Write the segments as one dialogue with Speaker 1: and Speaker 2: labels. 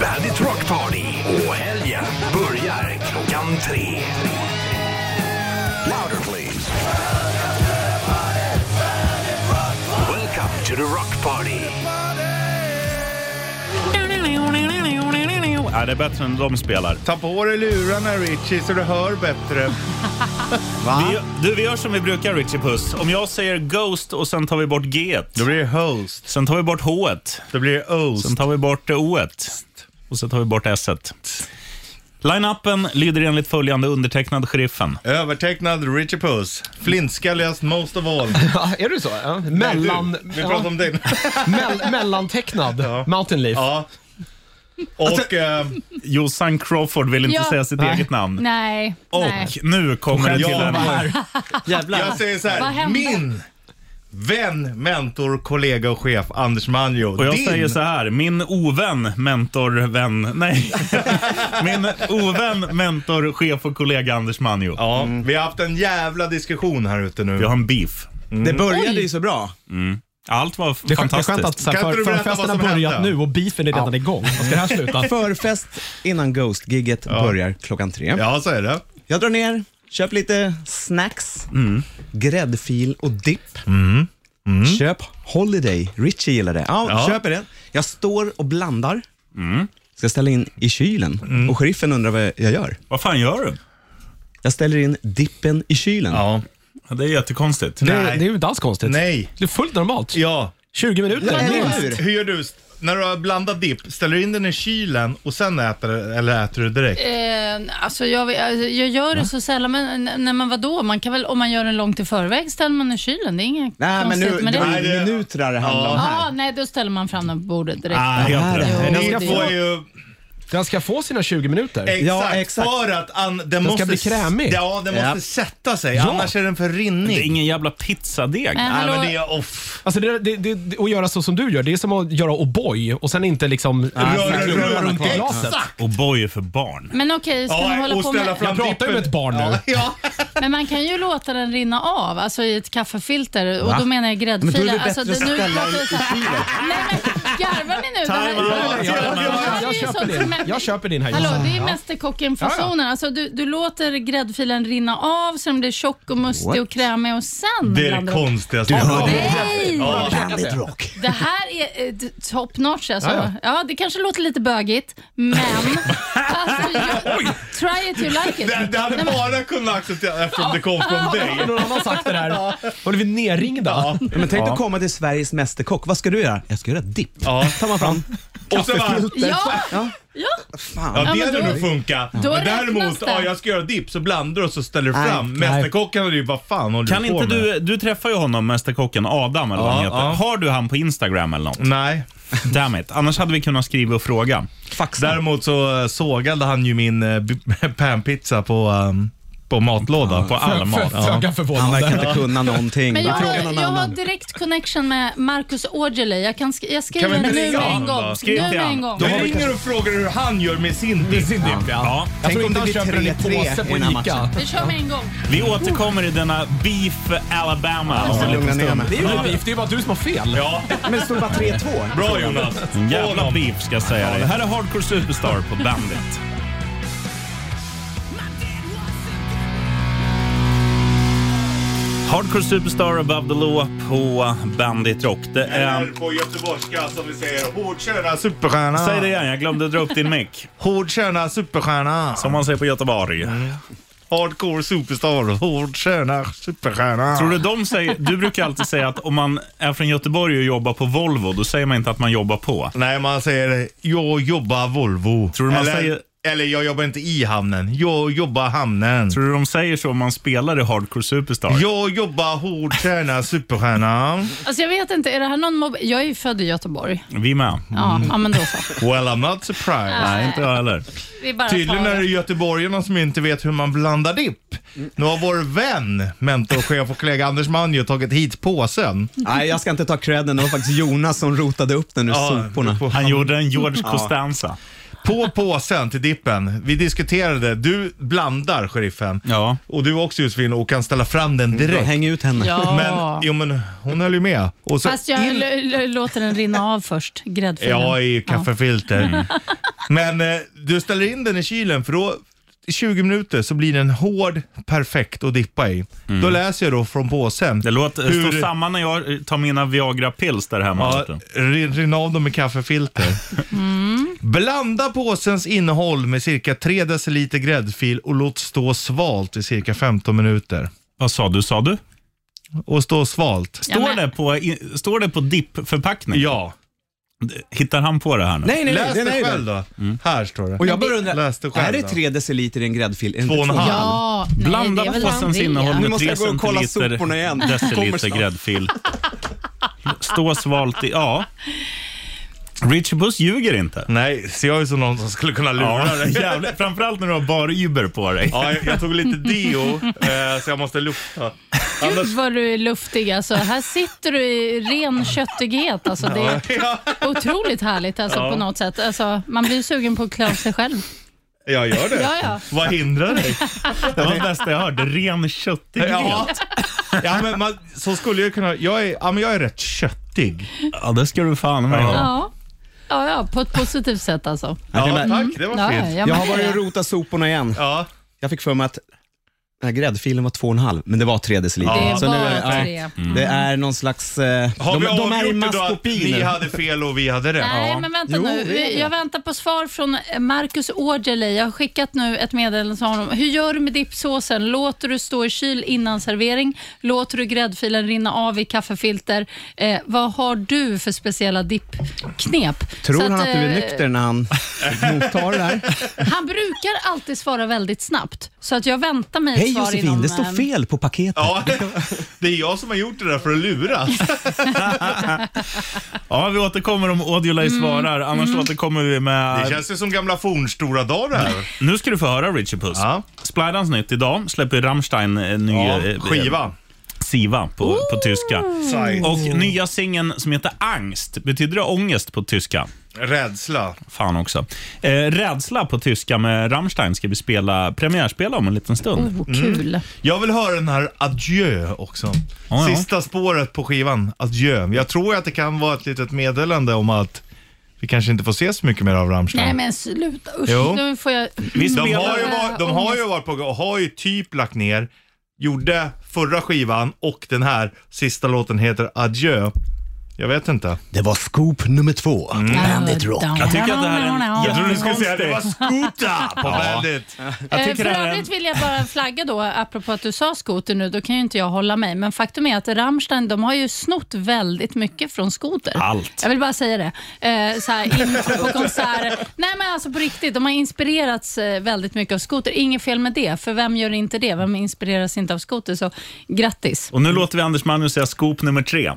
Speaker 1: Bandit Rock Party och helgen börjar klockan tre. Louder please. Welcome to the Rock Party.
Speaker 2: Ja, det är bättre än de spelar.
Speaker 3: Ta på dig lurarna Richie så du hör bättre. Va?
Speaker 2: Vi, du, vi gör som vi brukar, Richie Puss. Om jag säger Ghost och sen tar vi bort G.
Speaker 3: Då blir det host.
Speaker 2: Sen tar vi bort H. -et.
Speaker 3: Då blir det host.
Speaker 2: Sen tar vi bort eh, O. -et. Och sen tar vi bort S. -et. Line-upen lyder enligt följande undertecknad sheriffen.
Speaker 3: Övertecknad Richie Puss. Flintskalligast most of all.
Speaker 4: Ja, är du så? Ja. Mellan...
Speaker 3: Du, vi pratar om din.
Speaker 4: ja. Mell, mellantecknad Mountain Leaf.
Speaker 3: Ja.
Speaker 4: Alltså-
Speaker 3: Och eh,
Speaker 2: Jossan Crawford vill inte
Speaker 5: Ja.
Speaker 2: säga sitt
Speaker 4: Nej.
Speaker 2: eget namn.
Speaker 5: Nej,
Speaker 2: Och
Speaker 5: nej.
Speaker 2: nu kommer det
Speaker 3: jag,
Speaker 2: till en...
Speaker 3: jag säger så
Speaker 5: Vad
Speaker 3: här.
Speaker 5: hände?
Speaker 3: Min vän, mentor, kollega och chef Anders Manjo.
Speaker 2: Och jag
Speaker 3: Din
Speaker 2: säger så här, min ovän, mentor, vän, nej. min ovän, mentor, chef och kollega Anders Manjo.
Speaker 3: Ja, vi har haft en jävla diskussion här ute nu. Mm.
Speaker 2: Vi har en beef.
Speaker 6: Det började ju så bra.
Speaker 2: Mm. Allt var
Speaker 4: Det är skönt, det är
Speaker 2: fantastiskt.
Speaker 4: skönt att så här,
Speaker 3: Kan inte
Speaker 4: för,
Speaker 3: du berätta
Speaker 4: förfesten
Speaker 3: vad
Speaker 4: har
Speaker 3: som
Speaker 4: börjat
Speaker 3: hände?
Speaker 4: nu och beefen är redan igång. Vad ska det här sluta?
Speaker 6: Förfest innan Ghost-gigget börjar klockan tre.
Speaker 3: Ja, så är det.
Speaker 6: Jag drar ner, köper lite snacks,
Speaker 2: Mm.
Speaker 6: gräddfil och dipp. Köp Holiday, Richie gillar det. Ja,
Speaker 3: Ja.
Speaker 6: köper det. Jag står och blandar.
Speaker 2: Mm.
Speaker 6: Ska ställa in i kylen och sheriffen undrar vad jag gör.
Speaker 2: Vad fan gör du?
Speaker 6: Jag ställer in dippen i kylen.
Speaker 3: Ja.
Speaker 2: Ja, Det är jättekonstigt.
Speaker 4: det,
Speaker 3: Nej.
Speaker 4: är- det är ju inte alls konstigt.
Speaker 3: Nej.
Speaker 4: Det är fullt normalt.
Speaker 3: Ja.
Speaker 4: 20
Speaker 6: Ja,
Speaker 4: minuter
Speaker 6: eller
Speaker 4: minst.
Speaker 6: hur?
Speaker 3: Hur gör du? När du har blandat dipp, ställer du in den i kylen och sen äter du, eller äter du direkt?
Speaker 5: Eh, alltså jag, vet- alltså jag gör det så sällan, men n- när man vadå? Man kan väl, om man gör den långt i förväg ställer man i kylen. Det är inget
Speaker 6: Nej, men
Speaker 5: konstigt
Speaker 6: nu
Speaker 5: med
Speaker 6: det
Speaker 5: det.
Speaker 6: var ju
Speaker 3: Nej, det-
Speaker 6: minuter där det handlar om
Speaker 5: Ja,
Speaker 6: här.
Speaker 5: nej, då ställer man fram den på bordet direkt.
Speaker 3: Ah,
Speaker 2: Nej, jag har inte det.
Speaker 5: Jo,
Speaker 4: Den ska
Speaker 3: Ni
Speaker 5: det-
Speaker 3: får ju
Speaker 4: Den ska få sina 20 minuter.
Speaker 3: Exakt,
Speaker 6: Ja, exakt.
Speaker 3: för att an, den, den måste,
Speaker 4: bli krämig.
Speaker 3: Ja, den måste
Speaker 6: Ja.
Speaker 3: sätta sig,
Speaker 4: Ja.
Speaker 3: annars är den för rinnig.
Speaker 2: Det är ingen jävla pizzadeg.
Speaker 5: Men
Speaker 3: Nej,
Speaker 5: hallå,
Speaker 3: men det är off.
Speaker 4: Alltså det, det, det, det, att göra så som du gör, det är som att göra O'boy och sen inte liksom
Speaker 3: Rör, rör
Speaker 4: runt
Speaker 3: runt
Speaker 4: i glaset.
Speaker 3: Exakt!
Speaker 2: Och boy för barn.
Speaker 5: men okej, ska man
Speaker 3: Ja,
Speaker 5: hålla
Speaker 3: och
Speaker 5: på med...
Speaker 3: ställa fram
Speaker 4: Jag pratar ju med ett barn nu.
Speaker 3: Ja.
Speaker 5: Men man kan ju låta den rinna av, alltså i ett kaffefilter. Och då menar jag
Speaker 6: Men då är det
Speaker 5: gräddfilen.
Speaker 6: bättre
Speaker 5: Alltså,
Speaker 6: att
Speaker 5: nu
Speaker 6: ställa
Speaker 5: pratar vi
Speaker 6: den i
Speaker 5: så här-
Speaker 6: kylen.
Speaker 5: Nej, men garvar ni nu? Det här-
Speaker 2: Time
Speaker 5: det
Speaker 2: out.
Speaker 5: här är ju
Speaker 4: Ja,
Speaker 3: ja,
Speaker 4: jag, jag,
Speaker 5: sånt
Speaker 4: köper
Speaker 5: som
Speaker 4: din.
Speaker 5: är-
Speaker 4: jag köper din här
Speaker 5: Hallå,
Speaker 4: Jossan.
Speaker 5: det är ju
Speaker 4: Ja.
Speaker 5: mästerkocken-fasonen. Alltså, du, du låter gräddfilen rinna av så den blir tjock och mustig
Speaker 6: What?
Speaker 5: och krämig och sen
Speaker 3: Det är det
Speaker 5: Mm. blandar
Speaker 3: konstigaste
Speaker 6: Du
Speaker 3: jag
Speaker 6: hörde
Speaker 3: hört.
Speaker 6: det.
Speaker 5: Nej!
Speaker 3: Ja.
Speaker 6: Bandit rock.
Speaker 5: Det här är eh, d- top notch alltså.
Speaker 4: Ja,
Speaker 5: Ja,
Speaker 4: ja.
Speaker 5: det kanske låter lite bögigt, men alltså, jag, try it you like it.
Speaker 3: Det, det hade bara kunnat acceptera eftersom det kom från dig.
Speaker 4: Någon annan sagt det där och du blir nerringda.
Speaker 6: Ja, Men tänk dig komma till Sveriges mästerkock. Vad ska du göra? Jag ska göra dipp.
Speaker 3: Ja.
Speaker 6: Tar man fram.
Speaker 3: Och så bara,
Speaker 5: Ja,
Speaker 6: Ja.
Speaker 5: ja.
Speaker 6: Fan.
Speaker 3: ja,
Speaker 5: men
Speaker 3: det hade
Speaker 5: då-
Speaker 3: nog funkat. Men
Speaker 5: då räknas
Speaker 3: däremot,
Speaker 5: det.
Speaker 3: ja, jag ska göra dipp, så blandar du och så ställer du
Speaker 6: Nej,
Speaker 3: fram.
Speaker 6: nej.
Speaker 3: Mästerkocken hade ju, vad fan håller
Speaker 2: Kan
Speaker 3: du på
Speaker 2: inte
Speaker 3: med?
Speaker 2: du, du träffar ju honom, mästerkocken Adam eller vad han
Speaker 3: Ja,
Speaker 2: heter.
Speaker 3: ja.
Speaker 2: Har du han på Instagram eller något?
Speaker 3: Nej.
Speaker 2: Damn it. Annars hade vi kunnat skriva och fråga.
Speaker 6: Faxa.
Speaker 3: Däremot så eh, sågade han ju min eh, b- panpizza på, ehm, på matlådan.
Speaker 2: På all mat.
Speaker 4: Föga
Speaker 6: Han verkar
Speaker 4: förvånande.
Speaker 6: inte kunna någonting.
Speaker 5: Men jag,
Speaker 6: Fråga
Speaker 5: har,
Speaker 6: någon
Speaker 5: jag har
Speaker 6: annan.
Speaker 5: direkt connection med Marcus Aujalay. Jag, kan sk- jag skriver
Speaker 3: Kan vi
Speaker 5: nu
Speaker 3: inte
Speaker 5: med
Speaker 3: ringa
Speaker 5: en
Speaker 3: honom
Speaker 5: gång.
Speaker 3: då?
Speaker 2: Skriv
Speaker 5: nu
Speaker 2: till
Speaker 5: med
Speaker 2: han.
Speaker 5: en gång.
Speaker 3: Vi ringer och frågar hur han gör med sin dipp.
Speaker 2: Ja.
Speaker 4: Jag
Speaker 6: Tänk
Speaker 4: tror
Speaker 6: om
Speaker 4: inte
Speaker 6: det
Speaker 4: han
Speaker 6: blir
Speaker 4: köper en
Speaker 6: 3-3
Speaker 4: påse
Speaker 6: i
Speaker 4: på
Speaker 6: den här
Speaker 4: Ica.
Speaker 5: Vi kör med en gång.
Speaker 2: Vi återkommer i denna beef Alabama om en
Speaker 6: Lugna
Speaker 2: liten
Speaker 6: ner
Speaker 2: stund.
Speaker 6: mig.
Speaker 4: Det är ju ingen beef, det är ju bara du som har fel.
Speaker 3: Ja,
Speaker 6: Men det står bara 3-2.
Speaker 3: bra Jonas.
Speaker 2: En
Speaker 3: Få
Speaker 2: jävla
Speaker 3: honom.
Speaker 2: beef ska jag säga dig. Det här är Hardcore Superstar på Bandit. Hardcore Superstar above the law på Bandit Rock. Det är...
Speaker 3: Eller På göteborgska som vi säger, hårdkärna superstjärna.
Speaker 2: Säg det igen, jag glömde dra upp din mick.
Speaker 3: Hårdkärna superstjärna.
Speaker 2: Som man säger på Göteborg.
Speaker 6: Mm.
Speaker 3: Hardcore superstar, hårdkärna
Speaker 6: Ah.
Speaker 3: superstjärna.
Speaker 2: Tror du, de säger, du brukar alltid säga att om man är från Göteborg och jobbar på Volvo, då säger man inte att man jobbar på.
Speaker 3: Nej, man säger jag jobbar Volvo.
Speaker 2: Tror du man
Speaker 3: eller,
Speaker 2: säger-
Speaker 3: eller jag jobbar inte i hamnen. Jag jobbar hamnen.
Speaker 2: Tror du de säger så om man spelar i Hardcore Superstar?
Speaker 3: Jag jobbar hårdkärna superstjärna.
Speaker 5: Alltså jag vet inte, är det här någon mobb... Jag är ju född i Göteborg.
Speaker 2: Vi med.
Speaker 5: Ja, ja men då så.
Speaker 3: Mm. Well, I'm not surprised.
Speaker 2: Nej, inte jag heller.
Speaker 5: Vi bara
Speaker 3: Tydligen
Speaker 5: tar
Speaker 3: är det
Speaker 5: det.
Speaker 3: göteborgarna som inte vet hur man blandar dipp. Nu har vår vän, mentor, chef och kollega Anders Manjo tagit hit påsen.
Speaker 6: Nej, jag ska inte ta credden. Det var faktiskt Jonas som rotade upp den ur soporna.
Speaker 3: på,
Speaker 2: Han gjorde en George Costanza.
Speaker 3: på påsen till dippen. Vi diskuterade, du blandar sheriffen.
Speaker 2: Ja. Mm.
Speaker 3: Och du också Josefin och kan ställa fram den
Speaker 6: Direkt.
Speaker 3: direkt.
Speaker 6: Häng ut henne.
Speaker 5: Ja.
Speaker 3: Men, jo, men hon höll ju med. Och så
Speaker 5: Fast jag
Speaker 3: in-
Speaker 5: l- l- låter den Mm. rinna av först, gräddfilen.
Speaker 3: Ja, i kaffefilter. Men eh, du ställer in den i kylen för då i 20 minuter så blir den hård, perfekt att dippa i. Då läser jag då från påsen.
Speaker 2: Mm. Det låter, det
Speaker 3: hur-
Speaker 2: står samma när jag eh, tar mina Viagra-pills där hemma.
Speaker 3: Ja,
Speaker 2: vet du.
Speaker 6: eh,
Speaker 3: rin- rinna av dem med kaffefilter.
Speaker 2: Mm.
Speaker 3: Blanda påsens innehåll med cirka 3 deciliter gräddfil och låt stå svalt i cirka 15 minuter.
Speaker 2: Vad sa du? Sa du?
Speaker 3: Och stå svalt?
Speaker 2: Står,
Speaker 5: Ja, men-
Speaker 2: det, på, i, står det på dippförpackning?
Speaker 3: Ja.
Speaker 2: Hittar han på det här nu? Mm.
Speaker 6: Nej, nej, nej.
Speaker 3: Läs
Speaker 6: nej,
Speaker 3: det
Speaker 6: nej,
Speaker 3: själv då. Här står det.
Speaker 6: Och jag börjar
Speaker 3: Läs det
Speaker 6: undra,
Speaker 3: själv
Speaker 6: är det
Speaker 3: då.
Speaker 6: tre deciliter i en gräddfil? Är det inte
Speaker 3: Två och en halv.
Speaker 5: Ja, nej,
Speaker 2: Blanda
Speaker 5: det är väl
Speaker 2: påsens
Speaker 5: det.
Speaker 2: innehåll
Speaker 6: Nu
Speaker 2: med
Speaker 6: måste
Speaker 2: 3
Speaker 6: jag gå och kolla
Speaker 2: centiliter,
Speaker 6: soporna igen. Kommer
Speaker 2: deciliter
Speaker 6: snart.
Speaker 2: gräddfil. Stå svalt i... Ja. Rich Buss ljuger inte.
Speaker 3: Nej, ser jag ut som någon som skulle kunna lura
Speaker 2: Ja,
Speaker 3: dig?
Speaker 2: jävligt. Framförallt när du har bar-Uber på dig.
Speaker 3: Ja, jag, jag tog lite deo, eh, så jag måste lufta.
Speaker 5: Gud vad du är luftig alltså. Här sitter du i ren köttighet. Alltså, det är
Speaker 3: Ja,
Speaker 5: otroligt härligt alltså, på något sätt. Alltså, man blir sugen på att klä av sig själv.
Speaker 3: jag gör det.
Speaker 5: Ja, ja.
Speaker 3: Vad hindrar dig?
Speaker 2: Det var det bästa jag hörde. Ren köttighet.
Speaker 3: Ja. ja, men man, så skulle jag kunna... Jag är, ja, men jag är rätt köttig.
Speaker 2: Ja, det ska du fan med ha.
Speaker 5: Ja. Ja, ja, på ett positivt sätt alltså.
Speaker 3: Ja, tack. Det var
Speaker 5: Ja,
Speaker 3: fint.
Speaker 5: ja,
Speaker 6: mm. Jag
Speaker 5: men
Speaker 6: har
Speaker 5: det
Speaker 6: varit
Speaker 5: är
Speaker 6: och
Speaker 5: det.
Speaker 6: rotat soporna igen.
Speaker 3: Ja.
Speaker 6: Jag fick för mig att den här gräddfilen var två och en halv, men det var tre deciliter.
Speaker 5: Det
Speaker 6: Så nu är
Speaker 5: var
Speaker 6: ja,
Speaker 5: tre. Mm.
Speaker 6: Det är någon slags... eh,
Speaker 3: Har
Speaker 6: de,
Speaker 3: vi
Speaker 6: de är i
Speaker 3: avgjort idag att
Speaker 6: maskopi
Speaker 3: Ni
Speaker 6: nu.
Speaker 3: hade fel och vi hade rätt.
Speaker 5: Nej, men vänta
Speaker 6: Jo,
Speaker 5: nu.
Speaker 6: det är det.
Speaker 5: Jag väntar på svar från Marcus Aujalay. Jag har skickat nu ett meddelande till honom. Hur gör du med dippsåsen? Låter du stå i kyl innan servering? Låter du gräddfilen rinna av i kaffefilter? Eh, vad har du för speciella dippknep?
Speaker 6: Tror
Speaker 5: Så
Speaker 6: han att du är
Speaker 5: eh,
Speaker 6: nykter när han mottar det här?
Speaker 5: Han brukar alltid svara väldigt snabbt, så att jag väntar mig ett
Speaker 6: Hej
Speaker 5: svar
Speaker 6: Josefin,
Speaker 5: inom...
Speaker 6: det står
Speaker 5: eh,
Speaker 6: fel på paketet.
Speaker 3: Ja, det är jag som har gjort det där för att lura.
Speaker 2: Ja, vi återkommer om Audiolay
Speaker 5: Mm.
Speaker 2: svarar. Annars återkommer vi
Speaker 3: Det
Speaker 2: med...
Speaker 3: känns ju som gamla fornstora dagar det här.
Speaker 2: Nu ska du få höra Richard Puss.
Speaker 3: Ja.
Speaker 2: Splidans nytt idag. Släpper Rammstein eh, ny... eh,
Speaker 3: Ja, skiva.
Speaker 2: Siva på, på tyska.
Speaker 3: Sajt.
Speaker 2: Och nya singeln som heter Angst, betyder det ångest på tyska?
Speaker 3: Rädsla.
Speaker 2: Fan också. Eh, rädsla på tyska med Rammstein ska vi spela premiärspela om en liten stund. Mm.
Speaker 5: Oh, kul.
Speaker 3: Jag vill höra den här Adjö också.
Speaker 2: Ja, ja.
Speaker 3: Sista spåret på skivan, Adjö. Jag tror att det kan vara ett litet meddelande om att vi kanske inte får se så mycket mer av Rammstein.
Speaker 5: Nej, men sluta. Usch,
Speaker 3: Jo.
Speaker 5: nu får jag... Mm.
Speaker 2: Vi
Speaker 3: De har ju
Speaker 2: spelar...
Speaker 3: varit, de har ju varit på och har ju typ lagt ner, gjorde förra skivan och den här sista låten heter Adjö. Jag vet inte. Mm.
Speaker 6: Det var scoop nummer två. Bandit Rock.
Speaker 2: Jag tycker att det här är en
Speaker 5: Jag trodde du
Speaker 3: Skota på Bandit.
Speaker 2: Jag
Speaker 5: Eh,
Speaker 2: tycker
Speaker 5: För
Speaker 2: det här är en-
Speaker 5: övrigt vill jag bara flagga då, apropå att du sa skoter nu, då kan ju inte jag hålla mig, men faktum är att Rammstein, de har ju snott väldigt mycket från skoter.
Speaker 2: Allt.
Speaker 5: Jag vill bara säga det. Eh, så här, intro på konserter. Nej men alltså på riktigt, de har inspirerats eh, väldigt mycket av skoter. Inget fel med det, för vem gör inte det? Vem inspireras inte av skoter? Så grattis.
Speaker 2: Och nu låter vi Anders Magnus säga scoop nummer tre.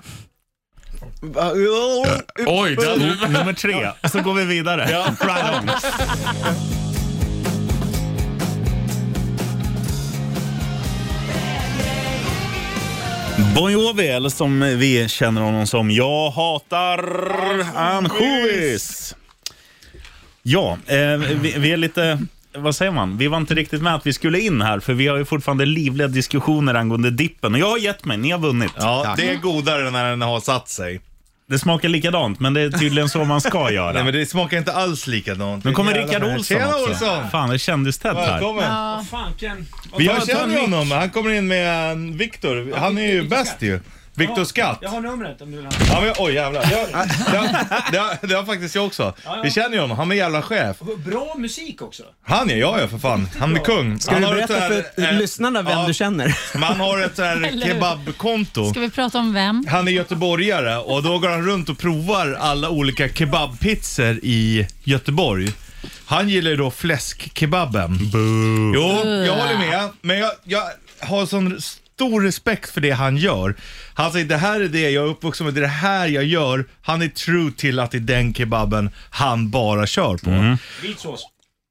Speaker 3: Oj, den...
Speaker 2: Scoop nummer tre, så går vi vidare. Right on. Bon Jovi, eller som vi känner honom som, Jag hatar ansjovis. Ja, eh, vi, vi är lite... Vad säger man? Vi var inte riktigt med att vi skulle in här, för vi har ju fortfarande livliga diskussioner angående dippen. Och jag har gett mig, ni har vunnit.
Speaker 3: Ja, det är godare när den har satt sig.
Speaker 2: Det smakar likadant, men det är tydligen så man ska göra.
Speaker 3: Nej men det smakar inte alls likadant.
Speaker 2: Nu kommer
Speaker 3: Jävlar.
Speaker 2: Rickard Olsson
Speaker 3: Tjena
Speaker 2: också.
Speaker 3: Olsson!
Speaker 2: Fan, det är kändistätt här.
Speaker 3: Välkommen! Vi har känner ju honom, han kommer in med eh, Viktor. Han är ju bäst ju. Viktor Skatt.
Speaker 7: har numret om du vill ha.
Speaker 3: Ja, men, oj jävlar. Jag, jag, det, har, det har faktiskt jag också. Vi känner ju honom, han är jävla chef.
Speaker 7: Bra musik också.
Speaker 3: Han är jag ja för fan. Han är kung.
Speaker 6: Ska
Speaker 3: han
Speaker 6: du
Speaker 3: har ett
Speaker 6: berätta
Speaker 3: så här,
Speaker 6: för
Speaker 3: eh,
Speaker 6: lyssnarna vem
Speaker 3: ja,
Speaker 6: du känner?
Speaker 3: men Han har ett så här
Speaker 5: Eller hur?
Speaker 3: kebabkonto.
Speaker 5: Ska vi prata om vem?
Speaker 3: Han är göteborgare och då går han runt och provar alla olika kebabpizzor i Göteborg. Han gillar ju då fläskkebaben. Jo, jag håller med. Men jag, jag har sån stor respekt för det han gör. Han säger det här är det jag är uppvuxen med, det är det här jag gör. Han är true till att det är den kebaben han bara kör på.
Speaker 7: Vit sås.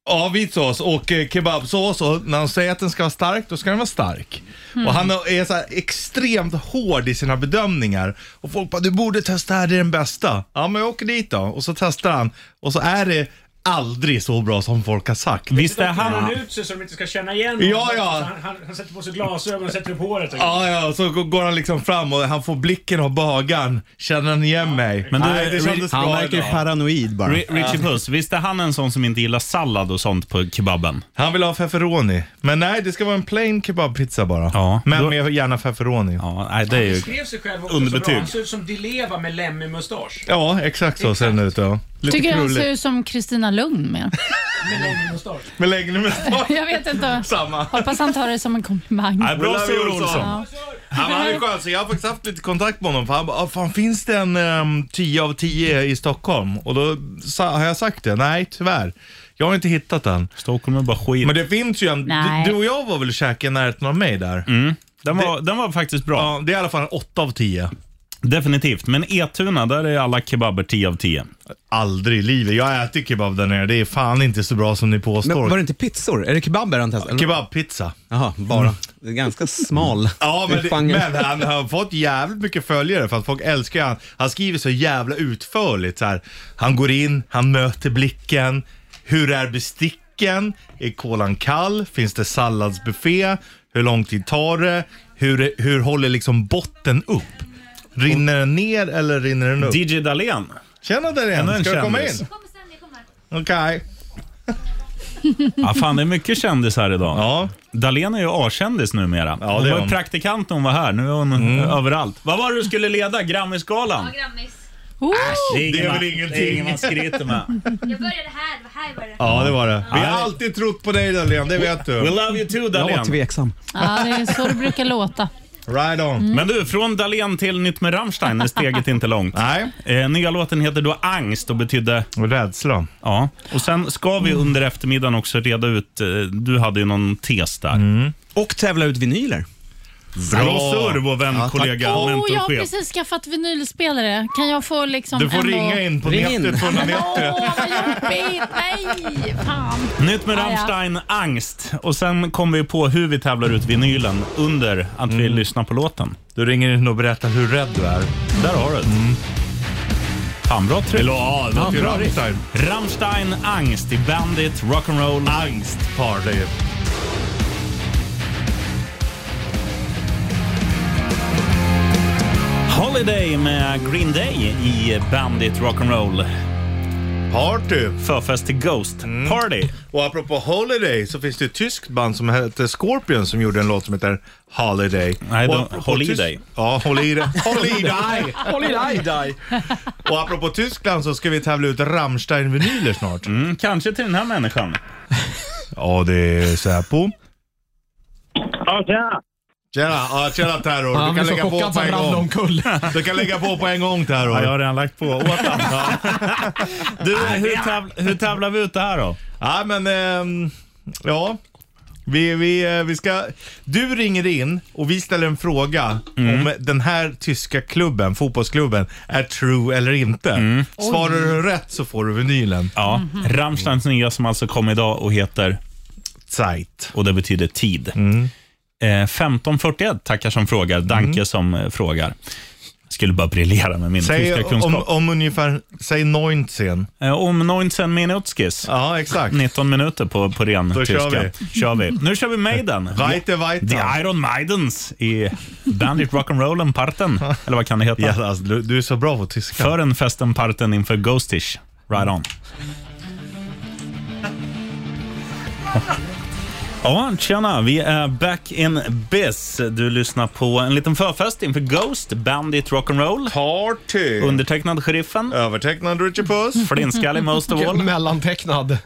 Speaker 3: Ja, vitsås och eh, kebabsås. Och när han säger att den ska vara stark, då ska den vara stark. Och han är så här extremt hård i sina bedömningar. Och folk bara, du borde testa det här, det är den bästa. Ja, men jag åker dit då. Och så testar han. Och så är det aldrig så bra som folk har sagt.
Speaker 2: Visst är
Speaker 7: Han
Speaker 2: han...
Speaker 7: har ut sig så de inte ska känna igen
Speaker 3: Ja, ja.
Speaker 7: Så Han, han, han sätter på sig glasögon och sätter upp håret. Och,
Speaker 3: Ja, ja, så g- går han liksom fram och han får blicken av bagaren. Känner han igen mig?
Speaker 2: Men du,
Speaker 3: Nej, det kändes
Speaker 6: Han
Speaker 3: bra
Speaker 6: verkar ju
Speaker 3: idag.
Speaker 6: paranoid bara.
Speaker 2: Ri- Richie Puss, visst är han en sån som inte gillar sallad och sånt på kebaben?
Speaker 3: Han vill ha feferoni. Men nej, det ska vara en plain kebabpizza bara.
Speaker 2: Ja.
Speaker 3: Men
Speaker 2: Då-
Speaker 3: med gärna feferoni. Ja,
Speaker 2: Ja, nej, det är ju...
Speaker 7: Han skrev sig själv också så
Speaker 2: Underbetyg.
Speaker 7: bra. Han ser ut som Di Leva med lemmig mustasch.
Speaker 3: exakt så ser den ut. Ja. Lite
Speaker 5: Tycker han
Speaker 3: krulligt.
Speaker 5: ser ut som Kristina Lugn mer.
Speaker 7: Med lemmig mustasch.
Speaker 3: Men lägg nu med
Speaker 5: Jag vet inte.
Speaker 3: Samma.
Speaker 5: Hoppas han tar det som en komplimang.
Speaker 2: Nej, bra
Speaker 3: Ulla
Speaker 2: Sture
Speaker 3: Olsson.
Speaker 2: Olsson.
Speaker 5: Ja.
Speaker 3: Ja, men han är skön, så jag har faktiskt haft lite kontakt med honom. För han bara, "Ah, fan finns det en ehm, 10 av 10 i Stockholm? Och då sa, har jag sagt det? Nej, tyvärr. Jag har inte hittat den.
Speaker 2: Stockholm är bara skit.
Speaker 3: Men det finns ju en,
Speaker 5: Nej.
Speaker 3: du, du och jag var väl och käkade i närheten av mig där?
Speaker 2: Mm. den, var, den var faktiskt bra.
Speaker 3: Ja, det är i alla fall en 8 av 10.
Speaker 2: Definitivt. Men Etuna, där är alla kebaber 10 av 10.
Speaker 3: Aldrig i livet. Jag äter kebab där nere. Det är fan inte så bra som ni
Speaker 6: Men
Speaker 3: påstår.
Speaker 6: var det inte pizzor? Är det kebaber han testar?
Speaker 3: Kebabpizza. Mm.
Speaker 6: Jaha, bara. Det är ganska smal.
Speaker 3: Ja, men, det,
Speaker 6: Utfangen.
Speaker 3: men han har fått jävligt mycket följare för att folk älskar han. Han skriver så jävla utförligt så här. Han går in, han möter blicken. Hur är besticken? Är kolan kall? Finns det salladsbuffé? Hur lång tid tar det? Hur, hur håller liksom botten upp? Rinner den ner eller rinner den upp?
Speaker 2: DJ Dahlén.
Speaker 3: Tjena där
Speaker 2: Ännu
Speaker 3: igen,
Speaker 2: en
Speaker 3: ska jag komma in?
Speaker 2: kändis.
Speaker 3: Okej.
Speaker 2: Ja, fan, det är mycket kändisar idag.
Speaker 3: Ja.
Speaker 2: Dahlén är ju A-kändis numera.
Speaker 3: Ja, det
Speaker 2: hon
Speaker 3: är
Speaker 2: var ju
Speaker 3: hon. Mm.
Speaker 2: praktikant när hon var här. Nu är hon överallt. Vad var det du skulle leda? Grammyskalan?
Speaker 8: Grammis.
Speaker 5: Oh,
Speaker 3: Det är
Speaker 2: man-
Speaker 3: väl ingenting.
Speaker 2: Det är ingen man skryter med.
Speaker 8: Jag började här, det var här jag började.
Speaker 3: Ja, det var det. Vi har alltid trott på dig Dahlén, det vet
Speaker 2: We
Speaker 3: du.
Speaker 2: love you too,
Speaker 6: Jag var
Speaker 2: Dahlén.
Speaker 6: tveksam.
Speaker 5: ja, det är så det brukar låta.
Speaker 3: Right on.
Speaker 2: Mm. Men du, från Dahlén till nytt med Rammstein är steget inte långt.
Speaker 3: Nej.
Speaker 2: Eh, nya låten heter då Angst och betydde...
Speaker 3: Rädsla. Mm.
Speaker 2: Ja. Och sen ska vi under eftermiddagen också reda ut... Eh, du hade ju någon tes där.
Speaker 3: Mm.
Speaker 6: Och tävla ut vinyler.
Speaker 2: Bra surr, vår vän,
Speaker 6: Ja,
Speaker 2: kollega,
Speaker 5: Oh,
Speaker 2: mentor,
Speaker 5: jag har
Speaker 2: chef.
Speaker 5: precis skaffat vinylspelare. Kan jag få liksom
Speaker 3: Du får
Speaker 5: ändå...
Speaker 3: ringa in på
Speaker 6: Ring
Speaker 3: nätet
Speaker 6: in.
Speaker 3: från den
Speaker 5: Åh, vad jobbigt! Nej, fan.
Speaker 3: Äh.
Speaker 2: Nytt med
Speaker 5: Ah, ja.
Speaker 2: Rammstein, Angst. Och sen kommer vi på hur vi tävlar ut vinylen under att vi lyssnar på låten.
Speaker 3: Mm. Du ringer in och berättar hur rädd du är. Mm.
Speaker 2: Där har du det. Fan, bra tryck.
Speaker 3: Ja, det låter ju Rammstein.
Speaker 2: Rammstein, Angst i Bandit, Rock'n'Roll.
Speaker 3: Angst party.
Speaker 2: Holiday med Green Day i Bandit Rock'n'Roll.
Speaker 3: Party.
Speaker 2: Förfest till Ghost Party.
Speaker 3: Mm. Och apropå Holiday så finns det ett tyskt band som heter Scorpion som gjorde en låt som heter Holiday.
Speaker 2: Nej,
Speaker 3: Och
Speaker 2: de-
Speaker 3: apropå
Speaker 2: Holiday.
Speaker 3: Tys- Ja, Holiday. Holiday! Holiday! Och apropå Tyskland så ska vi tävla ut Rammstein-vinyler snart.
Speaker 2: Mm, kanske till den här människan.
Speaker 3: Ja, det är Säpo.
Speaker 9: Ja, tjena!
Speaker 3: Tjena, ja, tjena Terror.
Speaker 4: Han
Speaker 3: Du kan
Speaker 4: blev så
Speaker 3: lägga på
Speaker 4: chockad
Speaker 3: på
Speaker 4: så han
Speaker 3: en
Speaker 4: ramlade
Speaker 3: gång.
Speaker 4: omkull.
Speaker 3: Du kan lägga på på en gång Terror.
Speaker 2: Ja, jag har redan lagt på. Åt han. Du, hur, täv- hur tävlar vi ut det här då?
Speaker 3: Ja, men ehm, ja. Vi, vi, eh, vi ska, du ringer in och vi ställer en fråga
Speaker 2: Mm.
Speaker 3: om den här tyska klubben, fotbollsklubben, är true eller inte.
Speaker 2: Mm.
Speaker 3: Svarar du rätt så får du vinylen.
Speaker 2: Ja,
Speaker 3: Mhm.
Speaker 2: Rammsteins nya som alltså kom idag och heter?
Speaker 3: Zeit. Mm.
Speaker 2: och det betyder tid. Eh, 1541 tackar som frågar, Danke som eh, frågar. Skulle bara briljera med min
Speaker 3: Säg
Speaker 2: tyska kunskap.
Speaker 3: om, om ungefär, säg 19.
Speaker 2: Eh, om 19 minutskis.
Speaker 3: Ja, exakt.
Speaker 2: 19 minuter på, på ren
Speaker 3: Då
Speaker 2: tyska.
Speaker 3: kör
Speaker 2: Kör vi. Nu kör vi Maiden.
Speaker 3: Weite,
Speaker 2: The
Speaker 3: weite.
Speaker 2: Iron Maidens i Bandit Rock'n'Roll Parten, eller vad kan det heta?
Speaker 3: Ja, alltså, du, du är så bra på tyska.
Speaker 2: För en festen parten inför Ghostish. Right on. Ja, tjena. Vi är back in biz. Du lyssnar på en liten förfest inför Ghost, Bandit Rock'n'Roll.
Speaker 3: Party.
Speaker 2: Undertecknad Sheriffen,
Speaker 3: Övertecknad Richard Puss.
Speaker 2: flintskallig most of all,
Speaker 4: Mellantecknad.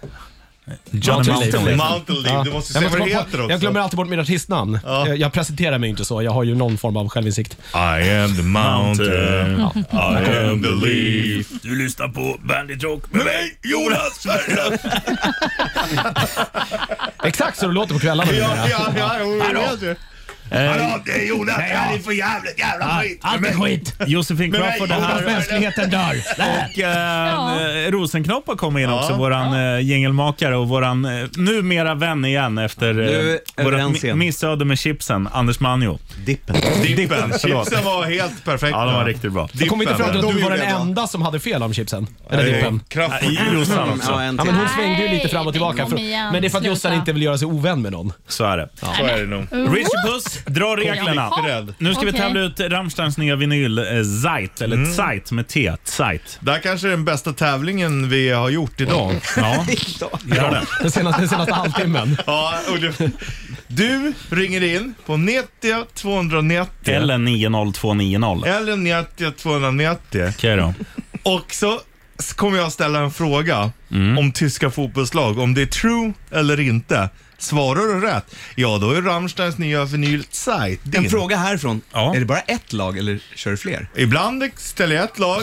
Speaker 2: Johnny Mountain.
Speaker 3: Mountain League. Du måste
Speaker 4: Jag,
Speaker 3: se
Speaker 4: måste
Speaker 3: vad det
Speaker 4: komma
Speaker 3: heter
Speaker 4: på,
Speaker 3: också.
Speaker 4: jag glömmer alltid bort mitt artistnamn. Jag, jag presenterar mig inte så. Jag har ju någon form av självinsikt.
Speaker 3: I am the mountain, I am the leaf
Speaker 2: Du lyssnar på Bandit Rock.
Speaker 3: Med mig, Jonas Ferre!
Speaker 4: Exakt så det låter på kvällarna.
Speaker 3: Ja,
Speaker 4: numera.
Speaker 3: ja, ja, jo, jag vet ju.
Speaker 2: Eh,
Speaker 3: det är Jonas. Det här är för jävligt jävla skit.
Speaker 10: Allt är skit.
Speaker 2: Josefin Crafoord är
Speaker 10: Hoppas
Speaker 2: här.
Speaker 10: mänskligheten dör.
Speaker 2: Och eh,
Speaker 5: Ja.
Speaker 2: eh, Rosenknopp har kommit in
Speaker 3: Ja.
Speaker 2: också, våran eh, gängelmakare och våran eh, numera vän igen efter
Speaker 6: Nu
Speaker 2: eh,
Speaker 6: är
Speaker 2: vårat
Speaker 6: överens
Speaker 2: mi-
Speaker 6: igen.
Speaker 2: missöde med chipsen, Anders Manjo.
Speaker 6: Dippen.
Speaker 3: Dippen.
Speaker 2: förlåt.
Speaker 3: Chipsen var helt perfekta.
Speaker 2: Ja, de var riktigt bra.
Speaker 4: Jag kommer inte fram till att
Speaker 3: De
Speaker 4: du
Speaker 3: är
Speaker 4: var den
Speaker 3: bra.
Speaker 4: enda som hade fel om chipsen. Eller
Speaker 3: Nej,
Speaker 4: dippen. Mm,
Speaker 3: Kraft.
Speaker 2: Nej, Jossan också,
Speaker 6: Ja, en
Speaker 4: Ja,
Speaker 6: till.
Speaker 4: men hon svängde ju lite fram och
Speaker 5: Nej,
Speaker 4: tillbaka.
Speaker 5: kom
Speaker 4: För,
Speaker 5: igen,
Speaker 4: men det är för att
Speaker 5: sluta.
Speaker 4: Jossan inte vill göra sig ovän med någon.
Speaker 2: så är det.
Speaker 3: Så är det nog.
Speaker 2: Richie Puss, dra reglerna.
Speaker 5: Jaha.
Speaker 3: Rädd.
Speaker 2: Nu ska vi
Speaker 5: Okej.
Speaker 2: tävla ut Rammsteins nya vinyl eh, Zeit, eller
Speaker 3: Mm.
Speaker 2: Zeit med T. Zeit.
Speaker 3: Det här kanske är den bästa tävlingen vi har gjort idag.
Speaker 2: Ja, gör det.
Speaker 4: Den senaste, den senaste halvtimmen.
Speaker 3: Ja, och du, du ringer in på 90 290
Speaker 2: Eller 90290.
Speaker 3: eller 90 290
Speaker 2: Okej då.
Speaker 3: och så s- kommer jag ställa en fråga
Speaker 2: Mm.
Speaker 3: om tyska fotbollslag, om det är true eller inte. Svarar du rätt, ja då är Rammsteins nya vinyl Zeit din.
Speaker 6: En fråga härifrån.
Speaker 2: Ja.
Speaker 6: Är det bara ett lag eller kör du fler?
Speaker 3: Ibland ställer jag ett lag,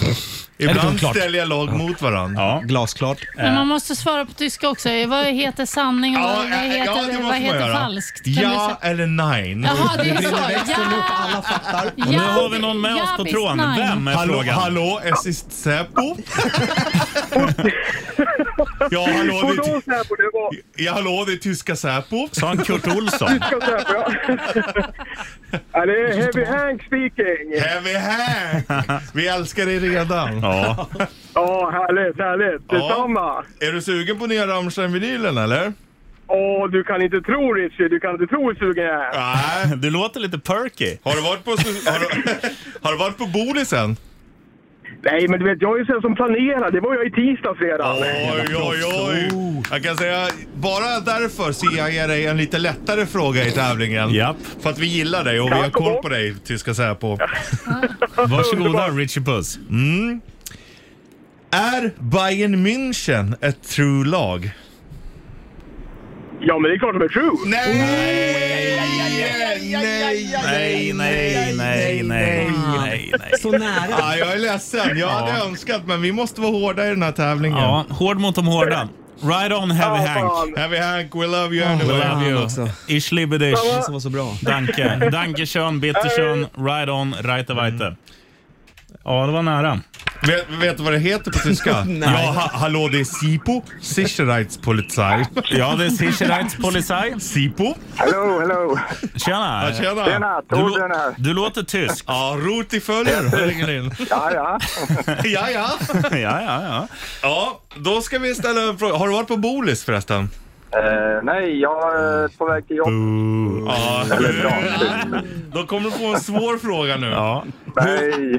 Speaker 3: ibland
Speaker 4: oklart?
Speaker 3: ställer jag lag mot varandra.
Speaker 2: Ja.
Speaker 6: Glasklart.
Speaker 5: Men man måste svara på tyska också. Vad heter sanning och vad
Speaker 3: ja,
Speaker 5: heter,
Speaker 3: det måste
Speaker 5: vad
Speaker 3: man
Speaker 5: heter
Speaker 3: göra.
Speaker 5: falskt? Kan du
Speaker 3: Ja
Speaker 5: säga-
Speaker 3: eller nej.
Speaker 5: Jaha, det är så.
Speaker 3: liksom
Speaker 5: Ja!
Speaker 6: Alla fattar.
Speaker 5: ja.
Speaker 2: Och nu har vi någon med
Speaker 5: ja,
Speaker 2: oss på
Speaker 5: visst,
Speaker 2: tråden.
Speaker 5: nej.
Speaker 2: Vem är
Speaker 3: Hallå,
Speaker 2: frågan?
Speaker 3: hallå, es ist Säpo? ja, hallå, det är,
Speaker 9: Vadå
Speaker 3: ty-
Speaker 9: Säpo? Det var
Speaker 3: ja, hallå, det är tyska Säpo.
Speaker 2: Sa han Kurt Olsson?
Speaker 9: tyska Säpo, ja. ja. Det är Heavy Hank speaking.
Speaker 3: Heavy Hank! Vi älskar dig redan.
Speaker 2: Ja.
Speaker 9: Ja, härligt, härligt.
Speaker 3: Ja.
Speaker 9: Detsamma.
Speaker 3: Är du sugen på nya Rammstein-vinylen eller?
Speaker 9: Åh, du kan inte tro Richie, du kan inte tro hur sugen jag är.
Speaker 3: Nej.
Speaker 2: Du låter lite perky.
Speaker 3: Har du varit på, har du, har du varit på bolisen?
Speaker 9: Nej, men du vet, jag är ju sån som planerar. Det var jag i tisdags redan.
Speaker 3: Oj, oj, oj. Jag kan säga, bara därför ser jag ge dig en lite lättare fråga i tävlingen.
Speaker 2: Japp.
Speaker 3: För att vi gillar dig och vi
Speaker 9: Tack
Speaker 3: har
Speaker 9: och
Speaker 3: koll
Speaker 9: bock.
Speaker 3: på dig, tyska Säpo.
Speaker 2: Varsågoda Richie Puss.
Speaker 3: Mm. Är Bayern München ett true lag?
Speaker 9: Ja, men det är klart de är true.
Speaker 3: Nej! Nej, nej,
Speaker 2: Nej, nej, nej, nej, nej, nej.
Speaker 6: Så nära.
Speaker 3: Ja, jag är ledsen. Jag hade önskat, men vi måste vara hårda i den här tävlingen.
Speaker 2: Ja, hård mot de hårda. Ride on Heavy
Speaker 9: Ja,
Speaker 2: Hank.
Speaker 9: fan.
Speaker 3: Heavy Hank, we love you anyway.
Speaker 2: We love you.
Speaker 6: också.
Speaker 2: Ich liebe dich.
Speaker 6: Det som var så bra.
Speaker 2: Danke. Danke schön, bitte schön. Ride on, reite weite. Ja, det var nära.
Speaker 3: Vet, vet du vad det heter på tyska? Ja, ha, hallå, det är SIPO. Sicherheitspolizei.
Speaker 2: Ja, det är Sicherheitspolizei.
Speaker 3: SIPO?
Speaker 9: Hello, hello.
Speaker 2: Tjena.
Speaker 3: Tjena!
Speaker 9: Tjena,
Speaker 2: Du, lo-
Speaker 9: Torbjörn här.
Speaker 2: du låter tysk.
Speaker 3: Ja, Ruti följer. Jag ringer in.
Speaker 9: Ja, ja.
Speaker 3: Ja, ja.
Speaker 2: Ja, ja, ja.
Speaker 3: Ja, då ska vi ställa en fråga. Har du varit på Bolis förresten?
Speaker 9: Eh, nej, jag är på väg till jobbet.
Speaker 3: Ja.
Speaker 9: Eller bra.
Speaker 3: Då kommer du få en svår fråga nu.
Speaker 2: ja.
Speaker 9: Nej.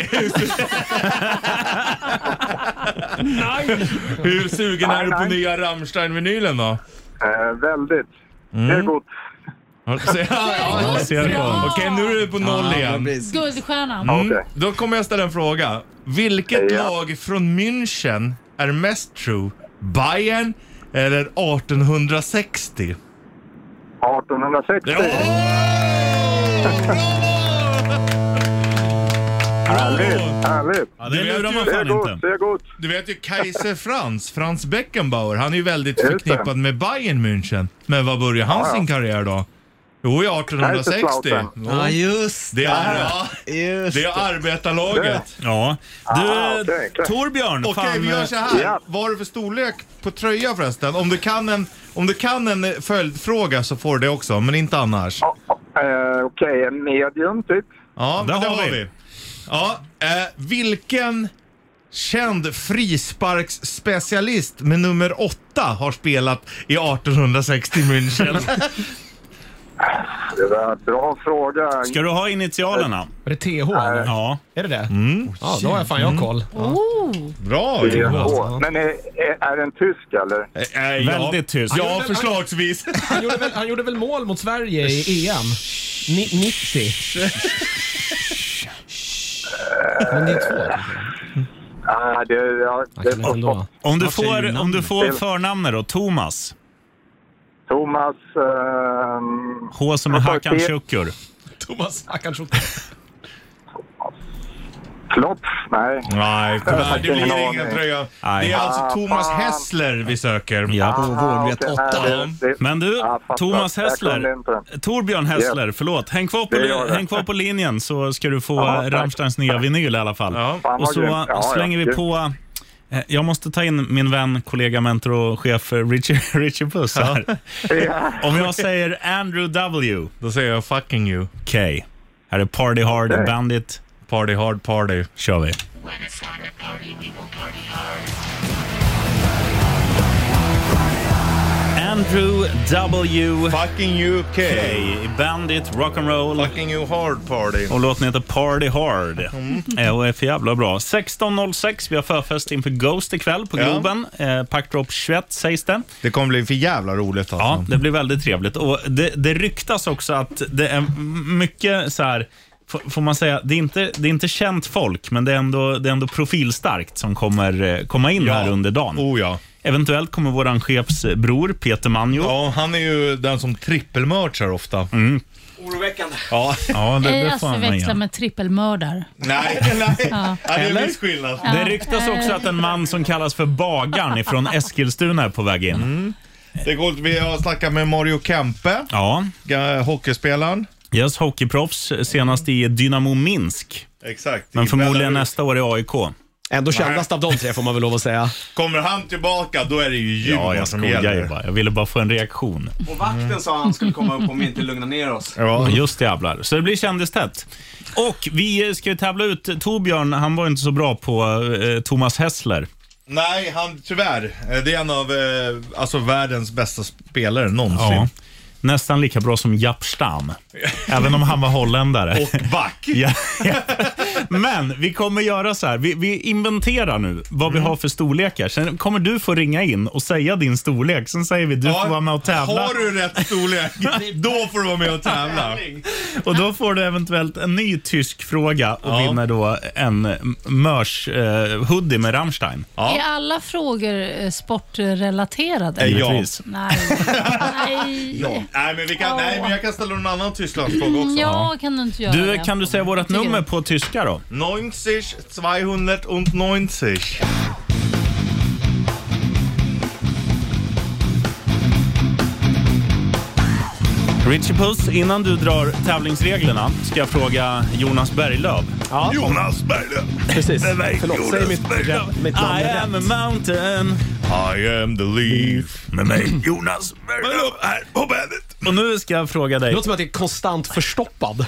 Speaker 3: Hur sugen är du på
Speaker 9: Nej, nej.
Speaker 3: nya Rammstein-vinylen då? Mm.
Speaker 9: Eh, väldigt. Det är gott.
Speaker 3: Ja, ja.
Speaker 2: Jag ser det på honom.
Speaker 3: Okej, nu är du på noll igen.
Speaker 5: Guldstjärnan.
Speaker 3: Mm, då kommer jag ställa en fråga. Vilket
Speaker 9: Ja.
Speaker 3: lag från München är mest true? Bayern eller 1860?
Speaker 9: 1860.
Speaker 3: Ja! Bra!
Speaker 9: Härligt, härligt.
Speaker 2: Ja, det lurar man
Speaker 9: Det är
Speaker 2: fan
Speaker 9: gott,
Speaker 2: inte.
Speaker 9: det är gott.
Speaker 3: Du vet ju Kaiser Franz, Franz Beckenbauer, han är ju väldigt
Speaker 9: Just det.
Speaker 3: förknippad med Bayern München. Men var började han
Speaker 9: ja.
Speaker 3: sin karriär då? Jo, i 1860.
Speaker 9: Kaiserslautern.
Speaker 6: Ja, just
Speaker 3: Det är, ja,
Speaker 6: Just.
Speaker 3: det är arbetarlaget.
Speaker 2: Ja.
Speaker 9: Ah,
Speaker 2: Du,
Speaker 9: okej, okej.
Speaker 2: Torbjörn.
Speaker 3: Okej,
Speaker 2: fan,
Speaker 3: vi gör så här.
Speaker 9: Ja.
Speaker 3: Vad har du för storlek på tröja förresten? Om du kan en, om du kan en följdfråga så får du det också, men inte annars.
Speaker 9: Ja, eh, Okej, en medium typ.
Speaker 3: Ja,
Speaker 2: Där
Speaker 3: men det
Speaker 2: har
Speaker 3: har
Speaker 2: vi.
Speaker 3: vi. Ja, eh, vilken känd frisparksspecialist med nummer åtta har spelat i 1860 München?
Speaker 9: Det var en bra fråga.
Speaker 2: Ska du ha initialerna?
Speaker 4: Var det TH? eller?
Speaker 2: Ja. Mm.
Speaker 4: Är det det? Ja, då har jag fan jag koll.
Speaker 3: Mm. Bra Jonas.
Speaker 9: Åh, Men är, är- är den tysk eller?
Speaker 3: Eh, eh, ja.
Speaker 2: Väldigt tyst.
Speaker 3: Ja, förslagsvis.
Speaker 4: Han gjorde, väl, han gjorde väl mål mot Sverige i EM? Ni, 90? Men 92?
Speaker 9: Ah, det, ja, det
Speaker 4: Eller ändå.
Speaker 2: Om du
Speaker 4: Vart är
Speaker 2: får,
Speaker 4: namnet?
Speaker 2: om du får förnamnet då, Thomas.
Speaker 9: Thomas... ehm,
Speaker 2: H som är
Speaker 9: Jag tar
Speaker 2: Hakan
Speaker 9: T.
Speaker 2: Şükür.
Speaker 4: Thomas Hakanchuk.
Speaker 9: Klops? Nej.
Speaker 3: Nej,
Speaker 9: faktiskt
Speaker 3: det
Speaker 9: ingen
Speaker 3: blir
Speaker 9: aning.
Speaker 3: ingen tröja.
Speaker 2: Nej.
Speaker 3: Det är alltså Thomas
Speaker 9: Ah, fan.
Speaker 3: Hessler vi söker.
Speaker 2: Ja.
Speaker 6: vågrätt
Speaker 9: okej,
Speaker 6: åtta.
Speaker 9: nej, det- det-
Speaker 2: Men du,
Speaker 9: Ja, fattar.
Speaker 2: Thomas
Speaker 9: Jag kunde
Speaker 2: Hessler,
Speaker 9: inte.
Speaker 2: Torbjörn Hessler, förlåt. Häng kvar, på,
Speaker 9: Det gör det.
Speaker 2: häng kvar på linjen så ska du få
Speaker 9: Ja,
Speaker 2: eh,
Speaker 9: tack.
Speaker 2: Rammsteins nya vinyl i alla fall.
Speaker 3: Ja.
Speaker 9: Fan,
Speaker 2: Och
Speaker 9: vad
Speaker 2: så
Speaker 9: grymt. Ja,
Speaker 2: slänger vi
Speaker 9: ja, grymt.
Speaker 2: på... eh, Jag måste ta in min vän, kollega, mentor och chef eh, Richie, Richie Puss här. Om jag säger Andrew W.
Speaker 3: Då säger jag fucking you.
Speaker 2: K. Här är Party Hard Bandit.
Speaker 3: Party hard party.
Speaker 2: kör vi. Andrew W.
Speaker 3: Fucking you K.
Speaker 2: K. Bandit Rock'n'Roll.
Speaker 3: Fucking you hard party. Mm.
Speaker 2: Och låten heter Party Hard. Eh, och är för jävla bra. 16.06, vi har förfest inför Ghost ikväll på
Speaker 3: Ja.
Speaker 2: Globen. Eh, Packdrop 21 sägs det.
Speaker 3: Det kommer bli för jävla roligt alltså.
Speaker 2: Ja, det blir väldigt trevligt. Och det, det ryktas också att det är mycket så här, f- får man säga, det är inte, det är inte känt folk, men det är ändå, det är ändå profilstarkt som kommer eh, komma in
Speaker 3: Ja.
Speaker 2: här under dagen.
Speaker 3: Oh ja.
Speaker 2: Eventuellt kommer våran chefsbror Peter Manjo. Mm.
Speaker 3: Ja, han är ju den som trippelmördsar ofta.
Speaker 7: Oroväckande.
Speaker 3: Ja.
Speaker 2: Ja, det,
Speaker 5: Ej
Speaker 2: det
Speaker 5: att
Speaker 2: får han göra.
Speaker 5: förväxla med trippelmördare.
Speaker 3: nej, nej. Ja. det är en
Speaker 2: Eller?
Speaker 3: viss skillnad.
Speaker 2: Det ryktas också att en man som kallas för Bagaren ifrån Eskilstuna är på väg in.
Speaker 3: Mm. Det är coolt. Vi har snackat med Mario Kempe,
Speaker 2: Ja,
Speaker 3: ga- hockeyspelaren.
Speaker 2: yes, hockeyproffs senast i Dynamo Minsk,
Speaker 3: Exakt.
Speaker 2: men
Speaker 3: I
Speaker 2: förmodligen
Speaker 3: Belarus.
Speaker 2: nästa år i AIK.
Speaker 6: Ändå kändast av de tre får man väl lov att säga.
Speaker 3: Kommer han tillbaka, då är det ju
Speaker 2: Ja,
Speaker 3: Djurgården
Speaker 2: jag
Speaker 3: som
Speaker 2: skojar ju
Speaker 3: gäller.
Speaker 2: bara. Jag ville bara få en reaktion.
Speaker 6: Och vakten sa han skulle komma upp om vi inte lugnar ner oss.
Speaker 2: Ja,
Speaker 3: Ja.
Speaker 2: just det jävlar. Så det blir kändistätt. Och vi eh, ska ju tävla ut Torbjörn, han var ju inte så bra på eh, Thomas Hessler.
Speaker 3: Nej, han tyvärr. eh, Det är en av eh, alltså, världens bästa spelare någonsin.
Speaker 2: Nästan lika bra som Japp Stam. Även om han var holländare.
Speaker 3: Och back.
Speaker 2: Ja, ja. Men vi kommer göra så här. Vi, vi inventerar nu vad
Speaker 3: Mm.
Speaker 2: vi har för storlekar. Sen kommer du få ringa in och säga din storlek. Sen säger vi du
Speaker 3: Ja,
Speaker 2: får vara med och tävla.
Speaker 3: Har du rätt storlek, då får du vara med och tävla.
Speaker 2: Och då får du eventuellt en ny tysk fråga och
Speaker 3: Ja.
Speaker 2: vinner då en Mörs-hoodie med Rammstein.
Speaker 3: Ja.
Speaker 5: Är alla frågor eh, sportrelaterade?
Speaker 3: Eh, ja.
Speaker 2: Givetvis.
Speaker 5: Nej. Nej.
Speaker 3: Ja. Nej, men vi kan, nej, men jag kan ställa en annan Tysklandsfråga också.
Speaker 5: Ja, kan du inte göra
Speaker 2: Du,
Speaker 5: det?
Speaker 2: kan du säga vårt
Speaker 5: Tycker
Speaker 2: nummer
Speaker 5: du?
Speaker 2: på tyska då?
Speaker 3: 90, 290.
Speaker 2: Richie Puss, innan du drar tävlingsreglerna ska jag fråga Jonas Berglöf.
Speaker 3: Jonas Berglund.
Speaker 6: Precis.
Speaker 3: vet
Speaker 6: Förlåt, säg mitt, mitt namn
Speaker 2: I
Speaker 6: rätt.
Speaker 2: am a mountain.
Speaker 3: I am the leaf.
Speaker 2: Med mig, Jonas Berglöf.
Speaker 3: här på bandet.
Speaker 2: Och nu ska jag fråga
Speaker 4: Det
Speaker 2: dig.
Speaker 4: låter som att det är konstant förstoppad.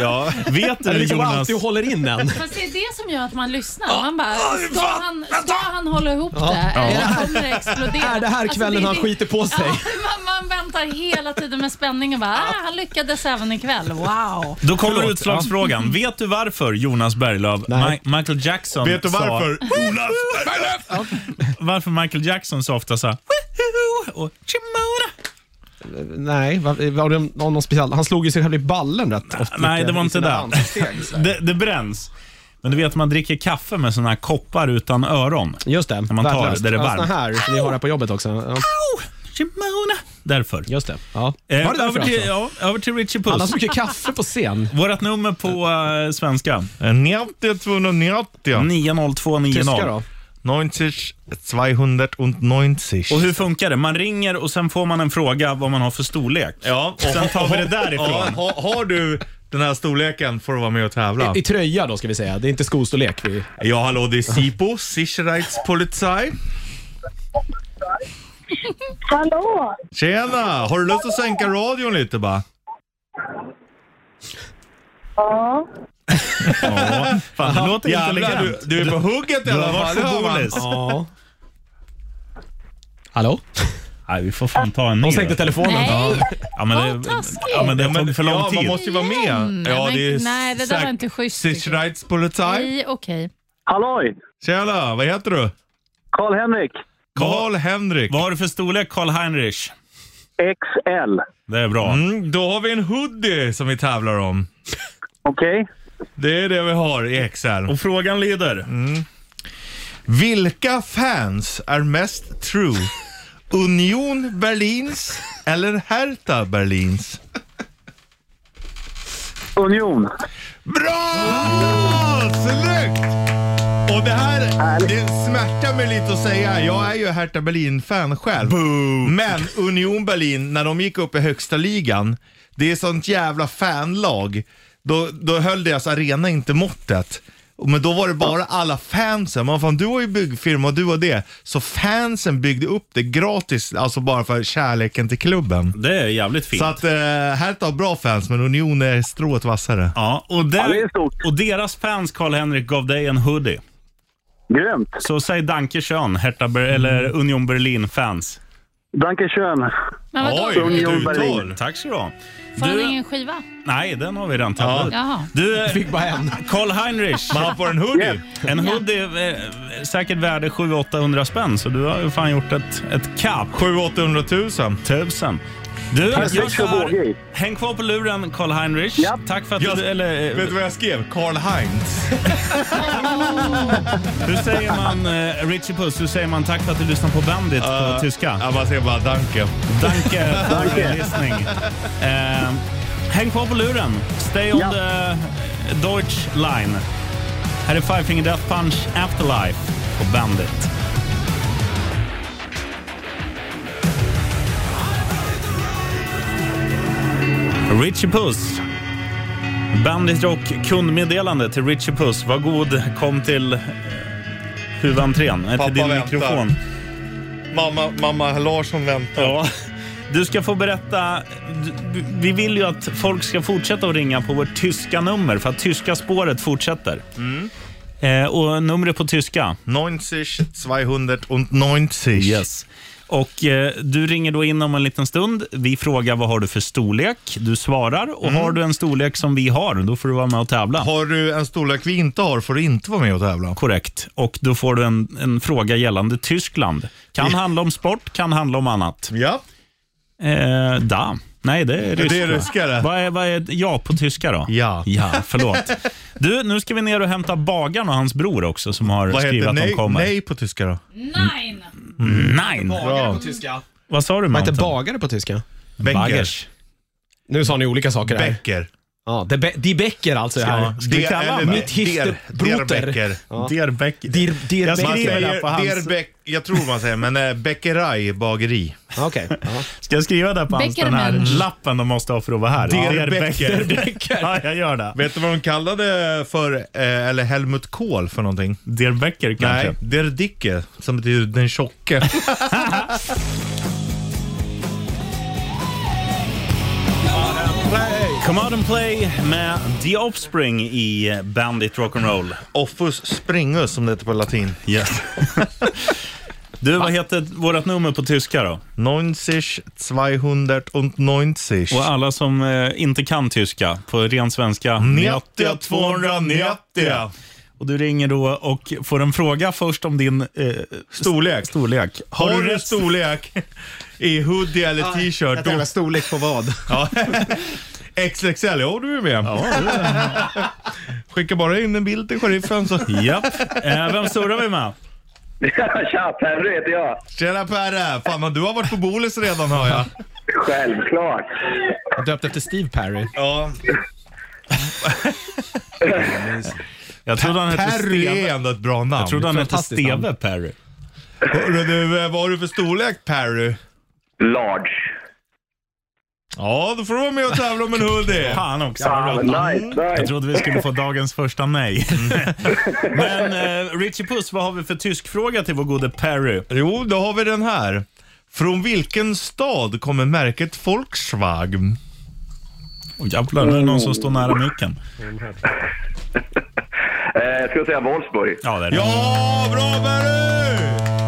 Speaker 2: Ja. Vet
Speaker 4: Det är
Speaker 2: du
Speaker 4: liksom
Speaker 2: Jonas,
Speaker 4: alltid håller in en.
Speaker 5: Alltså, Fast det är det som gör att man lyssnar. Man bara, ska han, ska han hålla ihop det? Eller kommer det explodera?
Speaker 4: Är det här
Speaker 5: Alltså,
Speaker 4: kvällen
Speaker 5: är
Speaker 4: han
Speaker 5: det-
Speaker 4: skiter på sig?
Speaker 5: Ja, man, man väntar hela tiden med spänning och bara, ah, han lyckades även ikväll. Wow.
Speaker 2: då kommer
Speaker 4: Förlåt,
Speaker 2: utslagsfrågan. Vet du varför Jonas Berglöf,
Speaker 4: Nej.
Speaker 2: Ma- Michael Jackson
Speaker 3: Vet du
Speaker 2: sa-
Speaker 3: varför? Jonas Berglund.
Speaker 2: varför Michael Jackson så ofta sa Woohoo! och Shimona?
Speaker 4: Nej, var, var det någon någon speciell? Han slog ju sig själv i ballen rätt ofta.
Speaker 2: Nej, det var
Speaker 4: i
Speaker 2: inte
Speaker 4: sina
Speaker 2: det.
Speaker 4: danssteg, så här.
Speaker 2: Det, det bränns. Men du vet, man dricker kaffe med såna här koppar utan öron.
Speaker 4: Just det.
Speaker 2: När man tar
Speaker 4: värdelöst.
Speaker 2: det, där det är
Speaker 4: Ja,
Speaker 2: varmt.
Speaker 4: såna här som vi har här på jobbet också. Ja,
Speaker 2: Au! Shimona! Därför.
Speaker 4: just det. Ja.
Speaker 2: Eh,
Speaker 4: var det därför
Speaker 2: över, till,
Speaker 4: alltså?
Speaker 2: ja, över till Richie
Speaker 4: Alla
Speaker 2: Puss.
Speaker 4: så mycket kaffe på scen.
Speaker 2: Vårt nummer på eh, svenska.
Speaker 3: 90, 290.
Speaker 2: 90290.
Speaker 4: Tyska då?
Speaker 3: 90, 290.
Speaker 2: Och hur funkar det? Man ringer och sen får man en fråga vad man har för storlek.
Speaker 3: Ja, och
Speaker 2: Sen tar vi det därifrån.
Speaker 3: Ja, har, har du den här storleken får du vara med och tävla.
Speaker 4: I tröja då ska vi säga. Det är inte skostorlek. Vi...
Speaker 3: Ja, hallå, det är Sipo, Sicherheitspolizei.
Speaker 9: Hallå!
Speaker 3: Tjena! Har du lust att sänka radion lite bara?
Speaker 9: Ja.
Speaker 2: Fan, det låter
Speaker 3: Jävlar, du,
Speaker 2: intelligent.
Speaker 3: du är på hugget i alla
Speaker 2: har
Speaker 3: fall.
Speaker 2: varit
Speaker 3: det
Speaker 2: på
Speaker 3: hör man.
Speaker 2: Bolis.
Speaker 4: Ja. Hallå?
Speaker 2: Nej, vi får fan ta en ny.
Speaker 4: Hon sänkte
Speaker 2: då.
Speaker 4: telefonen.
Speaker 5: Nej,
Speaker 2: Ja, men
Speaker 5: Vad
Speaker 2: det,
Speaker 5: taskigt.
Speaker 2: ja, men det
Speaker 3: Ja, men-
Speaker 2: tog för lång
Speaker 3: ja,
Speaker 2: tid.
Speaker 3: man måste ju vara med.
Speaker 5: Nej,
Speaker 3: Ja,
Speaker 5: men-
Speaker 3: det är
Speaker 5: nej, det där var inte schysst, tycker jag.
Speaker 3: Sicherheitspolizei.
Speaker 5: Nej, okej.
Speaker 9: Halloj!
Speaker 3: Tjena, vad heter du?
Speaker 9: Karl-Henrik.
Speaker 3: Karl-Henrik.
Speaker 2: Vad har du för storlek, Karl Heinrich?
Speaker 9: XL.
Speaker 2: Det är bra.
Speaker 3: Mm, då har vi en hoodie som vi tävlar om.
Speaker 9: Okej?
Speaker 3: Det är det vi har i Mm. XL.
Speaker 2: Och frågan lyder?
Speaker 3: Vilka fans är mest true? Union Berlins eller Hertha Berlins?
Speaker 9: union.
Speaker 3: Bra! Snyggt! Och det här, det smärtar mig lite att säga. Jag är ju Hertha Berlin-fan själv. Men Union Berlin, när de gick upp i högsta ligan, det är sånt jävla fanlag. Då, då höll deras arena inte måttet. Men då var det bara alla fansen. Man fan, du har ju byggfirma och du har det. Så fansen byggde upp det gratis, alltså bara för kärleken till klubben.
Speaker 2: Det är jävligt fint.
Speaker 3: Så att eh, Hertha har bra fans, men Union är strået vassare.
Speaker 2: ja, och, där,
Speaker 9: det är stort.
Speaker 2: och deras fans, Karl-Henrik, gav dig en hoodie.
Speaker 9: Grymt. Mm.
Speaker 2: Så säg Dankeschön, Hertha Ber- eller Union Berlin-fans.
Speaker 9: Danke schön.
Speaker 5: Men vadå?
Speaker 3: Oj, vilket
Speaker 9: Union
Speaker 3: uttal.
Speaker 9: Berlin.
Speaker 2: Tack så du ha.
Speaker 5: Får han
Speaker 2: Du-
Speaker 5: ingen skiva?
Speaker 2: Nej, den har vi redan tagit ut.
Speaker 5: Jaha.
Speaker 2: Du, eh,
Speaker 4: Fick bara en.
Speaker 2: Karl-Heinrich.
Speaker 3: Man får en hoodie.
Speaker 2: En hoodie är eh, säkert värde 700-800 spänn, så du har ju fan gjort ett, ett kap.
Speaker 3: 700 000.
Speaker 2: Tusen. Du, jag
Speaker 9: Perfekt för båge
Speaker 2: kör.
Speaker 9: i.
Speaker 2: Häng kvar på luren, Karl-Heinrich.
Speaker 9: Ja.
Speaker 2: Tack för att
Speaker 3: Jag,
Speaker 2: du... Eller,
Speaker 3: vet
Speaker 2: eh,
Speaker 3: du vad jag skrev? Karl Heinz.
Speaker 2: hur säger man, eh, Richie Puss, hur säger man tack för att du lyssnar på Bandit på tyska?
Speaker 3: Eh, Ja, man säger bara danke.
Speaker 2: Danke för lyssning. Eh, häng kvar på luren. Stay on
Speaker 9: Ja.
Speaker 2: the Deutsch line. Här är Five Finger Death Punch Afterlife på Bandit. Richie Puss. Bandit Rock kundmeddelande till Richie Puss. Var god, kom till eh, huvudentrén. eh,
Speaker 3: Pappa
Speaker 2: Till din
Speaker 3: väntar.
Speaker 2: mikrofon.
Speaker 3: Mamma, mamma Larsson väntar.
Speaker 2: Ja. Du ska få berätta. du- Vi vill ju att folk ska fortsätta att ringa på vårt tyska nummer för att tyska spåret fortsätter.
Speaker 3: Mm.
Speaker 2: Eh, och numret på tyska.
Speaker 3: 90, 290.
Speaker 2: Yes. Och eh, Du ringer då in om en liten stund. Vi frågar vad har du för storlek. Du svarar. Och
Speaker 3: Mm.
Speaker 2: Har du en storlek som vi har, då får du vara med och tävla.
Speaker 3: Har du en storlek vi inte har får du inte vara med och tävla.
Speaker 2: Korrekt. Och Då får du en, en fråga gällande Tyskland. Kan handla om sport, kan handla om annat.
Speaker 3: Ja.
Speaker 2: Eh, da. Nej, det är ryska.
Speaker 3: Det är ryskare.
Speaker 2: Vad är, vad är ja på tyska då?
Speaker 3: Ja.
Speaker 2: Ja, förlåt. Du, nu ska vi ner och hämta bagaren och hans bror också som har
Speaker 3: Vad
Speaker 2: skrivit
Speaker 3: heter
Speaker 2: att de
Speaker 3: nej,
Speaker 2: kommer. Mm.
Speaker 3: nej på tyska då?
Speaker 5: Nej!
Speaker 2: Nej.
Speaker 4: Bagare på tyska.
Speaker 2: Vad sa du
Speaker 4: Vad heter
Speaker 2: Mountain?
Speaker 4: bagare på tyska?
Speaker 2: Baggers.
Speaker 4: Nu sa ni olika saker här.
Speaker 3: Becker.
Speaker 4: Ja, de, be- die Becker alltså. Här.
Speaker 2: Ska vi kalla honom
Speaker 4: Mitt Histebroter. Ja.
Speaker 2: Der Becker.
Speaker 4: Dir, dir
Speaker 2: Jag
Speaker 4: Becker.
Speaker 3: Man
Speaker 2: skriver
Speaker 3: säger,
Speaker 2: där på hans-
Speaker 3: der Beck, jag tror man säger, men äh, Beckeraj bageri.
Speaker 4: Ja, Okej. Ja.
Speaker 2: Ska jag skriva där på hans, den här
Speaker 5: Beckermensch.
Speaker 2: lappen de måste ha för att vara här?
Speaker 3: Der
Speaker 2: Der
Speaker 3: Becker.
Speaker 2: Der Becker. Ja, jag gör det.
Speaker 3: Vet du vad de kallade för, eh, eller Helmut Kohl för någonting?
Speaker 2: Der Becker kanske.
Speaker 3: Nej, der Dicke, som betyder den tjocke.
Speaker 2: Come out and play med The Offspring i Bandit Rock'n'Roll.
Speaker 3: Offus springus som det heter på latin.
Speaker 2: Yes. du, vad heter vårt nummer på tyska då?
Speaker 3: 90, 290.
Speaker 2: Och alla som eh, inte kan tyska, på ren svenska.
Speaker 3: 90, 290.
Speaker 2: Och du ringer då och får en fråga först om din eh,
Speaker 3: Storlek.
Speaker 2: storlek.
Speaker 3: Har du
Speaker 2: rätt-
Speaker 3: storlek i hoodie eller t-shirt, då
Speaker 6: Jävla storlek på vad?
Speaker 3: XXL, ja du är med. Skicka bara in en bild till sheriffen så...
Speaker 2: Japp. Eh, vem surrar vi med?
Speaker 9: Tja, Perry heter jag.
Speaker 3: Tjena Perre! Fan vad du har varit på Bolis redan hör jag.
Speaker 9: Självklart.
Speaker 4: Döpt efter Steve Perry.
Speaker 3: Ja,
Speaker 2: Jag trodde han hette
Speaker 3: Perry
Speaker 2: Steve.
Speaker 3: är ändå ett bra namn.
Speaker 2: Jag trodde han hette
Speaker 4: Fantastiskt namn.
Speaker 2: Steve Perry.
Speaker 3: Hörru du, eh, vad har du för storlek Perry?
Speaker 9: Large.
Speaker 3: Ja, då får du vara med och tävla om en hoodie.
Speaker 2: Fan också.
Speaker 9: nice,
Speaker 2: Jag
Speaker 9: nice.
Speaker 2: trodde vi skulle få dagens första nej. Men eh, Richie Puss, vad har vi för tysk fråga till vår gode Perry?
Speaker 3: Jo, då har vi den här. Från vilken stad kommer märket Volkswagen?
Speaker 2: Oh, jävlar, nu är det någon som står nära micken.
Speaker 9: Eh, ska jag säga Wolfsburg?
Speaker 2: Ja, det är det.
Speaker 3: Ja, bra Perry!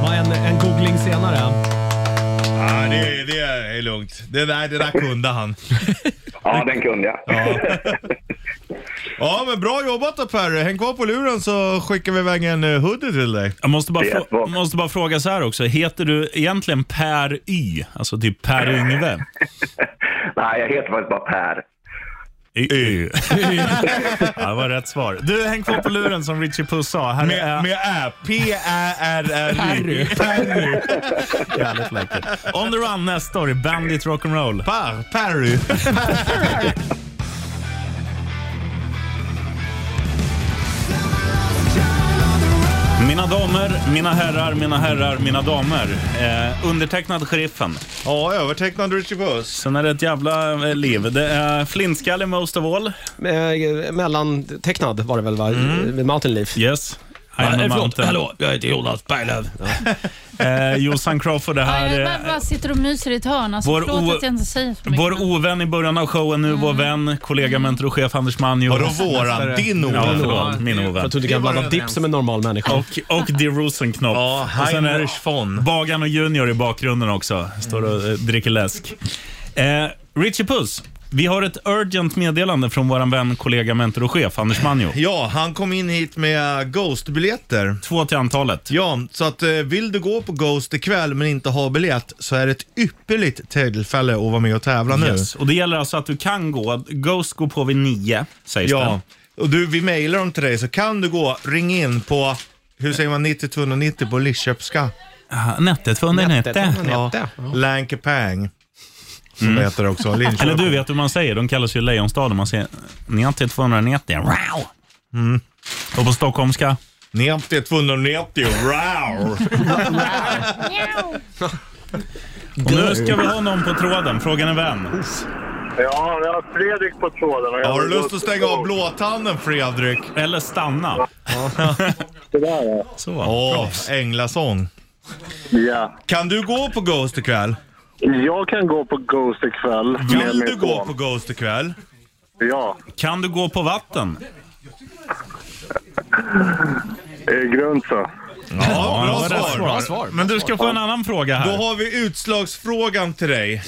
Speaker 4: Vad en, en googling senare.
Speaker 3: Ja, det, det är lugnt. Det där, det där kunde han.
Speaker 9: Ja, den kunde jag.
Speaker 3: Ja, men bra jobbat då Perry. Häng kvar på luren så skickar vi iväg en eh, hoodie till dig.
Speaker 2: Jag måste bara,
Speaker 9: Det är
Speaker 2: frå-
Speaker 9: svagt.
Speaker 2: måste bara fråga så här också. Heter du egentligen Per Y? Alltså typ Per Yngve?
Speaker 9: Nej, jag heter faktiskt bara Per.
Speaker 2: Y. ja, det var rätt svar. Du, häng kvar på luren som Richie Puss sa. Här är
Speaker 3: Med, med ä. P-Ä-R-R-Y.
Speaker 4: Perry.
Speaker 3: Perry.
Speaker 2: jävligt läckert. On the run nästa år i Bandit Rock'n'Roll.
Speaker 3: Per, Perry.
Speaker 2: Mina damer, mina herrar, mina herrar, mina damer. Eh, undertecknad sheriffen.
Speaker 3: Ja, övertecknad Richie Puss.
Speaker 2: Sen är det ett jävla eh, liv. Det är flintskallig most of all.
Speaker 4: Eh, mellantecknad var det väl, va? Mm. Mountain Leaf.
Speaker 2: Yes. I
Speaker 4: eh,
Speaker 2: am a mountain.
Speaker 4: jag heter Jonas Berglöf.
Speaker 2: Eh, Jossan Crawford är
Speaker 5: Ja,
Speaker 2: här.
Speaker 5: jag
Speaker 2: eh,
Speaker 5: bara, bara sitter och myser i ett hörn. Alltså,
Speaker 2: Vår
Speaker 5: förlåt
Speaker 2: o-
Speaker 5: att jag inte säger så mycket.
Speaker 2: Vår ovän i början av showen, nu vår
Speaker 4: Mm.
Speaker 2: vän, kollega, mentor och chef Anders Manjo.
Speaker 3: Vadå våran? Din ord.
Speaker 2: Ja, förlåt. Min
Speaker 4: Jag
Speaker 2: ovän.
Speaker 4: tror du kan blanda dipp som en normal människa.
Speaker 2: Och, och Di Rosenknopp.
Speaker 3: Ja,
Speaker 2: och sen är
Speaker 3: Heinrich von.
Speaker 2: Bagan och Junior i bakgrunden också. Står och eh, dricker läsk. Eh, Richie Puss, vi har ett urgent meddelande från vår vän, kollega, mentor och chef Anders Manjo.
Speaker 3: Ja, han kom in hit med Ghost-biljetter.
Speaker 2: Två till antalet.
Speaker 3: Ja, så att eh, vill du gå på Ghost ikväll men inte ha biljett så är det ett ypperligt tillfälle att vara med och tävla nu.
Speaker 2: Yes. Och Det gäller alltså att du kan gå. Ghost går på vid nio, sägs
Speaker 3: Ja, och du, vi mejlar dem till dig så kan du gå, ring in på, hur säger man, 9290 på Lidköpska?
Speaker 2: det. Ah, Nätet för under nätet.
Speaker 3: Ja, Lankepang. Som heter det också, Linköping.
Speaker 2: Mm. Eller du vet hur man säger, de kallas ju Lejonstaden. Man säger Nianti 290. Wow!
Speaker 3: Mm.
Speaker 2: Och på stockholmska?
Speaker 3: 90 290, wow!
Speaker 2: Och nu ska vi ha någon på tråden. Frågan är vem?
Speaker 9: Ja, jag har Fredrik på tråden. och jag
Speaker 3: Har du lust att stänga av blåtanden Fredrik?
Speaker 2: Eller stanna.
Speaker 9: Det där, ja.
Speaker 2: Så.
Speaker 3: Åh,
Speaker 2: Bra.
Speaker 3: änglasång.
Speaker 9: Ja.
Speaker 3: Kan du gå på Ghost ikväll?
Speaker 9: Jag kan gå på Ghost ikväll. med
Speaker 3: Vill
Speaker 9: min
Speaker 3: du gå
Speaker 9: son.
Speaker 3: på Ghost ikväll?
Speaker 9: Ja.
Speaker 2: Kan du gå på vatten?
Speaker 9: I grund Eh, så.
Speaker 3: Ja,
Speaker 2: det
Speaker 3: bra
Speaker 2: var rätt
Speaker 3: svar.
Speaker 4: Bra svar.
Speaker 2: Men du ska få en annan fråga
Speaker 3: Då
Speaker 2: här.
Speaker 3: har vi utslagsfrågan till dig.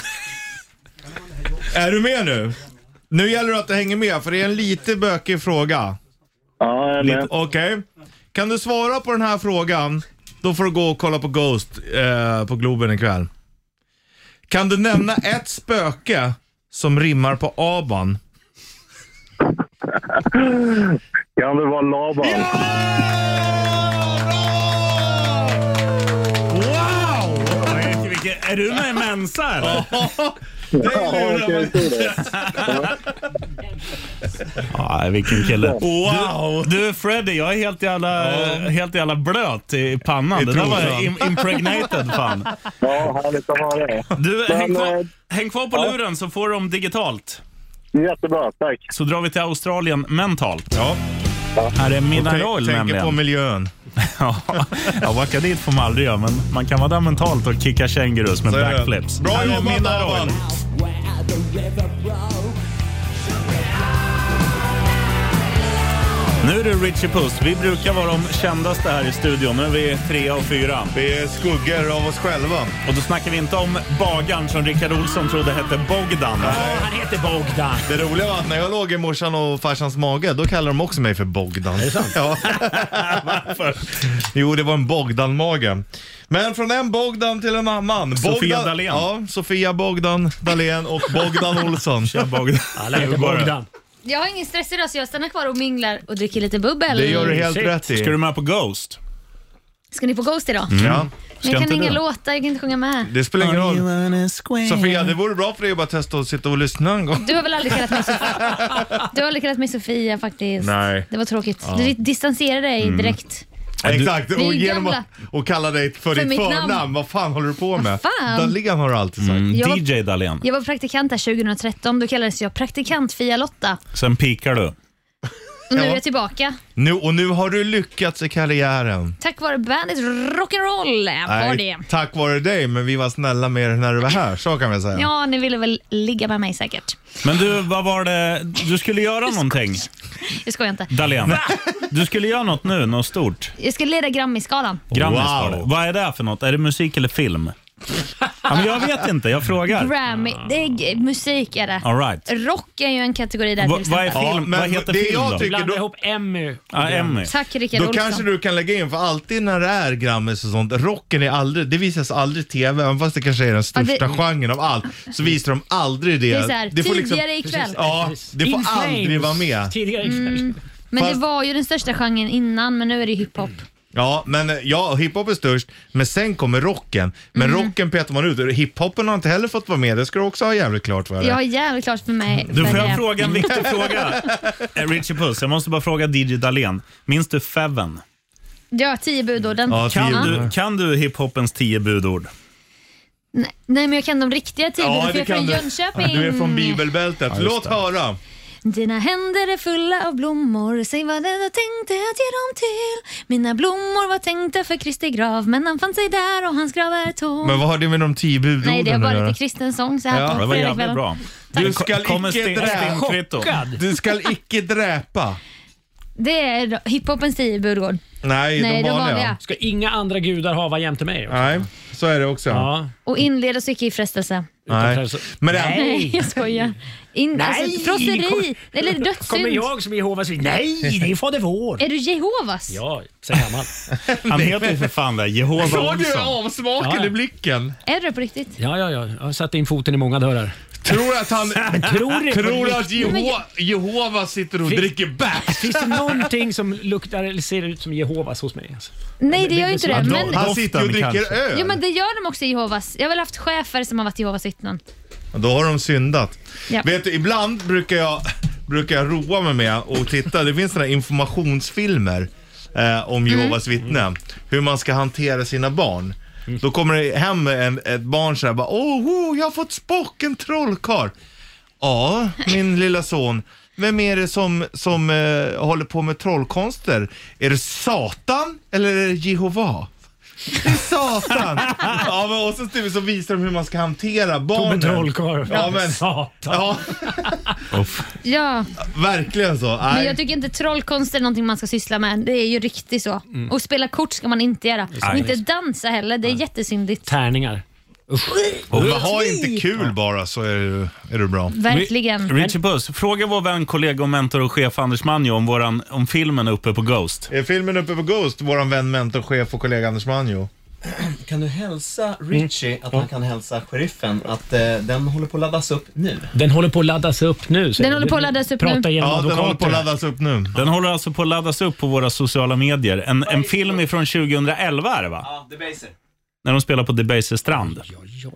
Speaker 3: är du med nu? Nu gäller det att du hänger med, för det är en lite bökig fråga.
Speaker 9: Ja, jag är
Speaker 3: Lite-
Speaker 9: med.
Speaker 3: Okej. Kan du svara på den här frågan, då får du gå och kolla på Ghost eh, på Globen ikväll. Kan du nämna ett spöke som rimmar på aban?
Speaker 9: Kan det vara Laban?
Speaker 3: Wow!
Speaker 2: Vilke- vilke- Är du med i Mensa eller?
Speaker 3: Det är
Speaker 9: jag kan
Speaker 3: lurat.
Speaker 9: tro det.
Speaker 2: Ja, vilken kille.
Speaker 3: Wow!
Speaker 2: Du Freddy, jag är helt jävla, helt jävla blöt i pannan.
Speaker 3: I
Speaker 2: det där var
Speaker 3: trosan.
Speaker 2: im impregnated fan.
Speaker 9: Ja, härligt att ha det.
Speaker 2: Du, häng,
Speaker 9: Men,
Speaker 2: kvar,
Speaker 9: eh,
Speaker 2: häng kvar på luren så får du dem digitalt.
Speaker 9: Jättebra, tack.
Speaker 2: Så drar vi till Australien mentalt.
Speaker 3: Ja,
Speaker 2: Här
Speaker 9: eh,
Speaker 2: är Mineral
Speaker 3: tänker på
Speaker 2: nämligen.
Speaker 3: miljön.
Speaker 2: ja, ja, åka dit får man aldrig göra, men man kan vara där mentalt och kicka kängurus med
Speaker 3: Så är det.
Speaker 2: backflips.
Speaker 3: Bra
Speaker 2: Här är
Speaker 3: jobbat
Speaker 2: Mineral.
Speaker 3: Aban!
Speaker 2: Nu är det Richie Puss. Vi brukar vara de kändaste här i studion. Nu är vi trea och fyra.
Speaker 3: Vi är skuggor av oss själva.
Speaker 2: Och då snackar vi inte om bagaren som Rickard Olsson trodde hette Bogdan.
Speaker 3: han
Speaker 2: heter Bogdan.
Speaker 3: Det roliga var att när jag låg i morsan och farsans mage, då kallade de också mig för Bogdan. Är det sant? Ja.
Speaker 2: Varför?
Speaker 3: Jo, det var en Bogdan-mage. Men från en Bogdan till en annan. Bogdan,
Speaker 2: Sofia Dalén.
Speaker 3: Ja, Sofia Bogdan Dalén och Bogdan Olsson.
Speaker 2: Bogdan. Alla heter Bogdan.
Speaker 8: Jag har ingen stress idag så jag stannar kvar och minglar och dricker lite bubbel.
Speaker 3: Det gör du helt rätt i. Mm.
Speaker 2: Ska du med på Ghost?
Speaker 8: Ska ni på Ghost idag?
Speaker 3: Ja.
Speaker 8: Men jag kan
Speaker 2: inte
Speaker 8: inga
Speaker 2: du?
Speaker 8: låtar, jag kan inte sjunga med.
Speaker 3: Det spelar ingen roll. Sofia, det vore bra för dig att bara testa att sitta och lyssna en gång.
Speaker 8: Du har väl aldrig kallat mig Sofia? Du har aldrig kallat mig Sofia faktiskt.
Speaker 3: Nej.
Speaker 8: Det var tråkigt. Du distanserar dig direkt.
Speaker 3: Exakt,
Speaker 8: Ni är
Speaker 3: och genom att
Speaker 8: gamla.
Speaker 3: och kalla dig för,
Speaker 8: För
Speaker 3: ditt
Speaker 8: mitt
Speaker 3: förnamn.
Speaker 8: namn.
Speaker 3: Vad fan håller du på med?
Speaker 8: fan? Mm.
Speaker 3: Dalén har du alltid sagt.
Speaker 8: Jag-
Speaker 2: DJ Dahlén.
Speaker 8: Jag var praktikant här 2013. Då kallades jag praktikant Fia-Lotta.
Speaker 2: Sen pikar du.
Speaker 8: Och nu
Speaker 3: Ja.
Speaker 8: är jag tillbaka.
Speaker 3: Nu, och nu har du lyckats i karriären.
Speaker 8: Tack vare bandet Rock'n'Roll var det.
Speaker 3: tack vare dig, men vi var snälla med er när du var här. Så kan vi säga.
Speaker 8: Ja, ni ville väl ligga med mig säkert.
Speaker 2: Men du, vad var det? Du skulle göra någonting,
Speaker 8: Jag skojar inte.
Speaker 2: Dahlén. Du skulle göra något nu, något stort.
Speaker 8: Jag ska leda Grammisgalan.
Speaker 2: Grammis
Speaker 3: Wow.
Speaker 2: var det. Vad är det för något? Är det musik eller film? ja, men jag vet inte, jag frågar.
Speaker 8: Grammy, det är g- musik är det.
Speaker 2: All right.
Speaker 8: Rock är ju en kategori där
Speaker 2: Va-
Speaker 8: till exempel.
Speaker 2: vad är- Film. Vad heter
Speaker 3: det
Speaker 2: film
Speaker 3: jag
Speaker 2: då?
Speaker 3: Tycker,
Speaker 7: Blanda
Speaker 3: då,
Speaker 7: ihop Emmy.
Speaker 2: Ja, Emmy.
Speaker 8: Tack Rickard
Speaker 3: då
Speaker 8: Olsson.
Speaker 3: kanske du kan lägga in, för alltid när det är Grammis och sånt, rocken är aldrig, det visas aldrig i TV, även fast det kanske är den
Speaker 8: Ja, det-
Speaker 3: största genren av allt, så visar de aldrig det.
Speaker 8: Det är så här,
Speaker 3: får liksom-
Speaker 8: tidigare ikväll. Mm.
Speaker 3: Ja, det får
Speaker 7: In Flames
Speaker 3: aldrig vara med.
Speaker 7: Tidigare ikväll.
Speaker 8: men
Speaker 3: fast- Mm.
Speaker 8: det var ju den största genren innan, men nu är det hiphop.
Speaker 3: Ja, men eh, ja, hiphop är störst, men sen kommer rocken. Men
Speaker 8: Mm.
Speaker 3: rocken petar man ut. Hiphopen har inte heller fått vara med, det ska du också ha jävligt klart för dig.
Speaker 8: Jag har jävligt klart för mig.
Speaker 2: Du,
Speaker 8: för
Speaker 2: får jag
Speaker 8: det.
Speaker 2: fråga Eh, en viktig fråga? Eh, Richie Puss, jag måste bara fråga DJ Dahlén. Minns du Feven?
Speaker 8: Ja, tio budorden.
Speaker 3: Ja, tio
Speaker 2: Kan
Speaker 3: Ja.
Speaker 2: du, kan du hiphopens tio budord?
Speaker 8: Nej, nej, men jag kan de riktiga tio budorden, för jag är från Jönköping.
Speaker 3: Du är från bibelbältet. Låt höra.
Speaker 8: Dina händer är fulla av blommor, säg vad det du tänkte att ge dem till. Mina blommor var tänkta för Kristi grav, men han fann sig där och hans grav är tom.
Speaker 3: Men vad har det med de tio budorden
Speaker 8: Nej, det är
Speaker 3: att
Speaker 8: bara
Speaker 3: göra?
Speaker 8: lite kristen sång så här
Speaker 3: Ja,
Speaker 8: på
Speaker 2: Det var jävligt
Speaker 8: fredagskvällen.
Speaker 2: bra.
Speaker 3: Du ska
Speaker 2: Kommer
Speaker 3: icke
Speaker 2: Sten-
Speaker 3: dräpa.
Speaker 2: Sten Kvitto.
Speaker 3: Du skall icke dräpa.
Speaker 8: Det är hiphopens tio budord.
Speaker 3: Nej,
Speaker 8: Nej,
Speaker 3: de
Speaker 8: de
Speaker 3: vanliga.
Speaker 8: vanliga.
Speaker 7: Ska inga andra gudar hava jämte mig? Ja.
Speaker 3: Nej, så är det också.
Speaker 7: ja.
Speaker 8: Och inleda och icke i frestelse.
Speaker 3: Nej.
Speaker 7: Utan-
Speaker 3: Men det,
Speaker 8: Nej, jag skojar. In,
Speaker 7: Nej,
Speaker 8: alltså, frosseri
Speaker 7: kom-
Speaker 8: eller
Speaker 7: Kommer
Speaker 8: dödssynd.
Speaker 7: jag som Jehovas vittne? Nej, det är Fader vår.
Speaker 8: Är du Jehovas?
Speaker 7: Ja, så gammal.
Speaker 2: Han heter ju för fan där Jehova
Speaker 3: Såg du
Speaker 2: Olsson.
Speaker 3: avsmaken
Speaker 7: Ja, ja.
Speaker 3: i blicken?
Speaker 8: Är du på riktigt?
Speaker 7: Ja, ja, ja. Jag har satt in foten i många dörrar.
Speaker 3: Tror att han...
Speaker 7: Tror du
Speaker 3: Tror att Jeho- Jehova sitter och dricker bärs?
Speaker 7: Finns det någonting som luktar eller ser ut som Jehovas hos mig? Alltså?
Speaker 8: Nej, det gör ju inte det.
Speaker 2: Ja,
Speaker 8: Men,
Speaker 2: då-
Speaker 3: Han sitter och
Speaker 2: Doften
Speaker 3: dricker
Speaker 2: kanske.
Speaker 3: öl.
Speaker 8: jo, men det gör de också i Jehovas. Jag har väl haft chefer som har varit Jehovas vittnen.
Speaker 3: Då har de syndat.
Speaker 8: Ja.
Speaker 3: Vet du, ibland brukar jag, brukar jag roa mig med och titta. Det finns sådana informationsfilmer eh, om Jehovas vittnen. Hur man ska hantera sina barn. Då kommer det hem en, ett barn sådär bara Åh, wow, jag har fått spock, en trollkarl. Ja, min lilla son. Vem är det som, som eh, håller på med trollkonster? Är det Satan eller är det Jehova? Det är Satan! ja, men och så, typ, så visar de hur man ska hantera barnen.
Speaker 7: Trollkarl.
Speaker 3: Ja, men-
Speaker 7: Satan.
Speaker 3: Ja,
Speaker 8: Ja,
Speaker 3: verkligen så.
Speaker 8: men
Speaker 3: Nej.
Speaker 8: jag tycker inte trollkonst är någonting man ska syssla med. Det är ju riktigt så. Och spela kort ska man inte göra. Och inte dansa heller. Det är jättesyndigt.
Speaker 7: Tärningar.
Speaker 3: Om man har inte kul bara så är du, är du bra.
Speaker 8: Verkligen.
Speaker 2: Richie Puss, fråga vår vän, kollega och mentor och chef Anders Manjo om, våran, om filmen uppe på Ghost.
Speaker 3: Är filmen uppe på Ghost, våran vän, mentor, chef och kollega Anders Manjo?
Speaker 6: Kan du hälsa Richie
Speaker 7: Mm.
Speaker 6: att han kan hälsa sheriffen att eh, den håller på att laddas upp nu?
Speaker 7: Den håller på att laddas upp nu.
Speaker 8: Den
Speaker 7: säger du.
Speaker 8: håller på att laddas upp
Speaker 7: Prata
Speaker 8: nu.
Speaker 7: Genom
Speaker 3: Ja, den håller på att
Speaker 7: advokaterna.
Speaker 3: laddas upp nu.
Speaker 2: Den håller alltså på att laddas upp på våra sociala medier. En, en film ifrån 2011 är det va?
Speaker 6: Ja, det baser.
Speaker 2: när de spelade på Debaser strand.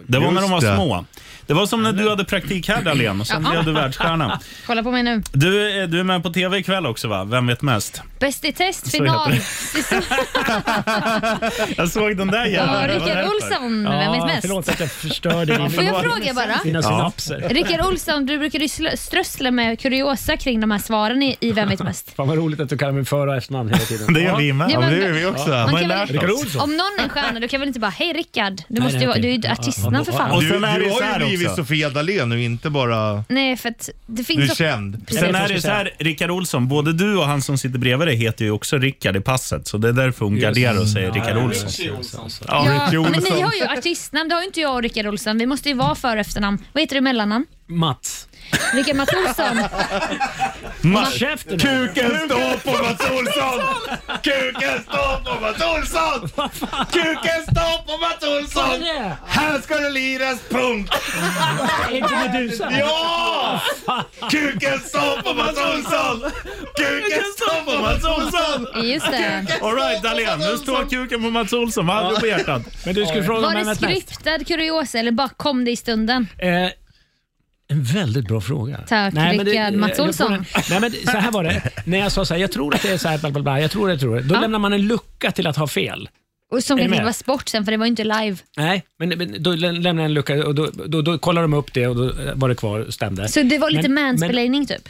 Speaker 2: Det var när de var
Speaker 3: Just det.
Speaker 2: små. Det var som när du hade praktik här Dahlén och sen
Speaker 8: Ja.
Speaker 2: blev du världsstjärna.
Speaker 8: Kolla på mig nu.
Speaker 2: Du, är- du är med på TV ikväll också va? Vem vet mest?
Speaker 8: Bäst i test,
Speaker 2: Så heter
Speaker 8: final.
Speaker 2: det. Jag såg den där
Speaker 8: Ja,
Speaker 2: jäveln.
Speaker 8: Rickard Olsson, vem vet mest?
Speaker 7: Förlåt att jag förstörde dina,
Speaker 8: Får jag fråga bara?
Speaker 7: dina synapser.
Speaker 8: Rickard Olsson, du brukar ju slö- strössla med kuriosa kring de här svaren i, i Vem vet mest?
Speaker 7: Fan vad roligt att du kallar mig för och efternamn hela tiden.
Speaker 2: Det gör vi med.
Speaker 8: Ja,
Speaker 3: Ja,
Speaker 8: men-
Speaker 3: men det är vi också.
Speaker 8: Man
Speaker 3: Men-
Speaker 8: kan väl,
Speaker 7: Rickard Olsson.
Speaker 8: om någon är en stjärna, du kan väl inte bara “Hej Rickard”? Du, måste
Speaker 7: nej,
Speaker 8: ju, vara-
Speaker 7: okej.
Speaker 8: du är ju
Speaker 7: Ja,
Speaker 8: artistnamn för
Speaker 2: Och
Speaker 8: fan.
Speaker 3: Du,
Speaker 2: sen är det
Speaker 3: du
Speaker 2: så
Speaker 3: har
Speaker 2: här
Speaker 3: ju blivit
Speaker 2: också.
Speaker 3: Sofia Dalén nu, inte bara...
Speaker 8: Nej, för att det
Speaker 3: Du
Speaker 8: finns
Speaker 3: är
Speaker 8: också...
Speaker 3: känd.
Speaker 2: Sen är det så här, Rickard Olsson, både du och han som sitter bredvid dig heter ju också Rickard i passet, så det är därför hon garderar och säger Rickard Olsson. Alltså,
Speaker 8: Ja,
Speaker 3: Richie
Speaker 8: men ni
Speaker 3: Olsson.
Speaker 8: har ju artistnamn, det har ju inte jag och Rickard Olsson. Vi måste ju vara för och efternamn. Vad heter du i mellannamn?
Speaker 7: Mats.
Speaker 8: Rickard Mats Olsson.
Speaker 7: Käften!
Speaker 3: Kuken står på Mats Olsson! Kuken står på Mats Olsson! Kuken står på Mats Olsson! Här ska det liras punkt!
Speaker 7: Inte Medusa.
Speaker 3: Ja! Kuken står på Mats Olsson! Kuken står på Mats Olsson!
Speaker 8: Just det.
Speaker 2: Alright Dahlén, nu står kuken på Mats Olsson. Vad hade du på hjärtat?
Speaker 7: Men du skulle fråga
Speaker 8: Var
Speaker 7: om vem
Speaker 8: det
Speaker 7: vet mest.
Speaker 8: skriptad kuriosa eller bara kom det i stunden?
Speaker 7: Eh, en väldigt bra fråga.
Speaker 8: Tack,
Speaker 7: men det-
Speaker 8: Rickard
Speaker 7: eh,
Speaker 8: Mats
Speaker 7: jag får
Speaker 8: Olsson.
Speaker 7: en- Nej, men så här var det. När jag sa så här, jag tror att det är så här, bla, bla, bla, jag tror det, jag tror det. Då lämnar man en lucka till att ha fel.
Speaker 8: Och som
Speaker 7: Är
Speaker 8: vi
Speaker 7: ni
Speaker 8: tänkte
Speaker 7: med?
Speaker 8: var sport sen, för det var ju inte live.
Speaker 7: Nej, men, men då lä- lämnar jag en lucka och då, då, då kollar de upp det och då eh, var det kvar och stämde.
Speaker 8: Så det var lite
Speaker 7: Men-
Speaker 8: mansplaining typ?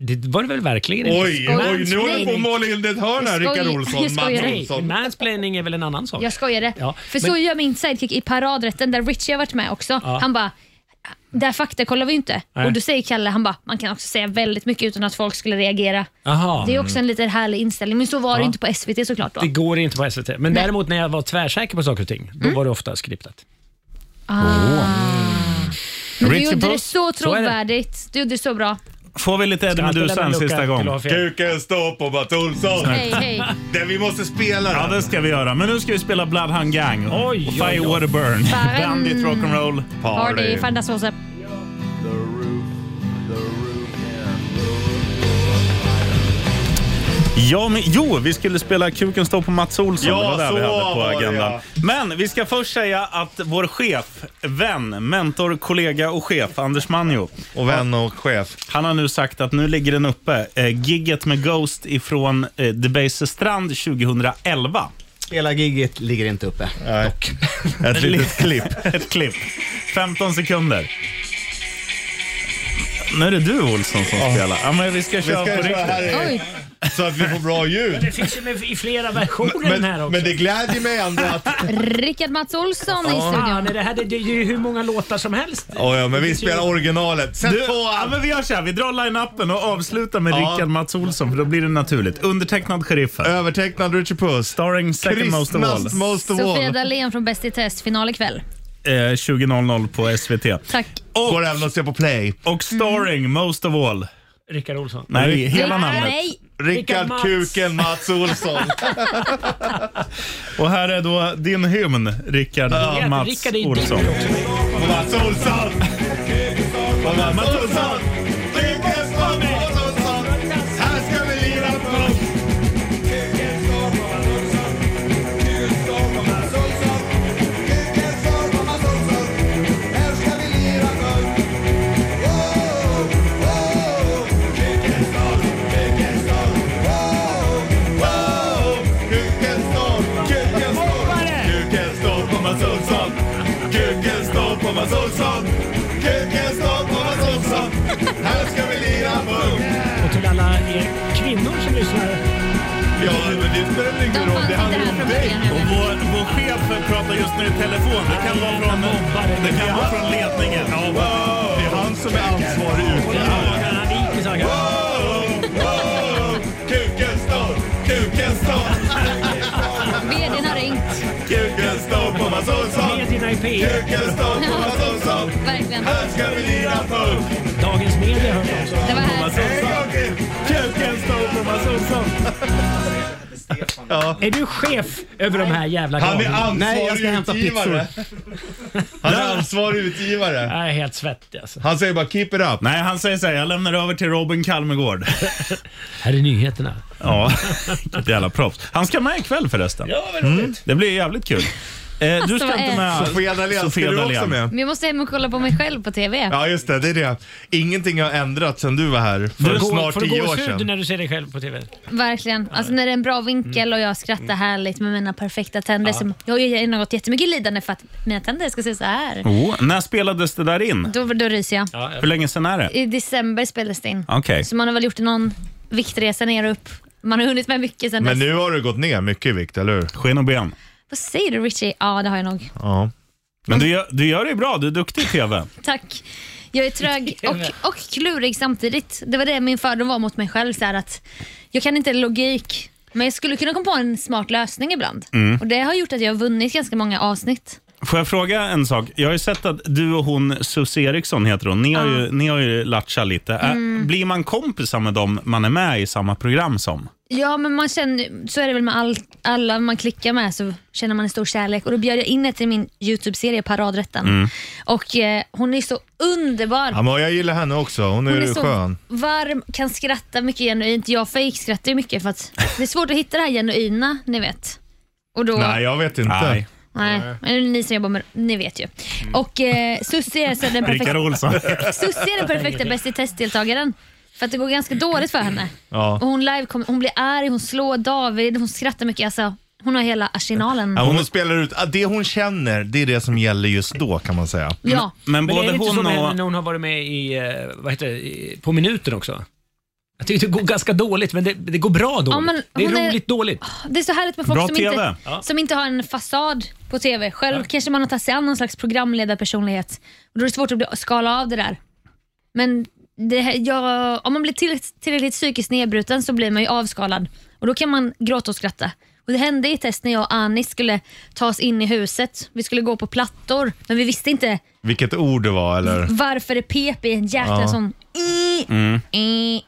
Speaker 7: Det var det väl verkligen
Speaker 3: Oj,
Speaker 8: Skoj.
Speaker 3: oj, nu håller du på att måla in det i ett hörn
Speaker 8: Jag
Speaker 3: här, Rickard
Speaker 8: skojar.
Speaker 3: Olsson.
Speaker 8: Jag skojar.
Speaker 3: Mats
Speaker 7: Nej,
Speaker 3: Olsson.
Speaker 7: mansplaining är väl en annan sak.
Speaker 8: Jag skojade.
Speaker 7: Ja,
Speaker 8: För
Speaker 7: men-
Speaker 8: så gör min sidekick i paradrätten där Richie har varit med också. Han bara, där fakta kollar vi ju inte.
Speaker 7: Nej.
Speaker 8: Och då säger Kalle, han bara, man kan också säga väldigt mycket utan att folk skulle reagera.
Speaker 7: Aha.
Speaker 8: Det är också en lite härlig inställning, men så var det
Speaker 7: Ja.
Speaker 8: inte på SVT såklart. Då.
Speaker 7: Det går inte på SVT. Men däremot när jag var tvärsäker på saker och ting,
Speaker 8: Mm.
Speaker 7: då var det ofta skriptat.
Speaker 8: Men du
Speaker 2: Richie
Speaker 8: gjorde det
Speaker 2: Puss,
Speaker 8: så
Speaker 7: är det.
Speaker 8: trovärdigt. Du gjorde det så bra.
Speaker 2: Får vi lite Eddie
Speaker 7: Jag alltid
Speaker 2: Meduza en
Speaker 7: lämnar en lucka
Speaker 2: sista
Speaker 7: till att
Speaker 2: gång?
Speaker 7: ha fel.
Speaker 3: Kuken står på Mats Olsson.
Speaker 8: Hej, hej.
Speaker 3: Det vi måste spela
Speaker 2: Ja,
Speaker 3: den.
Speaker 2: det ska vi göra. Men nu ska vi spela Blood Hound Gang.
Speaker 7: Oj,
Speaker 2: och
Speaker 7: oj,
Speaker 2: Fire
Speaker 7: oj.
Speaker 2: Water Burn.
Speaker 8: Fan.
Speaker 2: Bandit Rock'n'Roll.
Speaker 8: Party, fantastosor.
Speaker 2: Ja, men, jo, vi skulle spela Kuken står på Mats Olsson.
Speaker 3: Ja,
Speaker 2: det var det vi
Speaker 3: så
Speaker 2: hade på
Speaker 3: var det,
Speaker 2: agendan.
Speaker 3: ja.
Speaker 2: Men vi ska först säga att vår chef, vän, mentor, kollega och chef, Anders Manjo,
Speaker 3: Och vän och chef.
Speaker 2: han har nu sagt att nu ligger den uppe. Eh, gigget med Ghost ifrån eh, Debaser Strand 2011.
Speaker 10: Hela giget ligger inte uppe.
Speaker 3: Nej. Ett litet klipp.
Speaker 2: Ett klipp. 15 sekunder. Nu är det du Olsson som spelar. Ja, men vi ska
Speaker 3: Vi
Speaker 2: köra
Speaker 3: ska
Speaker 2: på
Speaker 3: köra
Speaker 2: riktigt.
Speaker 3: här i-
Speaker 8: Oj.
Speaker 3: så att vi får bra ljud.
Speaker 7: Det finns ju med i flera versioner den här
Speaker 3: Men,
Speaker 7: också.
Speaker 3: men det glädjer mig ändå att...
Speaker 8: Rickard Mats Olsson i
Speaker 7: Fan,
Speaker 8: studion.
Speaker 7: det här det, det är ju hur många låtar som helst.
Speaker 3: Oh, ja, men vi spelar originalet. Sätt
Speaker 2: Du,
Speaker 3: på
Speaker 2: ja, men vi gör så här, vi drar line-upen och avslutar med
Speaker 3: Ja.
Speaker 2: Rickard Mats Olsson för då blir det naturligt. Undertecknad sheriffen.
Speaker 3: Övertecknad Richie Puss.
Speaker 2: Starring second most of all.
Speaker 3: Kristnast most of
Speaker 8: Sofia
Speaker 3: all.
Speaker 8: Dalén från Bäst i test, final ikväll.
Speaker 2: Eh, 20.00 på SVT.
Speaker 8: Tack.
Speaker 3: Går även att se på play.
Speaker 2: Och starring most of all.
Speaker 7: Rickard Olsson.
Speaker 2: Nej, hela
Speaker 8: Nej,
Speaker 2: namnet.
Speaker 8: Nej,
Speaker 7: Rickard
Speaker 3: Rickard
Speaker 7: Mats.
Speaker 3: Kuken Mats Olsson.
Speaker 2: Och här är då din hymn, Rickard
Speaker 7: Ja,
Speaker 2: Mats
Speaker 7: Rickard är ju
Speaker 2: Olsson.
Speaker 7: dyr också.
Speaker 3: Och Mats Olsson! Och Mats Olsson! Lyckas på Mats Olsson! Här ska vi lira punkt! Kuken står på Mats Olsson. Kuken står på Mats Olsson. Kuken står på Mats Olsson. Här ska vi lira punk.
Speaker 7: Och till alla er kvinnor som lyssnar.
Speaker 3: Ja, men det spelar
Speaker 8: de
Speaker 3: ingen roll.
Speaker 8: fanns
Speaker 3: Det
Speaker 8: inte
Speaker 3: handlar
Speaker 8: här
Speaker 3: om
Speaker 8: från
Speaker 3: dig.
Speaker 8: början.
Speaker 2: Och
Speaker 8: eller?
Speaker 2: vår, vår chef pratar just nu i telefon. Det kan vara från, det kan vara från ledningen.
Speaker 3: Det är han som är ansvarig utgivare. Kuken står, kuken står,
Speaker 8: VDn har ringt.
Speaker 3: kuken står på Mats Olsson.
Speaker 7: Medierna i P1,
Speaker 3: Kuken står på Mats Olsson.
Speaker 8: Verkligen.
Speaker 3: Här ska vi lira punk.
Speaker 7: Dagens Media hör man också.
Speaker 8: Det var här.
Speaker 3: En gång till. Kuken står på Mats Olsson.
Speaker 7: Är du chef över de här jävla
Speaker 3: Han är
Speaker 7: galningarna?
Speaker 10: Nej, jag
Speaker 3: ansvarig
Speaker 10: ska hämta
Speaker 3: utgivare. Han är ansvarig utgivare.
Speaker 7: Jag är helt svettig alltså.
Speaker 3: Han säger bara keep it up.
Speaker 2: Nej, han säger så här, jag lämnar över till Robin Kalmegård.
Speaker 7: Här är nyheterna.
Speaker 2: Ja, vilket jävla proffs. Han ska med ikväll förresten. Mm.
Speaker 7: Ja, vad roligt.
Speaker 2: Det blir jävligt kul. Eh, du
Speaker 8: Alltså,
Speaker 2: ska
Speaker 8: vad
Speaker 2: inte med.
Speaker 3: Sofia Dalén, ska du också
Speaker 2: Dalén.
Speaker 3: med?
Speaker 8: Men jag måste hem och kolla på mig själv på TV.
Speaker 3: Ja just det, det är det. Ingenting har ändrats sedan du var här för
Speaker 7: Får du
Speaker 3: snart
Speaker 7: får du
Speaker 3: tio år
Speaker 7: gåshud
Speaker 3: sedan.
Speaker 7: när du ser dig själv på TV?
Speaker 8: Verkligen. Alltså när det är en bra
Speaker 3: Mm.
Speaker 8: vinkel och jag skrattar härligt med mina perfekta tänder. Som, jag har ju genomgått jättemycket lidande för att mina tänder ska se så här.
Speaker 2: Oh, när spelades det där in?
Speaker 8: Då, då ryser jag.
Speaker 7: Ja,
Speaker 2: Hur länge sedan är det?
Speaker 8: I december spelades det in.
Speaker 2: Okej.
Speaker 8: Så man har väl gjort någon viktresa ner och upp. Man har hunnit med mycket sen
Speaker 3: Men
Speaker 8: dess.
Speaker 3: nu har du gått ner mycket i vikt, eller hur?
Speaker 2: Sken och ben.
Speaker 8: Vad säger du Richie? Ja, det har jag nog.
Speaker 3: Ja.
Speaker 2: Men du gör, du gör det ju bra. Du är duktig i TV.
Speaker 8: Tack. Jag är trög och, och klurig samtidigt. Det var det min fördom var mot mig själv. Så här att jag kan inte logik, men jag skulle kunna komma på en smart lösning ibland.
Speaker 2: Mm.
Speaker 8: Och Det har gjort att jag har vunnit ganska många avsnitt.
Speaker 2: Får jag fråga en sak? Jag har ju sett att du och hon, Susie Eriksson heter hon, ni har ju, ni har ju latchat lite. Ä,
Speaker 8: Mm.
Speaker 2: Blir man kompisar med dem man är med i samma program som?
Speaker 8: Ja, men man känner, så är det väl med all, alla man klickar med så känner man en stor kärlek. Och Då bjöd jag in henne till min YouTube-serie Paradrätten.
Speaker 3: Mm.
Speaker 8: Och eh, Hon är så underbar.
Speaker 3: ja men jag gillar henne också, hon är,
Speaker 8: Hon är så
Speaker 3: skön.
Speaker 8: varm, kan skratta mycket genuint. Jag fejkskrattar ju mycket för att det är svårt att hitta det här genuina, ni vet. Och då,
Speaker 3: Nej jag Mm. vet inte.
Speaker 2: Nej.
Speaker 8: Nej, men det är ni som jobbar med ni vet ju. Och eh, Susie är, så den
Speaker 2: Rickard
Speaker 8: perfekta,
Speaker 2: Olsson.
Speaker 8: Susie är den perfekta Bäst i test-deltagaren. För att det går ganska dåligt för henne.
Speaker 3: Ja.
Speaker 8: Och hon, live kom, hon blir arg, hon slår David, hon skrattar mycket. Alltså, hon har hela arsenalen.
Speaker 3: Ja, hon spelar ut, ah, det hon känner, det är det som gäller just då kan man säga.
Speaker 8: Ja,
Speaker 2: Men
Speaker 7: Men är det
Speaker 2: både
Speaker 7: inte så
Speaker 2: hon
Speaker 7: med henne
Speaker 2: och...
Speaker 7: när hon har varit med i, eh, vad heter det, i- På minuten också? Jag tycker det går ganska dåligt, men det, det går bra dåligt.
Speaker 8: Ja, men
Speaker 7: det
Speaker 8: hon
Speaker 7: är
Speaker 8: är- Ah,
Speaker 7: roligt dåligt.
Speaker 8: det är så härligt med folk
Speaker 2: Bra
Speaker 8: som
Speaker 2: TV.
Speaker 8: inte, som inte har en fasad på TV. Själv kanske man har tagit sig an någon slags programledarpersonlighet. Och då är det svårt att bli, skala av det där. Men det, här- jag, om man blir tillräckligt, tillräckligt psykiskt nedbruten så blir man ju avskalad. Och Då kan man gråta och skratta. Och Det hände i ett test när jag och Anis skulle ta oss in i huset. Vi skulle gå på plattor, men vi visste inte
Speaker 3: Vilket ord det var eller?
Speaker 8: varför det pep i en jäkla
Speaker 3: Ja.
Speaker 8: sån... I, i,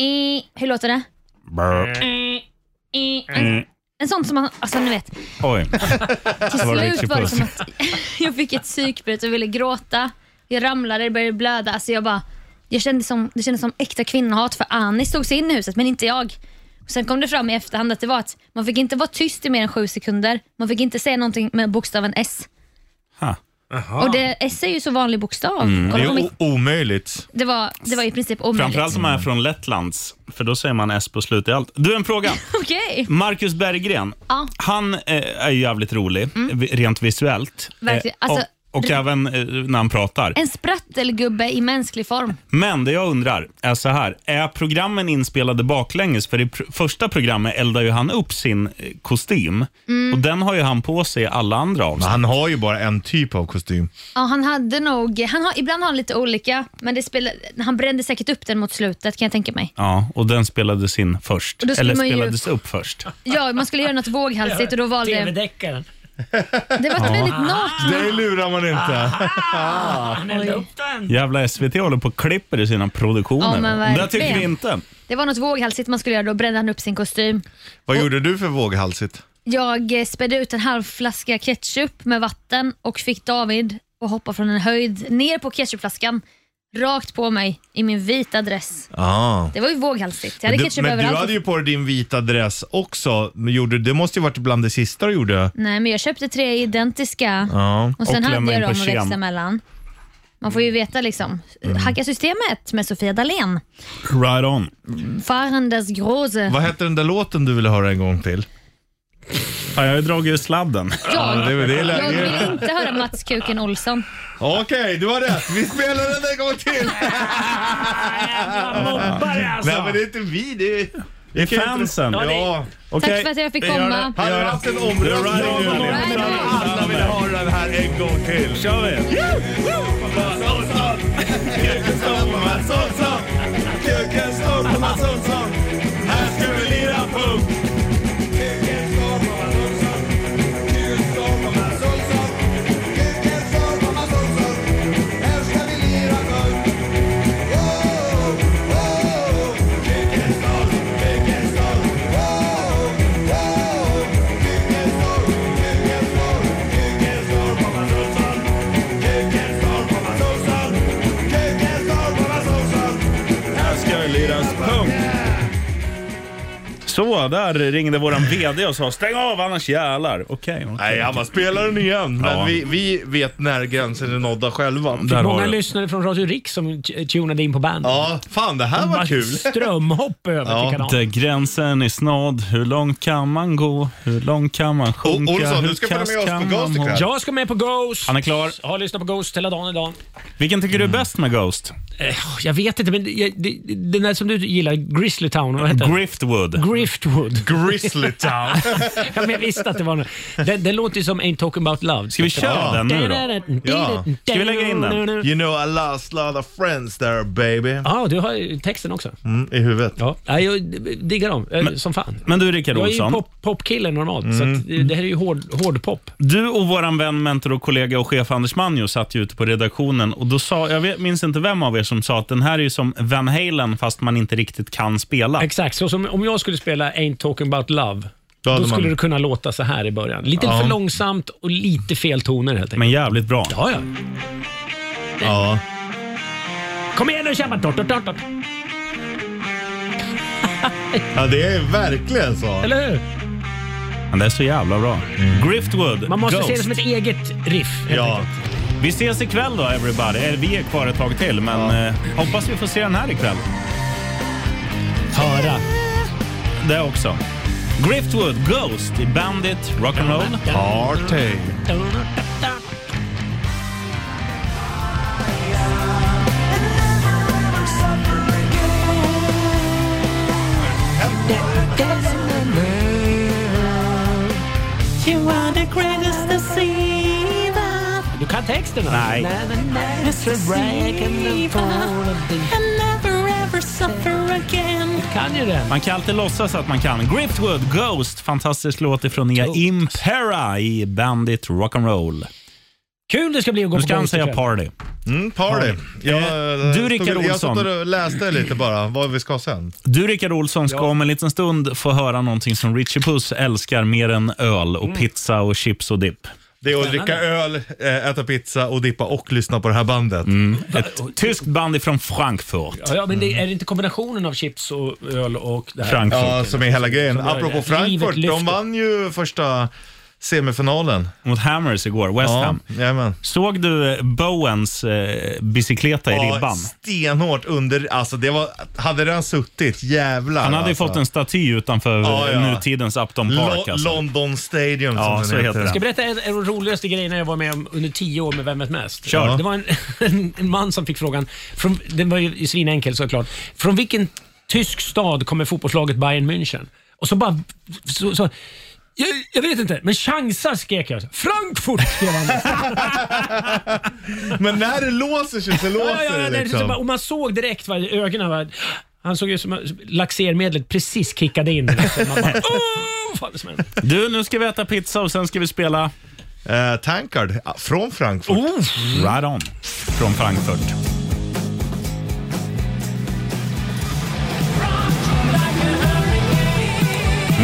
Speaker 8: i. Hur låter det?
Speaker 9: Mm.
Speaker 8: I, i. En, en sån som man... Alltså ni vet.
Speaker 2: Oj.
Speaker 8: Mm. Till
Speaker 2: var
Speaker 8: slut
Speaker 2: Richie
Speaker 8: var det
Speaker 2: Puss.
Speaker 8: som att jag fick ett psykbryt och ville gråta. Jag ramlade, det började blöda. Alltså jag bara, jag kände som, det kändes som äkta kvinnohat för Anis tog sig in i huset, men inte jag. Sen kom det fram i efterhand att det var att man fick inte vara tyst i mer än sju sekunder. Man fick inte säga någonting med bokstaven S.
Speaker 2: Ah.
Speaker 8: Och det, S är ju så vanlig bokstav.
Speaker 2: Mm.
Speaker 8: Kolla på
Speaker 2: Det är
Speaker 8: mitt,
Speaker 2: Omöjligt.
Speaker 8: det, var, det var i princip omöjligt.
Speaker 2: Framförallt om man är från Lettlands, för då säger man S på slut i allt. Du, en fråga.
Speaker 8: Okej.
Speaker 2: Marcus Berggren,
Speaker 8: Ja. Mm.
Speaker 2: han eh, är ju jävligt rolig, vi- rent visuellt. Eh,
Speaker 8: Verkligen. Alltså,
Speaker 2: och och
Speaker 8: du-
Speaker 2: även eh, när han pratar.
Speaker 8: En sprattelgubbe i mänsklig form.
Speaker 2: Men det jag undrar är så här, är programmen inspelade baklänges? För i pr- första programmet eldar ju han upp sin eh, kostym
Speaker 8: Mm.
Speaker 2: och den har ju han på sig i alla andra avsnitt. Han har ju bara en typ av kostym.
Speaker 8: Ja, han hade nog, han har, ibland har han lite olika, men det spelar, han brände säkert upp den mot slutet kan jag tänka mig.
Speaker 2: Ja, och den spelades in först.
Speaker 8: Och då skulle
Speaker 2: Eller
Speaker 8: man ju-
Speaker 2: spelades upp först.
Speaker 8: Ja, man skulle göra något våghalsigt och då valde...
Speaker 7: TV-deckaren.
Speaker 8: Det var ett
Speaker 2: Ja.
Speaker 8: väldigt nakna...
Speaker 2: Det lurar man inte. Ah,
Speaker 7: Han eldade upp den.
Speaker 2: Jävla SVT håller på och klipper i sina produktioner.
Speaker 8: Ja, men
Speaker 2: det
Speaker 8: verkligen.
Speaker 2: tycker vi inte.
Speaker 8: Det var något våghalsigt man skulle göra, då brände han upp sin kostym.
Speaker 3: Vad gjorde du för våghalsigt?
Speaker 8: Jag eh, spädde ut en halv flaska ketchup med vatten och fick David att hoppa från en höjd ner på ketchupflaskan, rakt på mig i min vita dress.
Speaker 3: Ah.
Speaker 8: Det var ju våghalsigt. Jag
Speaker 3: Men
Speaker 8: hade
Speaker 3: du,
Speaker 8: ketchup
Speaker 3: men du
Speaker 8: överallt.
Speaker 3: hade ju på dig din vita dress också. Men Gjorde, det måste ju varit bland det sista du gjorde.
Speaker 8: Nej, men jag köpte tre identiska
Speaker 3: Ja.
Speaker 8: och sen
Speaker 3: Och
Speaker 8: hade
Speaker 3: lämna
Speaker 8: jag
Speaker 3: in
Speaker 8: dem att
Speaker 3: persienn.
Speaker 8: växla mellan. Man får ju veta liksom. Hacka systemet med Sofia Dalén.
Speaker 2: Right on.
Speaker 8: Farandes Grose.
Speaker 3: Vad hette den där låten du ville höra en gång till?
Speaker 2: Ja, jag har ju dragit ur sladden.
Speaker 8: Jag,
Speaker 3: det, var- det är
Speaker 8: jag
Speaker 3: läge.
Speaker 8: vill inte höra Mats Kuken Olsson.
Speaker 3: Okej, du har rätt. Vi spelar den en gång till.
Speaker 7: mobbare alltså.
Speaker 3: Nej, men det är inte vi. Det är,
Speaker 2: Det är fansen.
Speaker 3: Ja, det-
Speaker 8: Tack för att jag fick
Speaker 2: det gör det.
Speaker 8: komma.
Speaker 3: Hade vi haft en omröstning
Speaker 2: Right on,
Speaker 3: nu,
Speaker 2: right
Speaker 3: Alin, hade alla velat höra den här en gång till.
Speaker 2: kör vi.
Speaker 3: Här ska vi lira punk!
Speaker 2: Här ska det liras punk. Så, där ringde våran VD och sa stäng av annars jävlar. Okej. Okay,
Speaker 3: Nej, han var spelaren igen. Men
Speaker 2: Ja.
Speaker 3: vi, vi vet när gränsen är nådda själva.
Speaker 2: Där har
Speaker 7: Många
Speaker 2: du.
Speaker 7: lyssnare från Radio Riks som t- tunade in på bandet.
Speaker 3: Ja, fan det här var
Speaker 7: Bara
Speaker 3: kul.
Speaker 7: Strömhopp över
Speaker 3: Ja,
Speaker 7: till kanalen.
Speaker 2: Där gränsen är snådd, hur långt kan man gå? Hur långt kan man sjunka?
Speaker 3: Olsson,
Speaker 2: hur
Speaker 3: du ska följa
Speaker 2: kast
Speaker 3: med
Speaker 2: kan
Speaker 3: oss på Ghost
Speaker 2: man
Speaker 3: ikväll.
Speaker 2: hålla?
Speaker 7: Jag ska med på Ghost.
Speaker 2: Han är klar.
Speaker 7: Har lyssnat på Ghost hela dagen idag.
Speaker 2: Vilken tycker du är bäst med Ghost?
Speaker 7: Eh, Jag vet inte, men jag, det- den där som du gillar, Grizzly Town, vad heter den?
Speaker 2: Griftwood.
Speaker 7: Griftwood.
Speaker 3: Grizzly Town.
Speaker 7: ja, men jag visste att det var något. Den, den låter ju som Ain't Talking About Love.
Speaker 2: Ska vi köra
Speaker 3: Ja.
Speaker 2: den nu då?
Speaker 3: Ja.
Speaker 2: Ska vi lägga in den?
Speaker 3: You know I lost a lot of friends there baby.
Speaker 7: Ja, du har ju texten också.
Speaker 3: Mm, I huvudet.
Speaker 7: Ja, nej, jag diggar dem eh, som fan.
Speaker 2: Men du Rickard
Speaker 7: Jag är ju
Speaker 2: Olsson, Mm.
Speaker 7: pop, popkille normalt, så att, eh, det här är ju hård, hård pop.
Speaker 2: du och våran vän, mentor och kollega och chef Anders Manjo satt ju ute på redaktionen och då sa, jag vet- minns inte vem av er som sa att den här är ju som Van Halen fast man inte riktigt kan spela.
Speaker 7: Exakt, så som om jag skulle spela Ain't talking about love,
Speaker 3: Då
Speaker 7: då,
Speaker 3: hade man-
Speaker 7: skulle det kunna låta så här i början. Lite
Speaker 3: Ja.
Speaker 7: för långsamt och lite fel toner helt enkelt.
Speaker 2: Men jävligt bra.
Speaker 7: Ja, ja.
Speaker 3: Ja.
Speaker 7: Kom igen nu kämpa! Dot, dot, dot, dot.
Speaker 3: ja, det är verkligen så.
Speaker 7: Eller hur? Mm.
Speaker 2: Men det är så jävla bra. Griftwood,
Speaker 7: Man måste
Speaker 2: Ghost.
Speaker 7: se det som ett eget riff. helt
Speaker 3: Ja.
Speaker 7: enkelt.
Speaker 2: Vi ses ikväll då everybody. Eller, Vi är kvar ett tag till, men eh, hoppas vi får se den här ikväll.
Speaker 7: Höra.
Speaker 2: Det också. Griftwood, Ghost i Bandit Rock'n'Roll.
Speaker 3: Party.
Speaker 7: Du kan texten? va?
Speaker 2: Nej.
Speaker 7: Du kan ju den.
Speaker 2: Man kan alltid låtsas att man kan. Griftwood, Ghost. Fantastisk låt ifrån nya Impera i Bandit Rock'n'Roll.
Speaker 7: Kul det ska bli att gå
Speaker 2: Nu
Speaker 7: på
Speaker 2: ska han
Speaker 7: Ghost
Speaker 2: säga
Speaker 7: ikväll.
Speaker 2: party.
Speaker 3: Mm, party. Jag,
Speaker 2: Eh, du, Rickard
Speaker 3: stod- Jag
Speaker 2: Olsson.
Speaker 3: satt och läste lite bara vad vi ska sen.
Speaker 2: Du, Rickard Olsson, ska om en liten stund få höra någonting som Richie Puss älskar mer än öl och pizza och chips och dipp.
Speaker 3: Mm. Det är att dricka öl, eh, äta pizza och dippa och lyssna på det här bandet.
Speaker 2: Mm. Ett tyskt band ifrån Frankfurt. Mm.
Speaker 7: Ja, ja, men det, är det inte kombinationen av chips och öl och det här?
Speaker 2: Frankfurt.
Speaker 3: Ja, som är hela grejen.
Speaker 7: Som gör det.
Speaker 3: Apropå
Speaker 7: Livet
Speaker 3: Frankfurt, de
Speaker 7: lyfter.
Speaker 3: vann ju första semifinalen.
Speaker 2: Mot Hammers igår, West
Speaker 3: Ja,
Speaker 2: Ham.
Speaker 3: jajamän.
Speaker 2: Såg du eh, Bowens eh, bicykleta i
Speaker 3: Ja,
Speaker 2: ribban?
Speaker 3: stenhårt under, alltså det var, hade den suttit, jävlar.
Speaker 2: Han hade ju
Speaker 3: alltså.
Speaker 2: fått en staty utanför
Speaker 3: Ja, ja.
Speaker 2: nutidens Upton
Speaker 3: Lo-
Speaker 2: Park. Alltså.
Speaker 3: London Stadium
Speaker 2: Ja,
Speaker 3: som den
Speaker 2: så heter den.
Speaker 7: Ska jag berätta en, en av de roligaste grejerna jag var med om under tio år med Vem vet mest?
Speaker 2: Kör.
Speaker 7: Det var en, en, en man som fick frågan, från, den var ju svinenkel såklart, från vilken tysk stad kommer fotbollslaget Bayern München? Och så bara... Så, så, jag, jag vet inte, men chansar skrek jag. Frankfurt skrev han.
Speaker 3: Men när det låser sig så
Speaker 7: Ja, ja,
Speaker 3: låser
Speaker 7: ja,
Speaker 3: det
Speaker 7: nej, så
Speaker 3: liksom.
Speaker 7: bara- Och man såg direkt va, i ögonen. Va, han såg ut som att laxermedlet precis kickade in. Liksom. Man bara, "Åh, fan, det smäller."
Speaker 2: Du, nu ska vi äta pizza och sen ska vi spela
Speaker 3: Eh, Tankard ah, från Frankfurt.
Speaker 2: Oh, Right On från Frankfurt.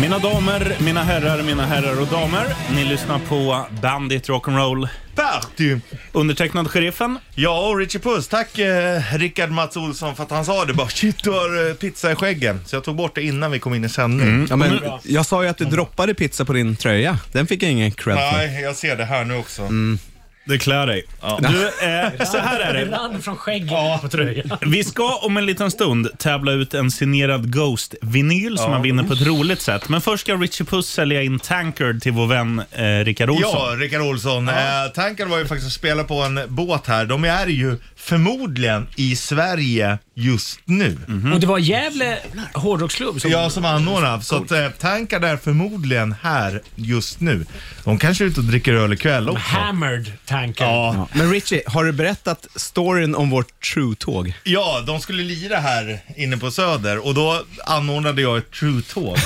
Speaker 2: Mina damer, mina herrar, mina herrar och damer. Ni lyssnar på Bandit Rock'n'Roll.
Speaker 3: Party!
Speaker 2: Undertecknad Sheriffen.
Speaker 3: Ja, och Richie Puss. Tack eh, Rickard Mats Olsson för att han sa det bara. Shit, du har eh, pizza i skäggen. Så jag tog bort det innan vi kom in i sändning.
Speaker 2: Mm.
Speaker 6: Ja, men, jag sa ju att du droppade pizza på din tröja. Den fick jag ingen cred för. Mm.
Speaker 3: Nej, jag ser det här nu också.
Speaker 2: Det klär dig. Du, eh, så här är
Speaker 7: Det
Speaker 2: det.
Speaker 7: rann från skägget på tröjan.
Speaker 2: Vi ska om en liten stund tävla ut en signerad Ghost-vinyl som man vinner på ett roligt sätt. Men först ska Richie Puss sälja in Tankard till vår vän eh, Rickard Olsson.
Speaker 3: Ja, Rickard Olsson. Eh, tanken var ju faktiskt att spela på en båt här. De är ju förmodligen i Sverige just nu.
Speaker 7: Mm-hmm. Och det var Gävle hårdrocksklubb som...
Speaker 3: Ja, som anordnar. Så att, eh, tankar är förmodligen här just nu. De kanske är ute och dricker öl ikväll också.
Speaker 7: Hammered tanken.
Speaker 3: Ja,
Speaker 6: Men Richie, har du berättat storyn om vårt True-tåg?
Speaker 3: ja, de skulle lira här inne på Söder och då anordnade jag ett True-tåg.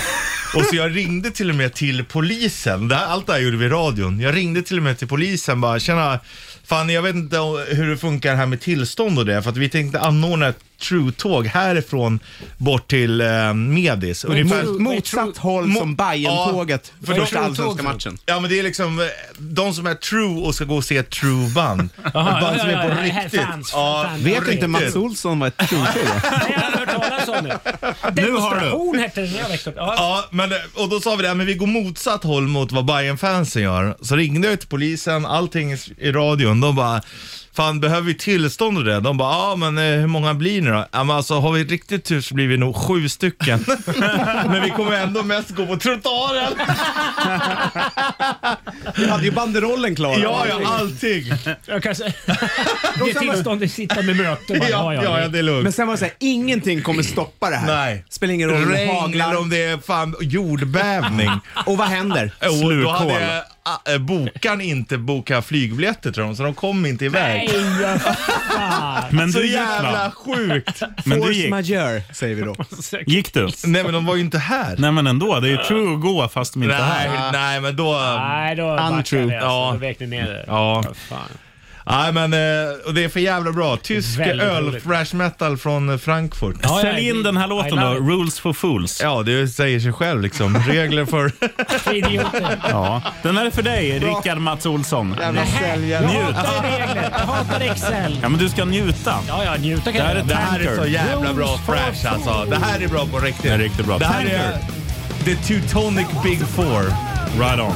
Speaker 3: Och så jag ringde till och med till polisen. Det här, allt det här gjorde vi i radion. Jag ringde till och med till polisen bara, tjena, fan jag vet inte hur det funkar här med tillstånd och det. För att vi tänkte anordna ett True-tåg härifrån bort till eh, Medis. Ungefär-
Speaker 7: True-
Speaker 6: Motsatt håll
Speaker 3: Mo-
Speaker 6: som Bayern-tåget
Speaker 3: Ja,
Speaker 6: för
Speaker 7: är
Speaker 6: första
Speaker 7: True-tåg
Speaker 6: allsvenska
Speaker 7: för?
Speaker 6: matchen.
Speaker 3: Ja men det är liksom eh, de som är true och ska gå och se ett true band. ett
Speaker 7: Jaha,
Speaker 3: band som
Speaker 7: ja, ja,
Speaker 3: är på
Speaker 7: ja, här,
Speaker 3: riktigt.
Speaker 7: fans,
Speaker 3: ja,
Speaker 7: fans.
Speaker 6: Vet inte Mats
Speaker 3: riktigt.
Speaker 6: Olsson vad ett True-tåg är?
Speaker 7: Nej, jag har hört talas om det.
Speaker 2: Nu har du.
Speaker 7: Demonstration hette det när jag växte upp. Ja.
Speaker 3: Ja, men, eh, och då sa vi det, här, men vi går motsatt håll mot vad bayern fansen gör. Så ringde jag till polisen, allting i- i radion. De bara, fan behöver vi tillstånd och det? De bara, ja men eh, hur många blir ni då? Ja men alltså har vi riktigt tur så blir vi nog sju stycken. men vi kommer ändå mest gå på trottoaren.
Speaker 6: Vi hade ju banderollen klar.
Speaker 3: ja, ja, allting.
Speaker 7: Jag kan säga... Ge tillstånd att sitta med möten. Bara,
Speaker 3: Ja, ja, ja, det är lugnt.
Speaker 6: Men sen var det såhär, ingenting kommer stoppa det här.
Speaker 3: Nej.
Speaker 6: Spelar ingen roll om det
Speaker 3: Regn eller
Speaker 6: haglar.
Speaker 3: om det är fan jordbävning.
Speaker 6: Och vad händer?
Speaker 3: Ah, eh, Och då
Speaker 2: Slukhål.
Speaker 3: hade äh, äh, bokaren inte bokat flygbiljetter till dem, så de kom inte iväg.
Speaker 7: Nej, ja, fan.
Speaker 2: Men
Speaker 3: Så
Speaker 2: du gick
Speaker 3: jävla
Speaker 2: va?
Speaker 3: sjukt.
Speaker 2: Men du
Speaker 6: Force
Speaker 2: gick.
Speaker 6: majeure, säger vi då.
Speaker 2: Gick du?
Speaker 3: Nej men de var ju inte här.
Speaker 2: Nej men ändå, det är ju true att gå fast de inte är här.
Speaker 3: Nej, nej men då... um,
Speaker 7: Nej, då backade jag.
Speaker 6: Untrue.
Speaker 7: Alltså.
Speaker 3: Ja.
Speaker 7: Då vek ni ner det.
Speaker 3: Ja.
Speaker 7: Fan.
Speaker 3: Nej men eh, och det är för jävla bra. Tysk
Speaker 7: Väldigt
Speaker 3: öl,
Speaker 7: roligt.
Speaker 3: thrash metal från eh, Frankfurt.
Speaker 7: Ja, ja,
Speaker 2: Sälj in den här låten
Speaker 7: I
Speaker 2: då,
Speaker 7: love it.
Speaker 2: Rules for Fools.
Speaker 3: Ja, det säger sig själv liksom. Regler för...
Speaker 7: För idioter.
Speaker 2: Ja. Den här är för dig, Rickard Mats Olsson.
Speaker 7: Jag
Speaker 2: Njut.
Speaker 7: hatar regler. Jag hatar Excel.
Speaker 2: Ja, men du ska njuta.
Speaker 7: Ja, ja, njuta
Speaker 2: Det
Speaker 7: kan
Speaker 2: här
Speaker 7: jag
Speaker 2: är
Speaker 7: göra.
Speaker 3: Det här är så
Speaker 2: Tankard.
Speaker 3: jävla bra thrash alltså. Det här är bra på riktigt.
Speaker 2: Det är riktigt bra.
Speaker 3: Det här är The Teutonic Big Four.
Speaker 2: Right on.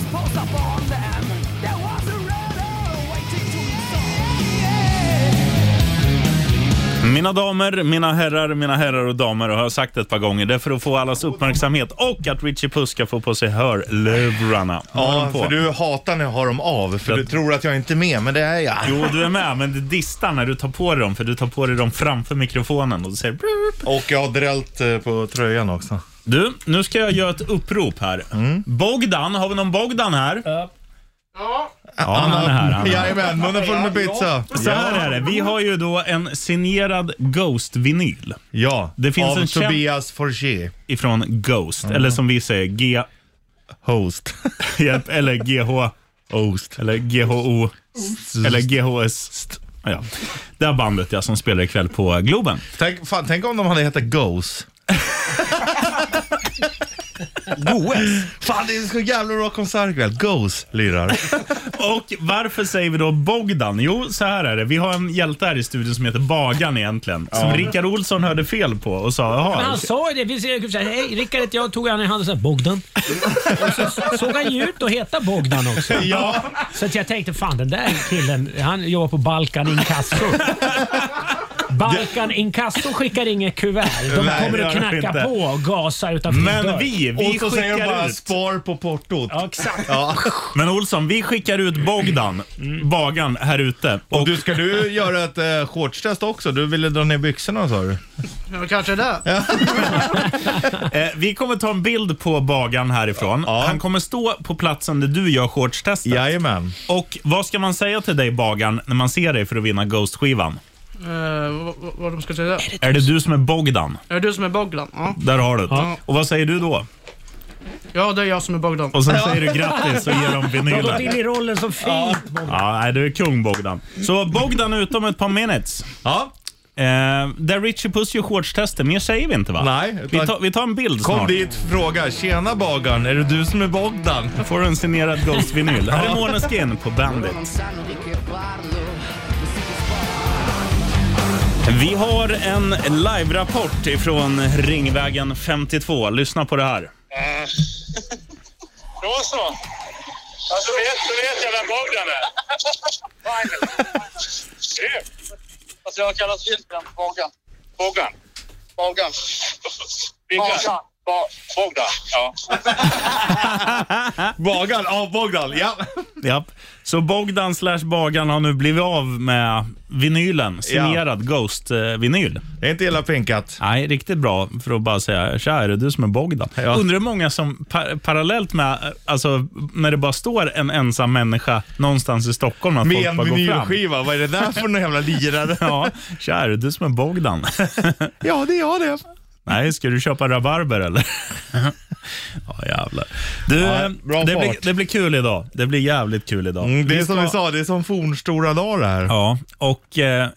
Speaker 2: Mina damer, mina herrar, mina herrar och damer och har jag sagt ett par gånger. Det är för att få allas uppmärksamhet och att Richie Puss ska få på sig hörlurarna. Har
Speaker 3: Ja,
Speaker 2: dem på.
Speaker 3: för du hatar när jag har dem av, för du tror att jag inte är med, men det är jag.
Speaker 2: Jo, du är med, men det distar när du tar på dig dem, för du tar på dig dem framför mikrofonen och du säger brup.
Speaker 3: Och jag har drällt eh, på tröjan också. Mm.
Speaker 2: Du, nu ska jag göra ett upprop här. Bogdan, har vi någon Bogdan här?
Speaker 7: Ja.
Speaker 2: Ja, han är här. Han är här.
Speaker 3: Jajamän, munnen full med pizza.
Speaker 2: Så här är det, vi har ju då en signerad Ghost-vinyl
Speaker 3: Ja,
Speaker 2: Det finns
Speaker 3: av
Speaker 2: en känd-
Speaker 3: Tobias Forger,
Speaker 2: ifrån Ghost, eller som vi säger G...
Speaker 3: host.
Speaker 2: Hjälp, eller GH... Ost. Eller GHO... Eller GHS... Ja, Ja. Det här bandet ja, som spelar ikväll på Globen.
Speaker 3: Tänk, fan, tänk om de hade hetat Ghost. Goes. Fan, det är så jävla bra konsert ikväll. Goes lirar.
Speaker 2: Och varför säger vi då Bogdan? Jo, så här är det. Vi har en hjälte här i studion som heter Bagan egentligen. Som
Speaker 7: Ja.
Speaker 2: Rickard Olsson hörde fel på och sa
Speaker 7: Men
Speaker 2: jaha.
Speaker 7: han sa ju det. Vi ser- så här, Hej Rickard heter jag. Tog han i handen och sa Bogdan. och så såg han ju ut att heta Bogdan också.
Speaker 3: Ja.
Speaker 7: Så att jag tänkte fan den där killen, han jobbar på Balkan Inkasso. Balkan Inkasso skickar inget kuvert. De
Speaker 3: Nej,
Speaker 7: kommer
Speaker 3: det
Speaker 7: att
Speaker 3: gör de
Speaker 7: knacka
Speaker 3: inte.
Speaker 7: på och gasa utanför din dörr.
Speaker 3: Och så säger de bara spar på portot.
Speaker 7: Ja, exakt.
Speaker 2: Men Olsson, vi skickar ut Bogdan, Bagan, här ute. Och,
Speaker 3: Du, ska du göra ett eh, shortstest också? Du ville dra ner byxorna sa du.
Speaker 11: Ja, kanske det.
Speaker 2: Eh, vi kommer ta en bild på Bagan härifrån. Han kommer stå på platsen där du gör shortstestet.
Speaker 3: Jajamän.
Speaker 2: Och vad ska man säga till dig Bagan när man ser dig för att vinna Ghost-skivan?
Speaker 11: Eh, vad, vad- vad de ska säga?
Speaker 2: Är det du som är Bogdan?
Speaker 11: Är det du som är Bogdan? Ja.
Speaker 2: Där har du det.
Speaker 11: Ja.
Speaker 2: Och vad säger du då?
Speaker 11: ja, det är jag som är Bogdan.
Speaker 2: Och sen säger du grattis och ger dem vinylen.
Speaker 7: De har gått in i rollen som fint.
Speaker 2: Ja, nej, du är kung Bogdan. Så Bogdan är ute om ett par minutes.
Speaker 3: Ja.
Speaker 2: Eh, där Richie Puss gör shortstester, mer säger vi inte va?
Speaker 3: Nej,
Speaker 2: Vi tar, vi tar en bild
Speaker 3: Kom
Speaker 2: snart.
Speaker 3: dit fråga. Tjena Bagan, är det du som är Bogdan?
Speaker 2: Då får du en signerad Ghost-vinyl. Här är Måneskin på Bandit. Vi har en live-rapport ifrån Ringvägen 52. Lyssna på det här.
Speaker 12: Mm. Då så. Alltså vet, då vet jag vem Bogdan är. Fine. Grymt. Alltså jag kallas filtren för Bogdan. Bogdan. Bogdan. Bogdan. Bo- Bogdan. Ja.
Speaker 3: Bagan, ja Bogdan, ja.
Speaker 2: Japp. Så Bogdan slash Bagan har nu blivit av med vinylen, signerad Ghost-vinyl.
Speaker 3: Det är inte illa pinkat.
Speaker 2: Nej, riktigt bra för att bara säga “Tja, är det du som är Bogdan?” Undrar hur många som par- parallellt med, alltså när det bara står en ensam människa någonstans i Stockholm, att
Speaker 3: Med
Speaker 2: folk
Speaker 3: en
Speaker 2: bara går fram.
Speaker 3: vinylskiva, vad är det där för någon jävla lirare?
Speaker 2: Ja, “Tja, är det du som är Bogdan?”
Speaker 3: Ja, det är jag det.
Speaker 2: Nej, ska du köpa rabarber eller? ja, jävlar. Du,
Speaker 3: Ja,
Speaker 2: eh,
Speaker 3: bra
Speaker 2: det,
Speaker 3: fart.
Speaker 2: blir, det blir kul idag. Det blir jävligt kul idag.
Speaker 3: Mm, det är
Speaker 2: Vi
Speaker 3: som
Speaker 2: ska-
Speaker 3: vi sa, det är som fornstora dagar det här.
Speaker 2: Ja, och eh,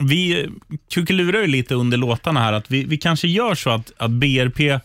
Speaker 2: vi kuckelurar ju lite under låtarna här att vi, vi kanske gör så att, att BRP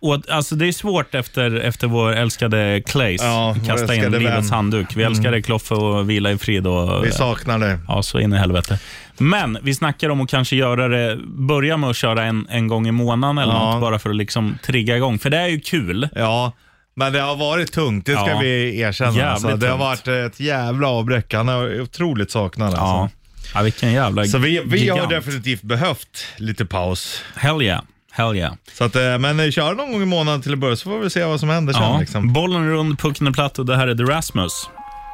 Speaker 2: och att, alltså det är svårt efter, efter vår älskade Claes
Speaker 3: Ja,
Speaker 2: att
Speaker 3: vår
Speaker 2: kasta in
Speaker 3: älskade
Speaker 2: livets
Speaker 3: vän. Mm.
Speaker 2: handduk. Vi älskar dig Kloffe och vila i frid. Och,
Speaker 3: Vi saknar dig.
Speaker 2: Ja, så in i helvete. Men vi snackar om att kanske göra det, börja med att köra en, en gång i månaden eller
Speaker 3: Ja.
Speaker 2: något, bara för att liksom trigga igång. För det är ju kul.
Speaker 3: Ja, men det har varit tungt, det ska
Speaker 2: Ja.
Speaker 3: vi erkänna.
Speaker 2: Jävligt
Speaker 3: Alltså. Det har
Speaker 2: tungt.
Speaker 3: varit ett jävla avbräck. Han är otroligt saknad
Speaker 2: Ja.
Speaker 3: alltså.
Speaker 2: Ja, vilken jävla
Speaker 3: Så vi, vi har
Speaker 2: gigant.
Speaker 3: definitivt behövt lite paus.
Speaker 2: Hell yeah. Hell yeah.
Speaker 3: Så att, eh, men eh, kör någon gång i månaden till att börja så får vi se vad som händer sen.
Speaker 2: Ja,
Speaker 3: Liksom.
Speaker 2: Bollen är rund, pucken är platt och det här är The Rasmus.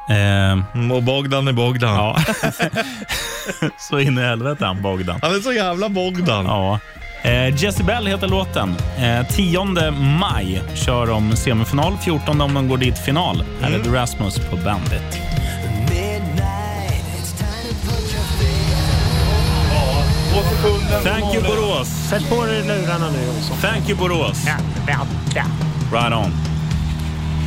Speaker 2: Ehm,
Speaker 3: Mm, Och Bogdan är Bogdan.
Speaker 2: Ja. så in i helvete han Bogdan.
Speaker 3: Han är så jävla Bogdan.
Speaker 2: Ja. Eh, Jesse Bell heter låten. Eh, 10 maj kör de semifinal, 14 om de går dit final. Här
Speaker 7: Mm.
Speaker 2: är The Rasmus på Bandit. Thank you Borås.
Speaker 7: Sätt på dig lurarna nu Olsson.
Speaker 2: Thank you Borås. Right on.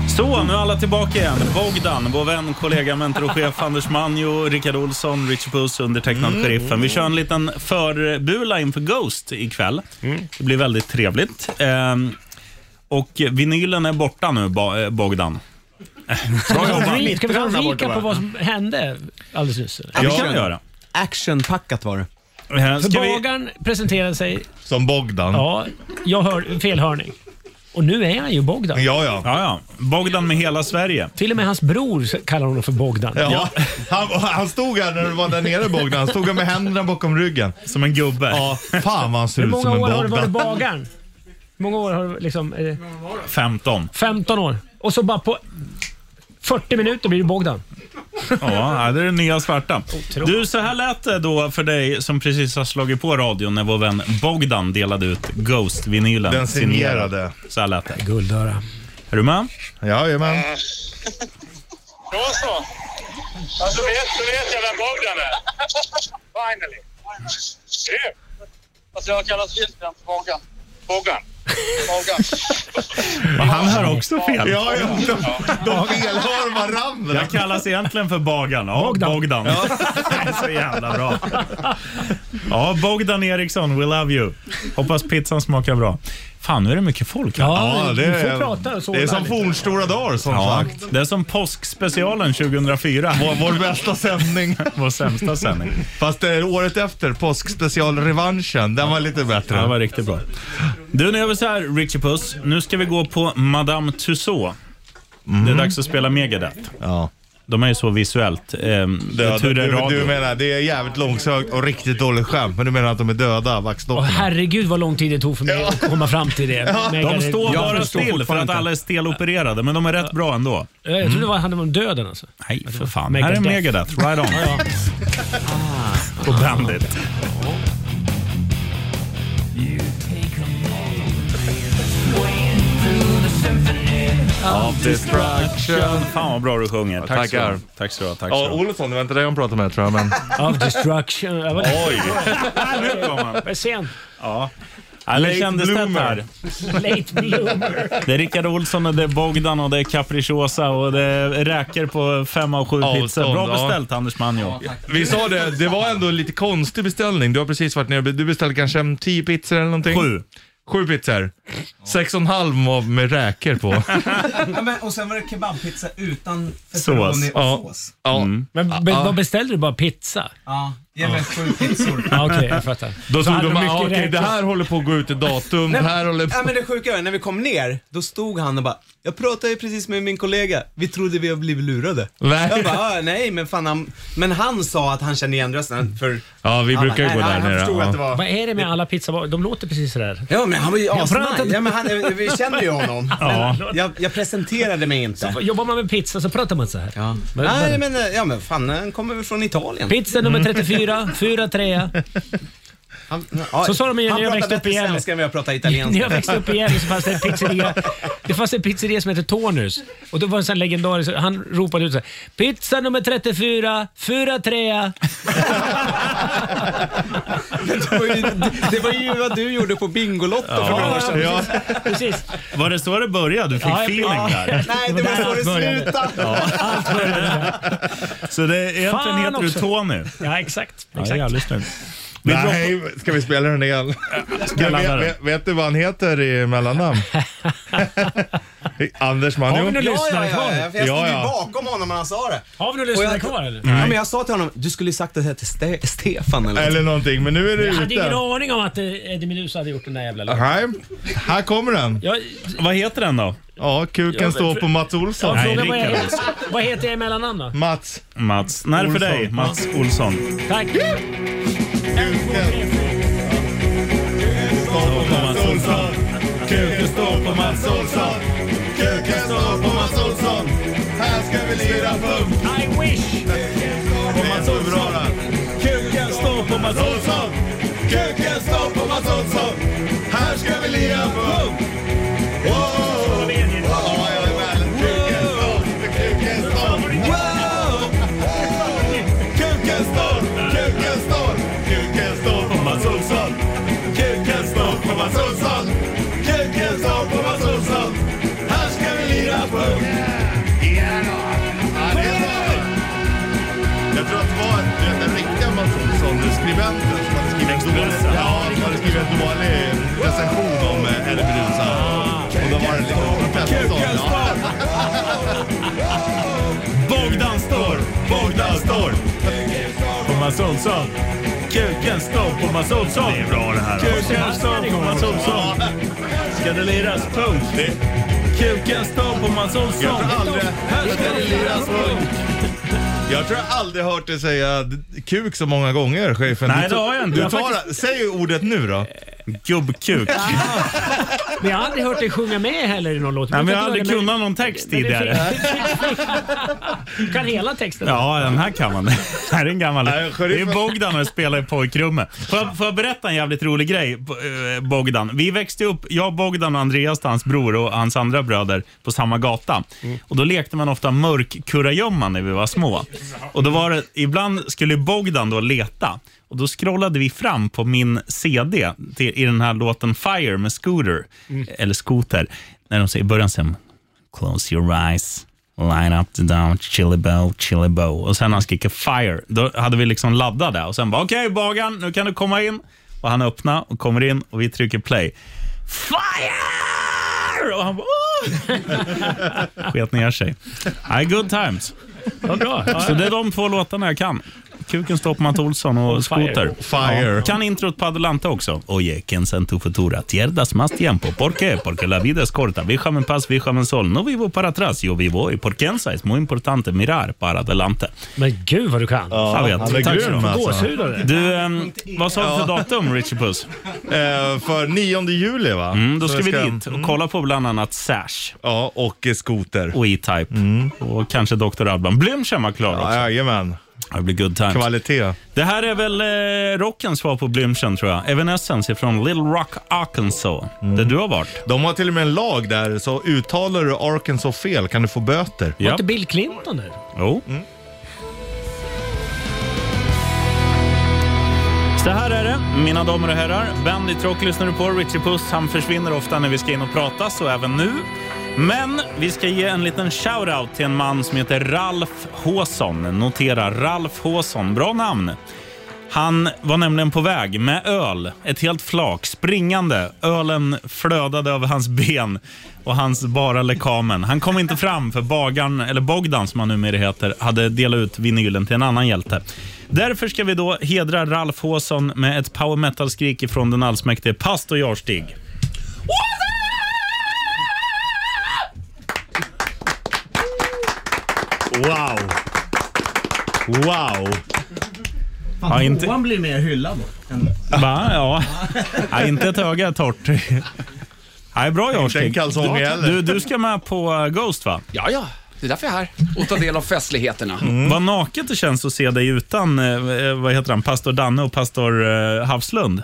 Speaker 2: Så, nu är alla tillbaka igen. Bogdan, vår vän, kollega, mentor och chef Anders Manjo, Rickard Olsson, Richard Puss, undertecknad
Speaker 1: Mm.
Speaker 2: sheriffen. Vi kör en liten förbula inför Ghost ikväll.
Speaker 3: Mm.
Speaker 2: Det blir väldigt trevligt. Ehm, och vinylen är borta nu, Bo- eh, Bogdan.
Speaker 7: Ska vi ta en
Speaker 2: jobbat.
Speaker 7: re- ska vi ta en
Speaker 2: Mittbrann där borta,
Speaker 7: recap
Speaker 2: va?
Speaker 7: på vad som hände alldeles nyss? eller?
Speaker 2: Ja, det kan vi göra.
Speaker 6: Actionpackat var det.
Speaker 7: För Bagan presenterade sig
Speaker 3: Som Bogdan.
Speaker 7: Ja, jag hör felhörning. Och nu är han ju Bogdan.
Speaker 3: Ja, ja.
Speaker 2: ja, ja. Bogdan med hela Sverige.
Speaker 7: Till och med hans bror kallar honom för Bogdan.
Speaker 3: Ja. Han, han stod här när du var där nere Bogdan, han stod här med händerna bakom ryggen.
Speaker 2: Som en gubbe.
Speaker 3: Ja, fan vad han ser
Speaker 7: Hur
Speaker 3: ut
Speaker 7: många
Speaker 3: som en
Speaker 7: år har du
Speaker 3: Bogdan.
Speaker 7: varit Bagan? Hur många år har du liksom... Är det
Speaker 2: 15.
Speaker 7: 15 år. Och så bara på 40 minuter blir du Bogdan.
Speaker 2: Ja, det är den nya svarta.
Speaker 7: Otroligt.
Speaker 2: Du, så här lät det då för dig som precis har slagit på radion när vår vän Bogdan delade ut Ghost-vinylen.
Speaker 3: Den signerade.
Speaker 2: Så här lät det.
Speaker 7: Guldöra.
Speaker 2: Är du med?
Speaker 3: Jajamän.
Speaker 12: Då så. Alltså vet, då vet jag vem Bogdan är. Finally. Grymt. Alltså jag kallas filtren för Bogdan. Bogdan.
Speaker 9: Bogdan.
Speaker 2: Och han har också fel.
Speaker 9: Ja, ja, de-
Speaker 3: de felhör varandra.
Speaker 2: Jag kallas egentligen för Bagan. Ja, Bogdan. Det är så jävla bra. Ja, Bogdan Eriksson, we love you. Hoppas pizzan smakar bra. Fan, nu är det mycket folk här.
Speaker 3: Ja, Ja, det vi får är- prata och sålla det är som lite. fornstora dagar, som sagt.
Speaker 2: Det är som påskspecialen 2004.
Speaker 3: Vår- vår bästa sändning.
Speaker 2: Vår sämsta sändning.
Speaker 3: Fast det är året efter, påskspecialrevanschen, den var lite bättre.
Speaker 2: Den var riktigt bra. Du, nu gör vi så här, Richie Puss. Nu ska vi gå på Madame Tussauds.
Speaker 3: Mm.
Speaker 2: Det är dags att spela Megadeth.
Speaker 3: Ja.
Speaker 2: De är ju så visuellt. ehm, det är
Speaker 3: Du,
Speaker 2: tur det är
Speaker 3: du,
Speaker 2: radio.
Speaker 3: du menar, det är jävligt långsökt och riktigt dåligt skämt, men du menar att de är döda,
Speaker 7: Åh,
Speaker 3: vaxdockorna?
Speaker 7: herregud vad lång tid det tog för mig att komma fram till det. Men
Speaker 2: De
Speaker 7: jag-
Speaker 2: står
Speaker 7: jag
Speaker 2: bara
Speaker 7: förstår
Speaker 2: still för
Speaker 7: fortfarande
Speaker 2: att
Speaker 7: inte.
Speaker 2: alla är stelopererade, men de är rätt bra ändå.
Speaker 7: Eh, Jag trodde det var- handlade om döden alltså.
Speaker 2: Nej, för fan. Här är Megadeth, right on. På Bandit.
Speaker 3: Of destruction.
Speaker 2: Fan vad bra du sjunger. Tack
Speaker 3: Tackar.
Speaker 2: så mycket. Tack så mycket. Tack
Speaker 3: Ja,
Speaker 2: så mycket.
Speaker 3: Olofsson, det var inte dig han pratade med tror jag, men...
Speaker 7: Of destruction. Jag var-
Speaker 3: Oj.
Speaker 7: Ah, nu kom han. Jag är sen.
Speaker 2: Ja. Eller
Speaker 7: Late
Speaker 2: kändes det
Speaker 7: bloomer.
Speaker 2: här?
Speaker 7: Late bloomer.
Speaker 2: Det är Rickard Olsson, och det är Bogdan och det är Capricciosa och det är räkor på fem av sju
Speaker 3: Avstånd,
Speaker 2: pizzor. Bra
Speaker 3: ja.
Speaker 2: beställt Anders Manjo.
Speaker 3: Vi sa det, det var ändå lite konstig beställning. Du har precis varit nere, du beställde kanske en tio pizzor eller någonting?
Speaker 2: Sju.
Speaker 3: Sju pizzor. Sex och en halv var med räkor på.
Speaker 6: ja, men, och sen var det kebabpizza utan pepperoni och
Speaker 3: Ja.
Speaker 6: sås.
Speaker 3: Ja.
Speaker 7: Mm. Men be,
Speaker 3: Ja.
Speaker 7: vad beställde du? Bara pizza?
Speaker 6: Ja, ge mig sju pizzor.
Speaker 7: Ja, Okej, jag fattar.
Speaker 3: Då
Speaker 7: Så
Speaker 3: tog
Speaker 7: hade
Speaker 3: de,
Speaker 7: mycket
Speaker 3: ah, okej
Speaker 7: räkor.
Speaker 3: det här håller på att gå ut i datum, det
Speaker 6: Nej,
Speaker 3: här håller på...
Speaker 6: ja, men det sjuka är, när vi kom ner, då stod han och bara, jag pratade ju precis med min kollega, vi trodde vi har blivit lurade.
Speaker 3: Nej.
Speaker 6: Jag bara, "Ah, nej men fan han, men han sa att han kände igen rösten för...
Speaker 3: Ja, vi
Speaker 6: Han
Speaker 3: brukar ju
Speaker 6: bara,
Speaker 3: gå
Speaker 6: "Nej,
Speaker 3: där
Speaker 6: han
Speaker 3: nere,
Speaker 6: förstod
Speaker 3: ja.
Speaker 6: att det var...
Speaker 7: Vad är det med alla pizzabarer? De låter precis sådär.
Speaker 6: Ja men han var ju
Speaker 7: Jag
Speaker 6: asnice.
Speaker 7: pratar-
Speaker 6: Ja, men han, vi känner ju honom.
Speaker 2: Ja.
Speaker 6: Men Jag, jag presenterade mig inte.
Speaker 7: Jobbar man med pizza så pratar man så här. Ja.
Speaker 6: Nej men, ja, men fan han kommer väl från Italien. Mm.
Speaker 7: Pizza nummer 34, 4 3
Speaker 6: Han, ja,
Speaker 7: Så sa de ju när jag
Speaker 6: Han
Speaker 7: växte
Speaker 6: pratar
Speaker 7: upp
Speaker 6: bättre
Speaker 7: i Gävle.
Speaker 6: svenska än vad jag pratar
Speaker 7: När
Speaker 6: italienska.
Speaker 7: jag växte upp i Gävle så fanns det en pizzeria, det fanns en pizzeria som hette Torners. Och då var det en sån här legendarisk, han ropade ut så här, Pizza nummer 34, 4 3
Speaker 6: Det var ju- Det var ju vad du gjorde på Bingolotto för några år sedan.
Speaker 7: Ja, precis.
Speaker 2: Var det så det började? Du fick
Speaker 7: Ja, jag-
Speaker 2: feeling där.
Speaker 6: Nej, det var så det slutade.
Speaker 2: Så det, egentligen
Speaker 7: Fan
Speaker 2: heter du
Speaker 7: också.
Speaker 2: Tony.
Speaker 7: Ja, exakt.
Speaker 2: Ja, det är
Speaker 7: exakt.
Speaker 2: jävligt snyggt. Vi droppar-
Speaker 3: Nej, ska vi spela den igen? Men
Speaker 2: ladda den.
Speaker 3: vet, vet, vet du vad han heter i mellannamn? Anders
Speaker 7: Har vi
Speaker 3: Manjo.
Speaker 7: någon
Speaker 6: Ja, ja,
Speaker 7: lyssnare
Speaker 6: ja,
Speaker 7: kvar?
Speaker 6: jag stod ju
Speaker 3: Ja, ja.
Speaker 6: bakom honom när han sa det.
Speaker 7: Har vi någon
Speaker 6: Och
Speaker 7: lyssnare
Speaker 6: jag-
Speaker 7: kvar eller?
Speaker 6: Ja, men jag sa till honom, du skulle ju sagt att det hette Ste- Stefan eller
Speaker 3: Eller någonting, men nu är det
Speaker 7: Jag hade ingen
Speaker 3: ute.
Speaker 7: aning om att eh, Eddie Meduza hade gjort den där jävla låten.
Speaker 3: Nej, här kommer den.
Speaker 7: Jag,
Speaker 2: Vad heter den då?
Speaker 3: Ja,
Speaker 7: Ja,
Speaker 3: kuken
Speaker 7: men-
Speaker 3: står på Mats
Speaker 7: jag
Speaker 3: Olsson.
Speaker 2: Nej,
Speaker 7: frågar vad jag
Speaker 2: Rickard
Speaker 7: heter. Vad heter jag i mellannamn då?
Speaker 3: Mats.
Speaker 2: Mats. Nej, det är för
Speaker 3: Olsson.
Speaker 2: dig. Mats Olsson.
Speaker 7: Tack.
Speaker 3: står på Mats Olsson. Kuken står på Mats Olsson. Kuken står på Mats Olsson. Här ska vi lira pump.
Speaker 7: I wish.
Speaker 3: På Mats Olsson. Kuken står på Mats Olsson. Kuken står på Mats Olsson. Här ska vi lira pump. Wow. Ja, jag är väl. Kuken står. Kuken står. Wow. Kuken står. Kuken står. Kuken står på Mats Olsson. Kuken står på Mats Olsson. Kuken står på Mats Olsson. Här ska vi lira pump. Ja, det är bra. Jag tror att det var du vet, den riktiga Mats Olsson, skribenten, som hade skrivit en dålig, ja, som hade skrivit en dålig recension om eh, Eddie Meduza. Och då var det lite Pettersson.
Speaker 2: Bogdan står, Bogdan står på Mats Olsson. Kuken står på Mats Olsson. Det är bra det här. Kuken står på Mats Olsson. Ska det liras punk? Kuken står på Mats
Speaker 3: Jag
Speaker 2: Olsson.
Speaker 3: tror aldrig...
Speaker 2: Här ska det liras punk.
Speaker 3: Jag tror jag aldrig hört dig säga kuk så många gånger, chefen.
Speaker 2: Nej,
Speaker 3: Du-
Speaker 2: det har jag inte.
Speaker 3: Du
Speaker 2: Jag
Speaker 3: tar,
Speaker 2: har
Speaker 3: Säg ordet nu då.
Speaker 2: Gubbkuk.
Speaker 7: Men jag har aldrig hört dig sjunga med heller i någon låt.
Speaker 2: Nej, men jag
Speaker 7: brukar
Speaker 2: har aldrig
Speaker 7: inte göra det,
Speaker 2: kunnat någon text
Speaker 7: men-
Speaker 2: tidigare.
Speaker 7: Du kan hela texten.
Speaker 2: Ja, den här kan man. Det här är en gammal.
Speaker 3: Nej,
Speaker 2: Det är
Speaker 3: sheriffen-
Speaker 2: Bogdan och spelar i pojkrummet. Får jag, får jag berätta en jävligt rolig grej, Bo- eh, Bogdan? Vi växte upp, jag, Bogdan och Andreas, hans bror och hans andra bröder, på samma gata. Och Då lekte man ofta mörkkurragömma när vi var små. Och då var det, ibland skulle Bogdan då leta. Och Då scrollade vi fram på min CD till, i den här låten Fire med Scooter. eller skoter, när de säger i början sen Close your eyes, line up the down, chili bow, chili bow. Och sen när han skriker fire, då hade vi liksom laddat där och sen bara okej Bagan, nu kan du komma in. Och han öppnar och kommer in och vi trycker play. Fire! Och han bara "Åh!" Sket ner sig. Nej, good times.
Speaker 7: Ja, bra. Ja,
Speaker 2: Så det är de två låtarna jag kan. Kuken står på Matt Olsson och Skoter.
Speaker 3: Fire.
Speaker 2: Ja. Kan introt på Adelanta också. Oje, ken sen tu futura. Tierdas más tiempo. ¿Por qué? Porque la vida es corta. Viejame en paz, viejame en sol. No vivo para atrás, yo vivo hoy. Por quensa es muy importante mirar para adelante.
Speaker 7: Men gud vad du kan.
Speaker 2: Ja, jag vet. Tack så
Speaker 3: alltså.
Speaker 2: mycket.
Speaker 7: Gåshud av det.
Speaker 2: Du, ehm, vad sa du för datum, Richie Puss?
Speaker 3: Eh, för 9 juli, va?
Speaker 2: Mm, då
Speaker 3: Så
Speaker 2: ska
Speaker 3: jag
Speaker 2: vi
Speaker 3: ska-
Speaker 2: dit och
Speaker 3: mm.
Speaker 2: kolla på bland annat Sash.
Speaker 3: Ja, och eh, Skoter. Mm.
Speaker 2: Och E-Type. Och kanske Dr. Alban. Blümchen var klar också.
Speaker 3: Jajamän.
Speaker 2: Det blir good times.
Speaker 3: Kvalitet.
Speaker 2: Det här är väl eh, rockens svar på Blümchen, tror jag. Evanescence från Little Rock, Arkansas. Där du har varit.
Speaker 3: Mm. De har till och med en lag där, så uttalar du Arkansas fel kan du få böter. Mm.
Speaker 7: Var inte Bill Clinton där?
Speaker 2: Jo. Så här är det, mina damer och herrar. Bandit Rock lyssnar du på. Richie Puss han försvinner ofta när vi ska in och prata, så även nu. Men vi ska ge en liten shout-out till en man som heter Ralf Håsson. Notera Ralf Håsson, bra namn. Han var nämligen på väg med öl, ett helt flak, springande. Ölen flödade över hans ben och hans bara lekamen. Han kom inte fram för bagan, eller Bogdan som han numera heter, hade delat ut vinylen till en annan hjälte. Därför ska vi då hedra Ralf Håsson med ett power metal-skrik från den allsmäktige Pastor Jarstig.
Speaker 3: Wow. Wow.
Speaker 2: Ja, inte- Johan
Speaker 10: blir mer hyllad.
Speaker 2: Va? Ja. Nej, inte ett öga är torrt. Nej, bra Jarstig.
Speaker 3: en kalsong
Speaker 2: Du-
Speaker 3: heller.
Speaker 2: Du, du ska med på eh, Ghost va?
Speaker 13: Ja, ja. Det är därför jag är här och tar del av festligheterna.
Speaker 3: Mm.
Speaker 2: Vad naket det känns att se dig utan, eh, vad heter han, pastor Danne och pastor eh, Havslund.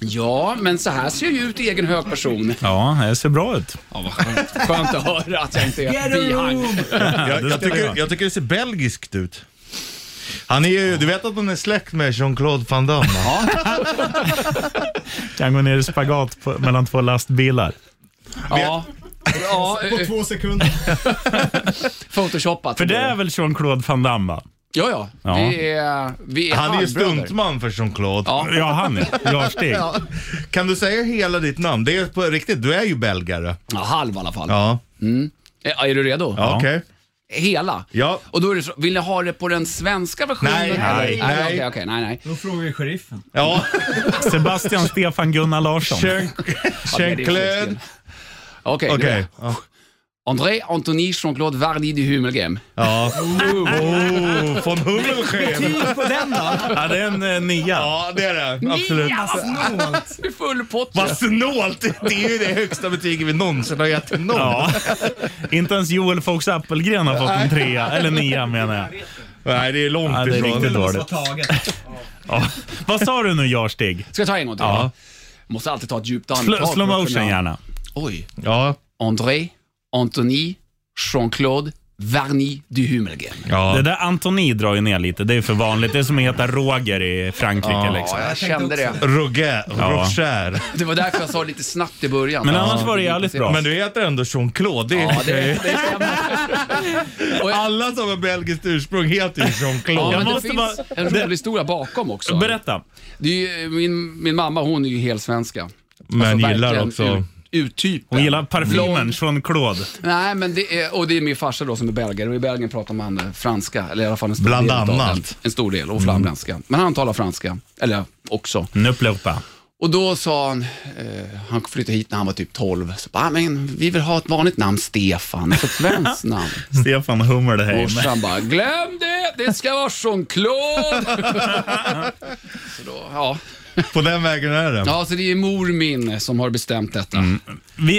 Speaker 13: Ja, men så här ser jag ju ut i egen hög person.
Speaker 2: Ja, det ser bra ut.
Speaker 13: Ja, vad skönt. Skönt att höra att jag inte är
Speaker 3: Get him!
Speaker 13: bihang.
Speaker 3: jag, jag, tycker, jag tycker det ser belgiskt ut. Han är ju, du vet att han är släkt med Jean-Claude Van Damme? Ja.
Speaker 2: Kan gå ner i spagat på, mellan två lastbilar.
Speaker 13: Ja. ja. eh, På två sekunder. Photoshopat.
Speaker 2: För det är väl Jean-Claude Van Damme va?
Speaker 13: Ja, ja.
Speaker 2: Ja.
Speaker 13: Vi är, vi är
Speaker 3: Han är ju
Speaker 13: halvbröder.
Speaker 3: stuntman för Jean-Claude.
Speaker 13: Ja.
Speaker 2: Ja, han är. Jarstig.
Speaker 3: Ja. Kan du säga hela ditt namn? Det är på riktigt, du är ju belgare.
Speaker 13: Ja, halv i alla fall.
Speaker 3: Ja.
Speaker 13: Mm. Eh, Är, är du redo?
Speaker 3: Ja, okej.
Speaker 13: Hela?
Speaker 3: Ja.
Speaker 13: Och då är det, så- vill ni ha det på den svenska versionen?
Speaker 3: Nej, nej,
Speaker 13: nej.
Speaker 3: nej.
Speaker 13: Okej, okej, nej, nej.
Speaker 10: Då frågar vi sheriffen.
Speaker 3: Ja.
Speaker 2: Sebastian Stefan Gunnar Larsson.
Speaker 13: Jean-Claude. Okej. nu
Speaker 3: Okej,
Speaker 13: är det. André Anthony Jean-Claude Vardy de Hummelgem.
Speaker 3: Ja. Oh, von Hummelgem.
Speaker 13: på den då?
Speaker 2: Ja, det är en eh, nia.
Speaker 3: Ja, det är det. Absolut.
Speaker 13: Snålt. Det är full pott.
Speaker 3: Vad snålt! Det är ju det högsta betyget vi någonsin har gett till någon.
Speaker 2: Ja. Inte ens Joel Fox Appelgren har fått en trea, eller nia menar jag.
Speaker 3: Nej, det är långt
Speaker 2: Ja, det är
Speaker 3: ifrån.
Speaker 2: riktigt dåligt. Ja. Vad sa du nu Jarstig?
Speaker 13: Ska jag ta en gång till?
Speaker 2: Ja.
Speaker 13: Måste alltid ta ett djupt
Speaker 2: Slow,
Speaker 13: andetag. för att
Speaker 2: slow motion
Speaker 13: kunna-
Speaker 2: gärna.
Speaker 13: Oj.
Speaker 3: Ja.
Speaker 13: André Anthony Jean-Claude Vardy de Hummelgem.
Speaker 3: Ja.
Speaker 2: Det där Antoni drar ju ner lite. Det är ju för vanligt. Det är som att heta Roger i Frankrike.
Speaker 13: Oh, Ja,
Speaker 2: liksom.
Speaker 13: jag kände det.
Speaker 3: Roger,
Speaker 2: Ja.
Speaker 3: Rocher.
Speaker 13: Det var därför jag sa lite snabbt i början.
Speaker 2: Men annars var det jävligt bra.
Speaker 3: Men du heter ändå Jean-Claude. Det är...
Speaker 13: Ja, det, det
Speaker 3: Alla som har belgiskt ursprung heter ju
Speaker 13: Ja,
Speaker 3: Jean-Claude.
Speaker 13: men det
Speaker 2: måste
Speaker 13: finns
Speaker 2: bara-
Speaker 13: en
Speaker 2: det-
Speaker 13: rolig historia bakom också.
Speaker 2: Berätta.
Speaker 13: Det är ju, eh, min, min mamma hon är ju helt svenska. Alltså,
Speaker 3: Men gillar
Speaker 13: verkligen
Speaker 3: också-
Speaker 13: Ut, uttypen.
Speaker 2: Hon gillar parfymen
Speaker 13: Blond.
Speaker 2: Jean-Claude.
Speaker 13: Nej, men det är, och det är min farsa då som är belgare och i Belgien pratar man eh, franska. Eller i alla fall en stor
Speaker 3: Bland
Speaker 13: del utav
Speaker 3: annat.
Speaker 13: den. En stor del, och flamländska. Men han talar franska, eller också.
Speaker 2: Nupplopa.
Speaker 13: Och då sa han, eh, han flyttade hit när han var typ 12, så bara, "Ah, men vi vill ha ett vanligt namn, Stefan, alltså ett svenskt namn.
Speaker 2: Stefan Hummelheim.
Speaker 13: Morsan bara, glöm det, det ska vara Jean-Claude. så då, ja.
Speaker 3: På den vägen är det. Mm.
Speaker 13: ja, så det är mor min som har bestämt detta.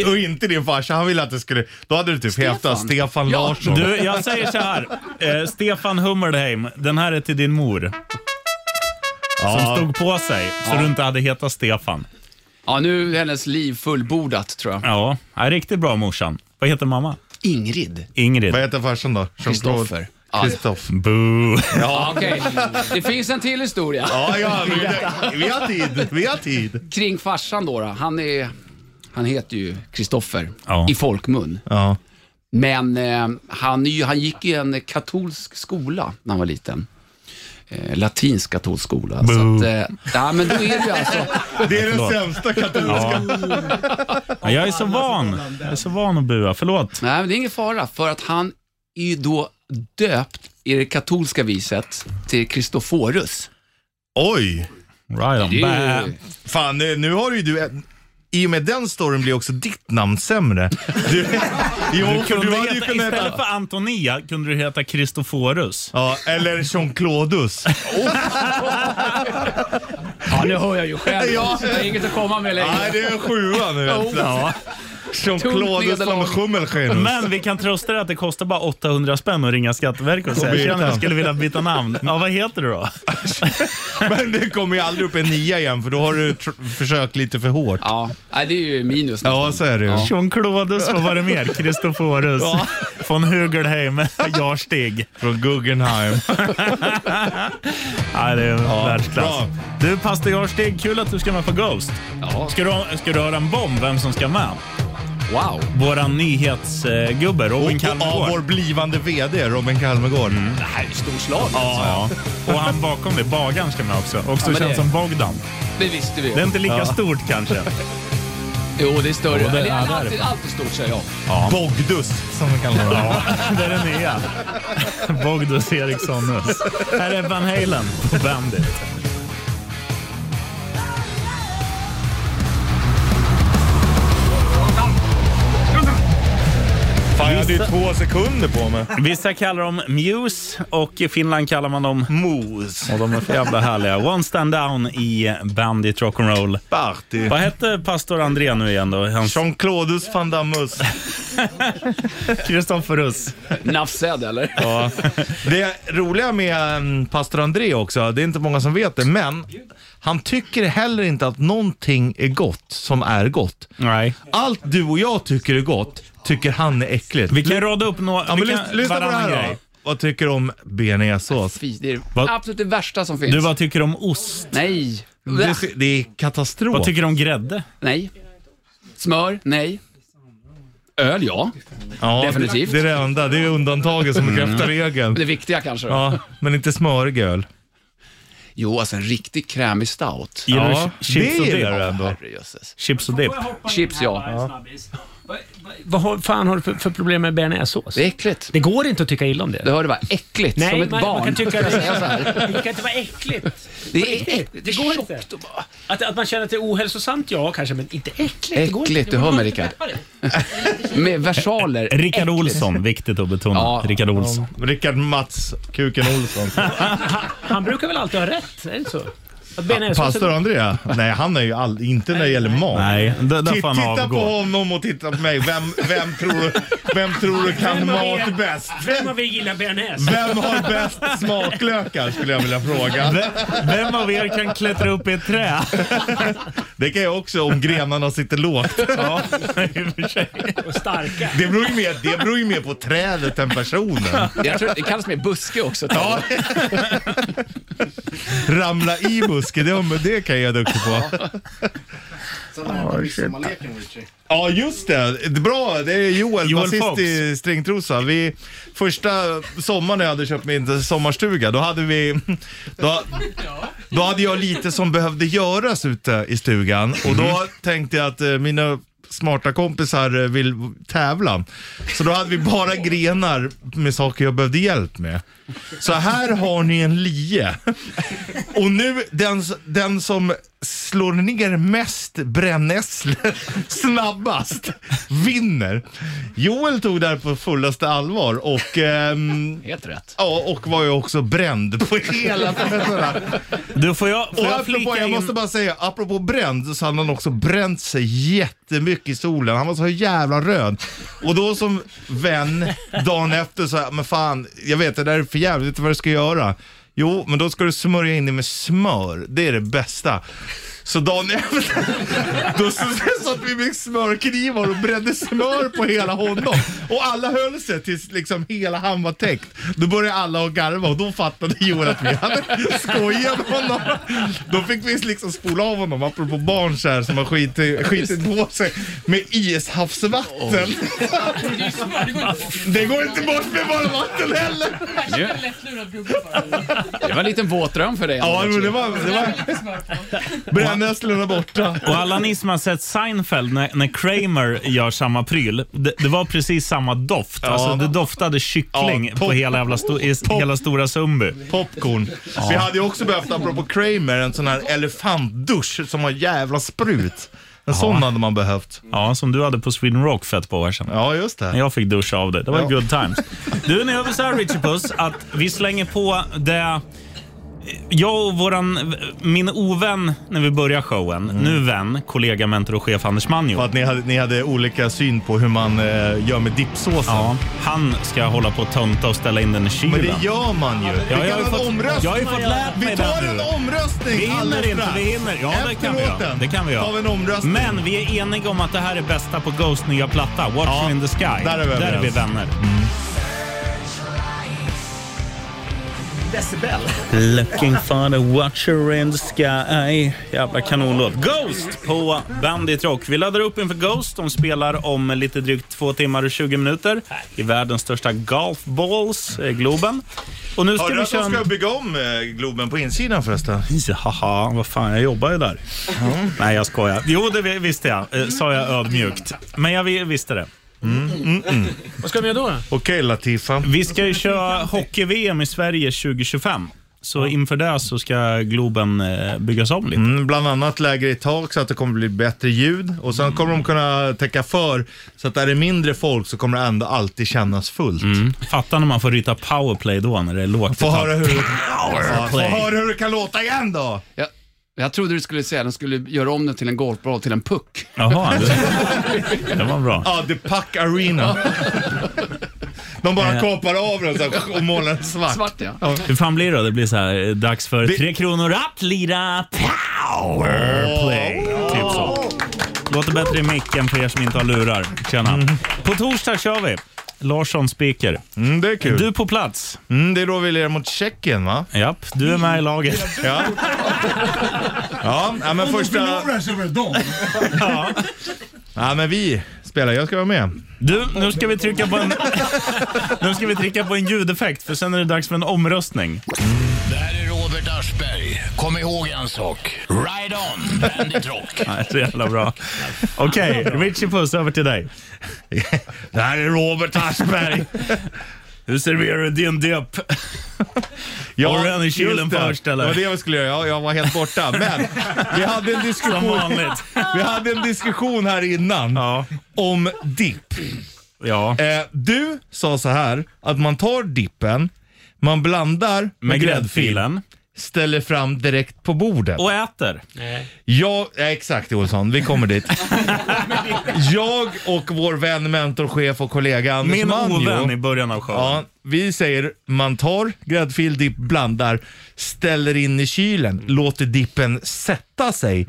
Speaker 3: Och inte din farsa. Han ville att det skulle... Då hade du typ hetat Stefan
Speaker 13: Ja.
Speaker 3: Larsson.
Speaker 2: Du, jag säger så här. Eh, Stefan Hummelheim, den här är till din mor. Som
Speaker 3: Ja.
Speaker 2: stod på sig, så
Speaker 13: Ja.
Speaker 2: du inte hade hetat Stefan.
Speaker 13: Ja, nu är hennes liv fullbordat tror jag.
Speaker 2: Ja, ja, riktigt bra morsan. Vad heter mamma?
Speaker 13: Ingrid.
Speaker 2: Ingrid.
Speaker 3: Vad heter farsan då?
Speaker 13: Kristoffer.
Speaker 3: Kristoffer.
Speaker 2: Boo.
Speaker 13: Ja, okej. Det finns en till historia.
Speaker 3: Ja, ja, vi, vi har tid. Vi har tid.
Speaker 13: Kring farsan då, då. Han är... Han heter ju Kristoffer i folkmun. Men eh, han, är ju- han gick i en katolsk skola när han var liten. Eh, latinsk katolsk skola. Så
Speaker 2: Boo.
Speaker 13: att, eh, ja, men då är det ju alltså...
Speaker 3: Det är den
Speaker 13: Förlåt.
Speaker 3: sämsta katolska.
Speaker 2: Ja, jag är så van. Jag är så van att bua. Förlåt.
Speaker 13: Nej, men det är ingen fara, för att han är ju då döpt i det katolska viset till Kristoforus.
Speaker 3: Oj!
Speaker 2: Right
Speaker 13: Det är ju-
Speaker 3: Fan, nu nu har ju du... en- I och med den storyn blir också ditt namn sämre. Du, jo,
Speaker 2: du
Speaker 3: för
Speaker 2: kunde
Speaker 3: du hade ju
Speaker 2: heta,
Speaker 3: kunnat
Speaker 2: istället
Speaker 3: heta...
Speaker 2: för Antonia kunde du heta Kristoforus.
Speaker 3: Ja, eller Jean-Claudus.
Speaker 7: Ja, nu hör jag ju själv.
Speaker 3: Ja.
Speaker 7: Det är inget att komma med längre. Oh.
Speaker 3: Nej, det är en sjua nu helt plötsligt.
Speaker 2: Ja.
Speaker 3: Jean-Claudus von Schummelschenus.
Speaker 2: Men vi kan trösta dig att det kostar bara 800 spänn att ringa Skatteverket och säga
Speaker 3: byta.
Speaker 2: tjena, jag skulle vilja byta namn. Ja, vad heter du då?
Speaker 3: Men det kommer ju aldrig upp en nia igen för då har du tr- försökt lite för hårt.
Speaker 13: Ja, nej, det är ju minus
Speaker 3: Ja, så är det ju.
Speaker 2: Jean-Claudus, vad var det mer? Kristoforus.
Speaker 3: Ja.
Speaker 2: Von Hugelheim, Jarstig.
Speaker 3: Från Guggenheim.
Speaker 2: ja, det är
Speaker 3: Ja,
Speaker 2: världsklass.
Speaker 3: bra.
Speaker 2: Du, pastor Jarstig, kul att du ska med på Ghost.
Speaker 13: Ja.
Speaker 2: Ska, du, ha- ska du höra en bomb, vem som ska med?
Speaker 13: Wow.
Speaker 2: Våran nyhetsgubbe Robin
Speaker 3: Och av
Speaker 2: Kalmegård. Mm.
Speaker 3: vår blivande VD Robin Kalmegård.
Speaker 13: Det här är ju storslaget.
Speaker 3: alltså.
Speaker 2: Ja, ja. Och han bakom dig, bagaren, ska med också. Också
Speaker 13: men
Speaker 2: känns
Speaker 13: det-
Speaker 2: som Bogdan.
Speaker 13: Det visste vi.
Speaker 2: Det är inte lika
Speaker 13: Ja.
Speaker 2: stort kanske.
Speaker 13: Jo, det är större.
Speaker 2: Jo, det-
Speaker 13: Eller,
Speaker 2: ja, det är
Speaker 13: alltid,
Speaker 2: det.
Speaker 13: alltid stort säger jag.
Speaker 2: Ja.
Speaker 3: Bogdus, som vi kallar honom.
Speaker 2: Ja, det är den nya. Bogdus Erikssonus. Här är Van Halen på Bandit.
Speaker 3: Fan, jag hade ju två sekunder på mig.
Speaker 2: Vissa kallar dem Muse och i Finland kallar man dem Moose. Och de är för jävla härliga. One Stand Down i Bandit Rock'n'Roll.
Speaker 3: Party.
Speaker 2: Vad hette pastor André nu igen då? Hans
Speaker 3: Jean-Claudus van Dammus.
Speaker 2: Kristofferus.
Speaker 13: Nuff said, eller?
Speaker 3: Ja. Det roliga med mm, pastor André också, det är inte många som vet det, men han tycker heller inte att någonting är gott som är gott.
Speaker 2: Nej.
Speaker 3: Allt du och jag tycker är gott, tycker han är äckligt.
Speaker 2: Vi kan rada upp några...
Speaker 3: Ja, men
Speaker 2: vi kan-
Speaker 3: lys- lyssna på det
Speaker 2: varannan
Speaker 3: här då.
Speaker 2: grej.
Speaker 3: Vad tycker du om bearnaisesås?
Speaker 13: Fy, Det är det
Speaker 2: Vad-
Speaker 13: absolut det värsta som finns.
Speaker 2: Du, vad tycker du om ost?
Speaker 13: Nej.
Speaker 3: Det, det är katastrof.
Speaker 2: Vad tycker du om grädde?
Speaker 13: Nej. Smör? Nej. Öl, ja.
Speaker 3: ja,
Speaker 13: definitivt. Mm.
Speaker 3: Det är det enda. Det är undantaget som bekräftar regeln.
Speaker 13: Det viktiga kanske då.
Speaker 3: Ja, men inte smörig öl.
Speaker 13: Jo, alltså en riktigt krämig stout.
Speaker 2: Gillar du
Speaker 3: Ja,
Speaker 2: ch- chips
Speaker 3: det
Speaker 2: och
Speaker 3: gillar
Speaker 2: dipp?
Speaker 3: jag ändå.
Speaker 13: Herrejösses.
Speaker 2: Chips och dipp.
Speaker 13: Chips, ja.
Speaker 7: Vad har- fan har du för, för problem med bearnaisesås?
Speaker 13: Det är äckligt.
Speaker 7: Det går inte att tycka illa om det.
Speaker 13: Det hörde bara äckligt,
Speaker 7: Nej,
Speaker 13: som ett
Speaker 7: man,
Speaker 13: barn.
Speaker 7: man kan tycka det.
Speaker 13: Säga så här.
Speaker 7: Det kan inte vara äckligt.
Speaker 13: Det
Speaker 7: På
Speaker 13: är
Speaker 7: riktigt.
Speaker 13: äckligt. Det går inte.
Speaker 7: tjockt och bara- Att, att man känner att det är ohälsosamt, ja kanske, men inte äckligt. Det går
Speaker 13: Äckligt,
Speaker 7: inte.
Speaker 13: du
Speaker 7: Man
Speaker 13: hör
Speaker 7: kan
Speaker 13: mig,
Speaker 7: inte
Speaker 13: Rickard.
Speaker 7: peppa det.
Speaker 13: Med versaler.
Speaker 2: Rickard
Speaker 13: Äckligt.
Speaker 2: Olsson, viktigt att betona.
Speaker 13: Ja.
Speaker 2: Rickard Olsson.
Speaker 3: Rickard Mats Kuken Olsson.
Speaker 7: Han, han brukar väl alltid ha rätt, är det inte så? Att bearnaisesås
Speaker 3: Pastor
Speaker 7: är
Speaker 3: Andrea? Nej, han är ju all, inte när det gäller mat.
Speaker 2: Nej, d- där
Speaker 3: Titt-
Speaker 2: får han
Speaker 3: Titta på
Speaker 2: avgå.
Speaker 3: honom och titta på mig. Vem, vem, tror, vem tror du kan
Speaker 7: Vem av er-
Speaker 3: mat bäst?
Speaker 7: Vem av er gillar bearnaise?
Speaker 3: Vem har bäst smaklökar skulle jag vilja fråga.
Speaker 2: Vem av er kan klättra upp i ett träd?
Speaker 3: Det kan jag också om grenarna sitter lågt.
Speaker 2: Ja, i och för sig.
Speaker 7: Och starka.
Speaker 3: Det beror ju mer, det beror ju mer på trädet än personen.
Speaker 13: Jag tror, det kallas mer buske också. tror jag.
Speaker 3: Ja. Ramla i busken, det, men det kan jag är duktig på. Ja, just det. Det är Bra, det är Joel,
Speaker 2: Joel
Speaker 3: basist
Speaker 2: Fox.
Speaker 3: i Stringtrosa. Vi, första sommaren när jag hade köpt min sommarstuga, då hade vi... Då, då hade jag lite som behövde göras ute i stugan och
Speaker 13: Mhm.
Speaker 3: då tänkte jag att eh, mina smarta kompisar eh, vill tävla. Så då hade vi bara grenar med saker jag behövde hjälp med. Så här har ni en lie. Och nu, den, s- den som slår ner mest brännässlor snabbast vinner. Joel tog det här på fullaste allvar och, ehm,
Speaker 13: Helt rätt.
Speaker 3: ja, och var ju också bränd på hela fötterna.
Speaker 2: Du, får jag, får
Speaker 3: Och
Speaker 2: jag
Speaker 3: apropå,
Speaker 2: flika
Speaker 3: jag
Speaker 2: in?
Speaker 3: måste bara säga, apropå bränd så hade han också bränt sig jättemycket i solen. Han var så jävla röd. Och då som vän, dagen efter så här, men fan, jag vet det där är för jävligt, vet du vad du ska göra? Jo, men då ska du smörja in det med smör. Det är det bästa. Så dagen efter, då så så satt vi med smörknivar och brände smör på hela honom. Och alla höll sig tills liksom hela han var täckt. Då började alla att garva och då fattade Joel att vi hade skojat med honom. Då fick vi liksom spola av honom, apropå barn så här, som har skitit, skitit på sig, med ishavsvatten. Det går inte bort med bara vatten heller.
Speaker 13: Ja. Det var en liten våt dröm för dig.
Speaker 3: Ja,
Speaker 13: Anders.
Speaker 3: men det var... Det var... Brännässlorna borta.
Speaker 2: Och alla ni som har sett Seinfeld när, när Kramer gör samma pryl, det, det var precis samma doft.
Speaker 3: Ja.
Speaker 2: Alltså, det doftade kyckling
Speaker 3: Ja, pop-
Speaker 2: på hela, jävla sto, i,
Speaker 3: Pop-
Speaker 2: hela stora Sundby.
Speaker 3: Popcorn.
Speaker 2: Ja.
Speaker 3: Vi hade ju också behövt, apropå Kramer, en sån här elefantdusch som har jävla sprut. En sån hade man behövt.
Speaker 2: Ja, som du hade på Sweden Rock för ett par år sedan.
Speaker 3: Ja, just det.
Speaker 2: När jag fick duscha av dig. Det var
Speaker 3: Ja.
Speaker 2: good times. Du, nu gör vi så här, Richie Puss, att vi slänger på det... Jag och våran, min ovän när vi börjar showen, nu vän, kollega, mentor och chef Anders Manjo.
Speaker 3: Mm. För att ni hade, ni hade olika syn på hur man eh, gör med dippsåsen.
Speaker 2: Ja, han ska hålla på och tönta och ställa in den i kylen.
Speaker 3: Men det gör man ju.
Speaker 2: Ja, jag har
Speaker 3: vi
Speaker 2: ju
Speaker 3: kan ha en
Speaker 2: fått-
Speaker 3: omröstning.
Speaker 2: jag har ju fått lärt mig
Speaker 3: Vi tar
Speaker 2: det
Speaker 3: en
Speaker 2: nu.
Speaker 3: omröstning
Speaker 2: Vi hinner
Speaker 3: alldeles
Speaker 2: inte,
Speaker 3: strax.
Speaker 2: vi hinner. Ja, det
Speaker 3: Efter
Speaker 2: kan vi göra.
Speaker 3: låten
Speaker 2: Det kan vi
Speaker 3: tar vi en
Speaker 2: göra.
Speaker 3: omröstning.
Speaker 2: Men vi är eniga om att det här är bästa på Ghosts nya platta, Watch
Speaker 3: Ja,
Speaker 2: Me in the Sky.
Speaker 3: där är vi
Speaker 2: där är vi
Speaker 3: överens.
Speaker 2: vänner.
Speaker 6: Decibel.
Speaker 2: Looking for the watcher in the sky. Jävla kanonlåt. Ghost på Bandit Rock. Vi laddar upp inför Ghost. De spelar om lite drygt två timmar och 20 minuter i världens största golfballs, eh, Globen. Och nu ska
Speaker 3: Hörde du
Speaker 2: vi
Speaker 3: att
Speaker 2: köra...
Speaker 3: de
Speaker 2: en-
Speaker 3: ska bygga om eh, Globen på insidan förresten?
Speaker 2: Jaha, vad fan, jag jobbar ju där. Nej, jag skojar. Jo, det vi- visste jag. Eh, Sa jag ödmjukt. Men jag vi- visste det.
Speaker 7: Mm, Vad ska de göra då?
Speaker 3: Okej Latifa.
Speaker 2: Vi ska ju köra hockey-VM i Sverige 2025. Så inför det så ska Globen eh, byggas om lite.
Speaker 3: Mm, bland annat lägre i tak så att det kommer bli bättre ljud och sen kommer de kunna täcka för så att där det är mindre folk så kommer det ändå alltid kännas fullt.
Speaker 2: Fatta Mm. när man får ryta powerplay då, när det typ- är lågt
Speaker 3: Få höra hur, ja, få
Speaker 13: Play.
Speaker 3: höra hur det kan låta igen då.
Speaker 13: Jag, jag trodde du skulle säga att de skulle göra om den till en golfboll till en puck.
Speaker 2: Jaha, det var bra.
Speaker 3: Ja, The Puck Arena. De bara
Speaker 2: Eh.
Speaker 3: kapar av den så här och målar den svart.
Speaker 13: Svart, ja.
Speaker 2: Hur fan blir det då? Det blir så här, eh, dags för tre kronor att lira powerplay. Typ så. Låter bättre i micken för er som inte har lurar. Tjena.
Speaker 3: Mm.
Speaker 2: På torsdag kör vi. Larsson speaker.
Speaker 3: Mm, det är kul.
Speaker 2: Du på plats.
Speaker 3: Mm, det är då vi lirar mot Tjeckien va?
Speaker 2: Japp, du är med i laget.
Speaker 3: Ja. Ja, ja, men första...
Speaker 14: så är det dem.
Speaker 3: Ja, men vi spelar. Jag ska vara med.
Speaker 2: Du, nu ska vi trycka på en, nu ska vi trycka på en ljudeffekt för sen är det dags för en omröstning.
Speaker 1: Det här är Robert Aschberg. Kom ihåg en sak. Ride on, Bandit Rock.
Speaker 2: Nej, så jävla bra. Okej, Richie Puss, över till dig.
Speaker 3: Det här är Robert Aschberg.
Speaker 2: Hur serverar du din dipp? Har du en i kylen
Speaker 3: just det.
Speaker 2: först, eller?
Speaker 3: Det var det jag skulle göra. Ja, jag var helt borta. Men vi hade en diskussion,
Speaker 2: Som vanligt.
Speaker 3: Vi hade en diskussion här innan om dipp.
Speaker 2: Ja.
Speaker 3: Eh, du sa så här att man tar dippen, man blandar med,
Speaker 2: Med
Speaker 3: gräddfilen,
Speaker 2: gräddfilen.
Speaker 3: ställer fram direkt på bordet.
Speaker 2: Och äter.
Speaker 3: Jag, ja, exakt Olsson, vi kommer dit. jag och vår vän, mentor, chef och kollega Anders
Speaker 2: Min
Speaker 3: Manjo.
Speaker 2: ovän i början av showen.
Speaker 3: Ja, vi säger man tar gräddfil, dipp, blandar, ställer in i kylen,
Speaker 2: Mm.
Speaker 3: låter dippen sätta sig.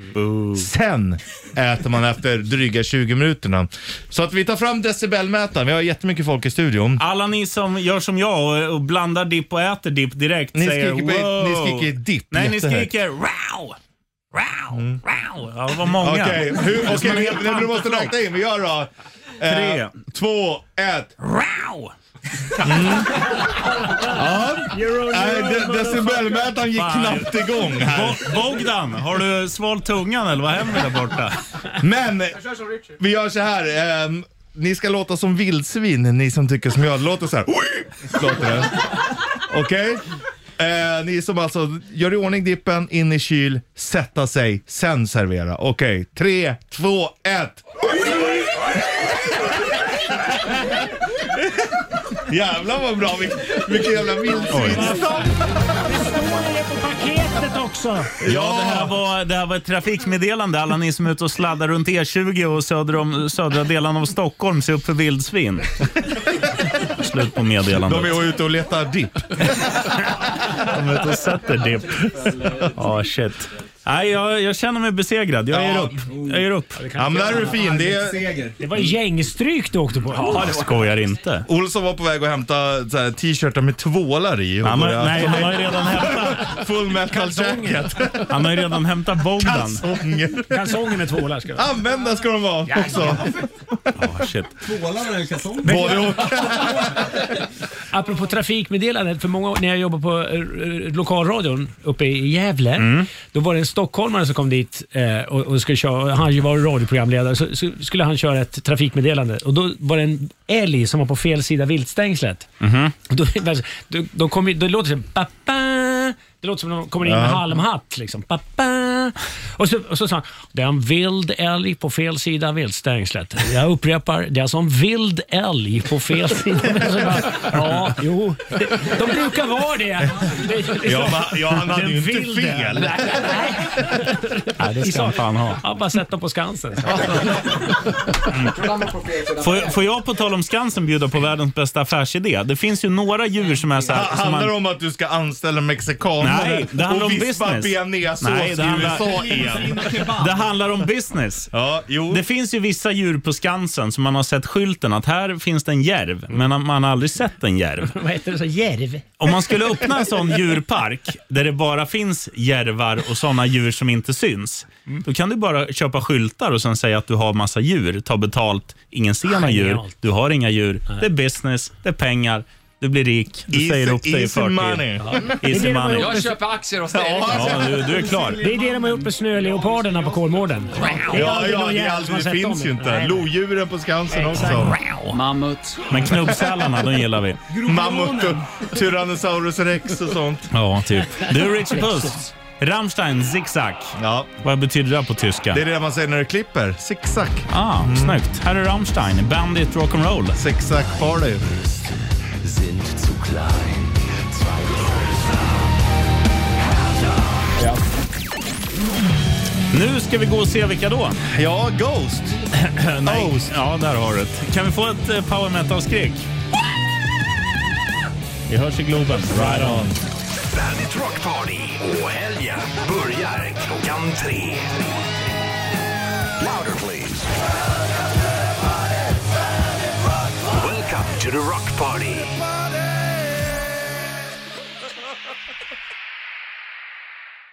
Speaker 3: Sen äter man efter dryga 20 minuterna. Så att vi tar fram decibelmätaren, vi har jättemycket folk i studion.
Speaker 2: Alla ni som gör som jag och, och blandar dipp och äter dipp direkt
Speaker 3: Ni
Speaker 2: säger
Speaker 3: skriker på-
Speaker 2: wow.
Speaker 3: ni skriker dipp
Speaker 2: Nej, ni
Speaker 3: jättehögt.
Speaker 2: skriker wow, wow, wow. Ja, det var många.
Speaker 3: Okej, hur-
Speaker 2: Det är som
Speaker 3: okej,
Speaker 2: en
Speaker 3: vi-
Speaker 2: hel
Speaker 3: vi- vi måste
Speaker 2: pantrock.
Speaker 3: räkna in. Vi gör då. eh,
Speaker 2: Tre.
Speaker 3: Två, ett. Mm.
Speaker 2: Wow!
Speaker 3: Ja, nej, de- decibelmätaren gick
Speaker 2: Fan.
Speaker 3: knappt igång här.
Speaker 2: Bo- Bogdan, har du svalt tungan eller vad händer där borta?
Speaker 3: Men vi gör så här. ehm, ni ska låta som vildsvin, ni som tycker som jag. Det låter så här. Låter det. Okej? Eh, ni som alltså gör i ordning dippen, in i kyl, sätta sig, sen servera. Okej, tre, två, ett. Jävlar vad bra, vilken, vilken jävla vildsvinsstam.
Speaker 7: Paketet också!
Speaker 2: Ja, det här, var, det här var ett trafikmeddelande. Alla ni som är ute och sladdar runt E20 och söder om, södra delen av Stockholm, se upp för vildsvin. Slut på meddelandet.
Speaker 3: De är ute och letar dipp.
Speaker 2: De är ute och sätter dipp. Ja, shit. Nej, jag, jag känner mig besegrad. Jag ger upp. Jag ger upp.
Speaker 3: Ja, men där är du fin. Det, är-
Speaker 7: Det var gängstryk du åkte på.
Speaker 2: Ja, jag skojar inte.
Speaker 3: Olsson var på väg att hämta så här t-shirtar med tvålar i. och
Speaker 2: Ja, men-
Speaker 3: börja-
Speaker 2: nej, han har ju redan
Speaker 3: Full metal jacket.
Speaker 2: Han har ju redan hämtat Bogdan.
Speaker 3: Kalsonger.
Speaker 7: Kalsonger med tvålar ska
Speaker 3: vara. Använda ska de vara också.
Speaker 6: Tvålarna eller kalsongerna?
Speaker 7: Men- Apropå trafikmeddelandet, för många år- när jag jobbade på eh, eh, lokalradion uppe i Gävle,
Speaker 3: Mm.
Speaker 7: då var det en stockholmare som kom dit eh, och, och skulle köra, han var radioprogramledare, så, så skulle han köra ett trafikmeddelande och då var det en älg som var på fel sida viltstängslet.
Speaker 2: Mhm.
Speaker 7: Och Då, då, då, kom, ju- då låter det som pappa, det låter som om de kommer in med
Speaker 12: Ja.
Speaker 7: halmhatt. Liksom. Pappa. Och, så, och så sa han, det är en vild älg på fel sida av viltstängslet. Jag upprepar, det är alltså en vild älg på fel sida. Så jag bara, ja, jo. De brukar vara det. det
Speaker 12: Ja, va- ja, han hade
Speaker 7: Det är
Speaker 12: ju inte
Speaker 7: vild
Speaker 12: fel.
Speaker 7: älg.
Speaker 2: Nej, det ska han fan ha.
Speaker 7: Ja, bara sätt dem på Skansen.
Speaker 2: Får, får jag på tal om Skansen bjuda på världens bästa affärsidé? Det finns ju några djur som är så här...
Speaker 3: Ha-
Speaker 2: som
Speaker 3: handlar
Speaker 2: man-
Speaker 3: det om att du ska anställa mexikaner
Speaker 2: Nej, det handlar
Speaker 3: och
Speaker 2: om
Speaker 3: vispa
Speaker 2: business.
Speaker 3: bearnaisesås i
Speaker 2: Nej, det handlar-
Speaker 3: USA igen?
Speaker 2: Det handlar om business. Det finns ju vissa djur på Skansen som man har sett skylten att här finns det en järv, men man har aldrig sett en järv.
Speaker 7: Vad heter det? Så, järv?
Speaker 2: Om man skulle öppna en sån djurpark där det bara finns järvar och såna djur som inte syns, då kan du bara köpa skyltar och sen säga att du har massa djur, ta betalt, ingen ser några djur,
Speaker 3: Genialt.
Speaker 2: du har inga djur, det är business, det är pengar, du blir rik, du
Speaker 3: Easy-
Speaker 2: säger upp dig i
Speaker 3: easy
Speaker 2: förtid.
Speaker 3: money.
Speaker 2: Ja.
Speaker 3: Det är
Speaker 2: Easy
Speaker 7: det de har
Speaker 2: money.
Speaker 7: gjort.
Speaker 13: Jag köper aktier hos dig.
Speaker 2: Ja, du, du är klar.
Speaker 7: Det är det de har gjort med snöleoparderna på Kolmården.
Speaker 3: Ja, ja, det, är aldrig, det finns ju inte. Lodjuren på Skansen också.
Speaker 13: Mammut.
Speaker 2: Men knubbsälarna, de gillar vi.
Speaker 3: Mammut och Tyrannosaurus rex och sånt.
Speaker 2: Ja, typ. Du, Richard Puss. Rammstein, zigzag.
Speaker 3: Ja.
Speaker 2: Vad betyder det på tyska?
Speaker 3: Det är det man säger när du klipper. Zigzag. Mm.
Speaker 2: Ah, snyggt. Här är Rammstein, Bandit Rock'n'Roll.
Speaker 3: Zigzag Party.
Speaker 2: Nu ska vi gå och se vilka då.
Speaker 3: Ja, Ghost.
Speaker 2: Nej. Ja, där har du det. Kan vi få ett eh, power metal-skrik? Vi hörs i Globen. Right on.
Speaker 1: Bandit Rock Party och helgen börjar klockan tre. Louder please. Welcome to the Rock Party.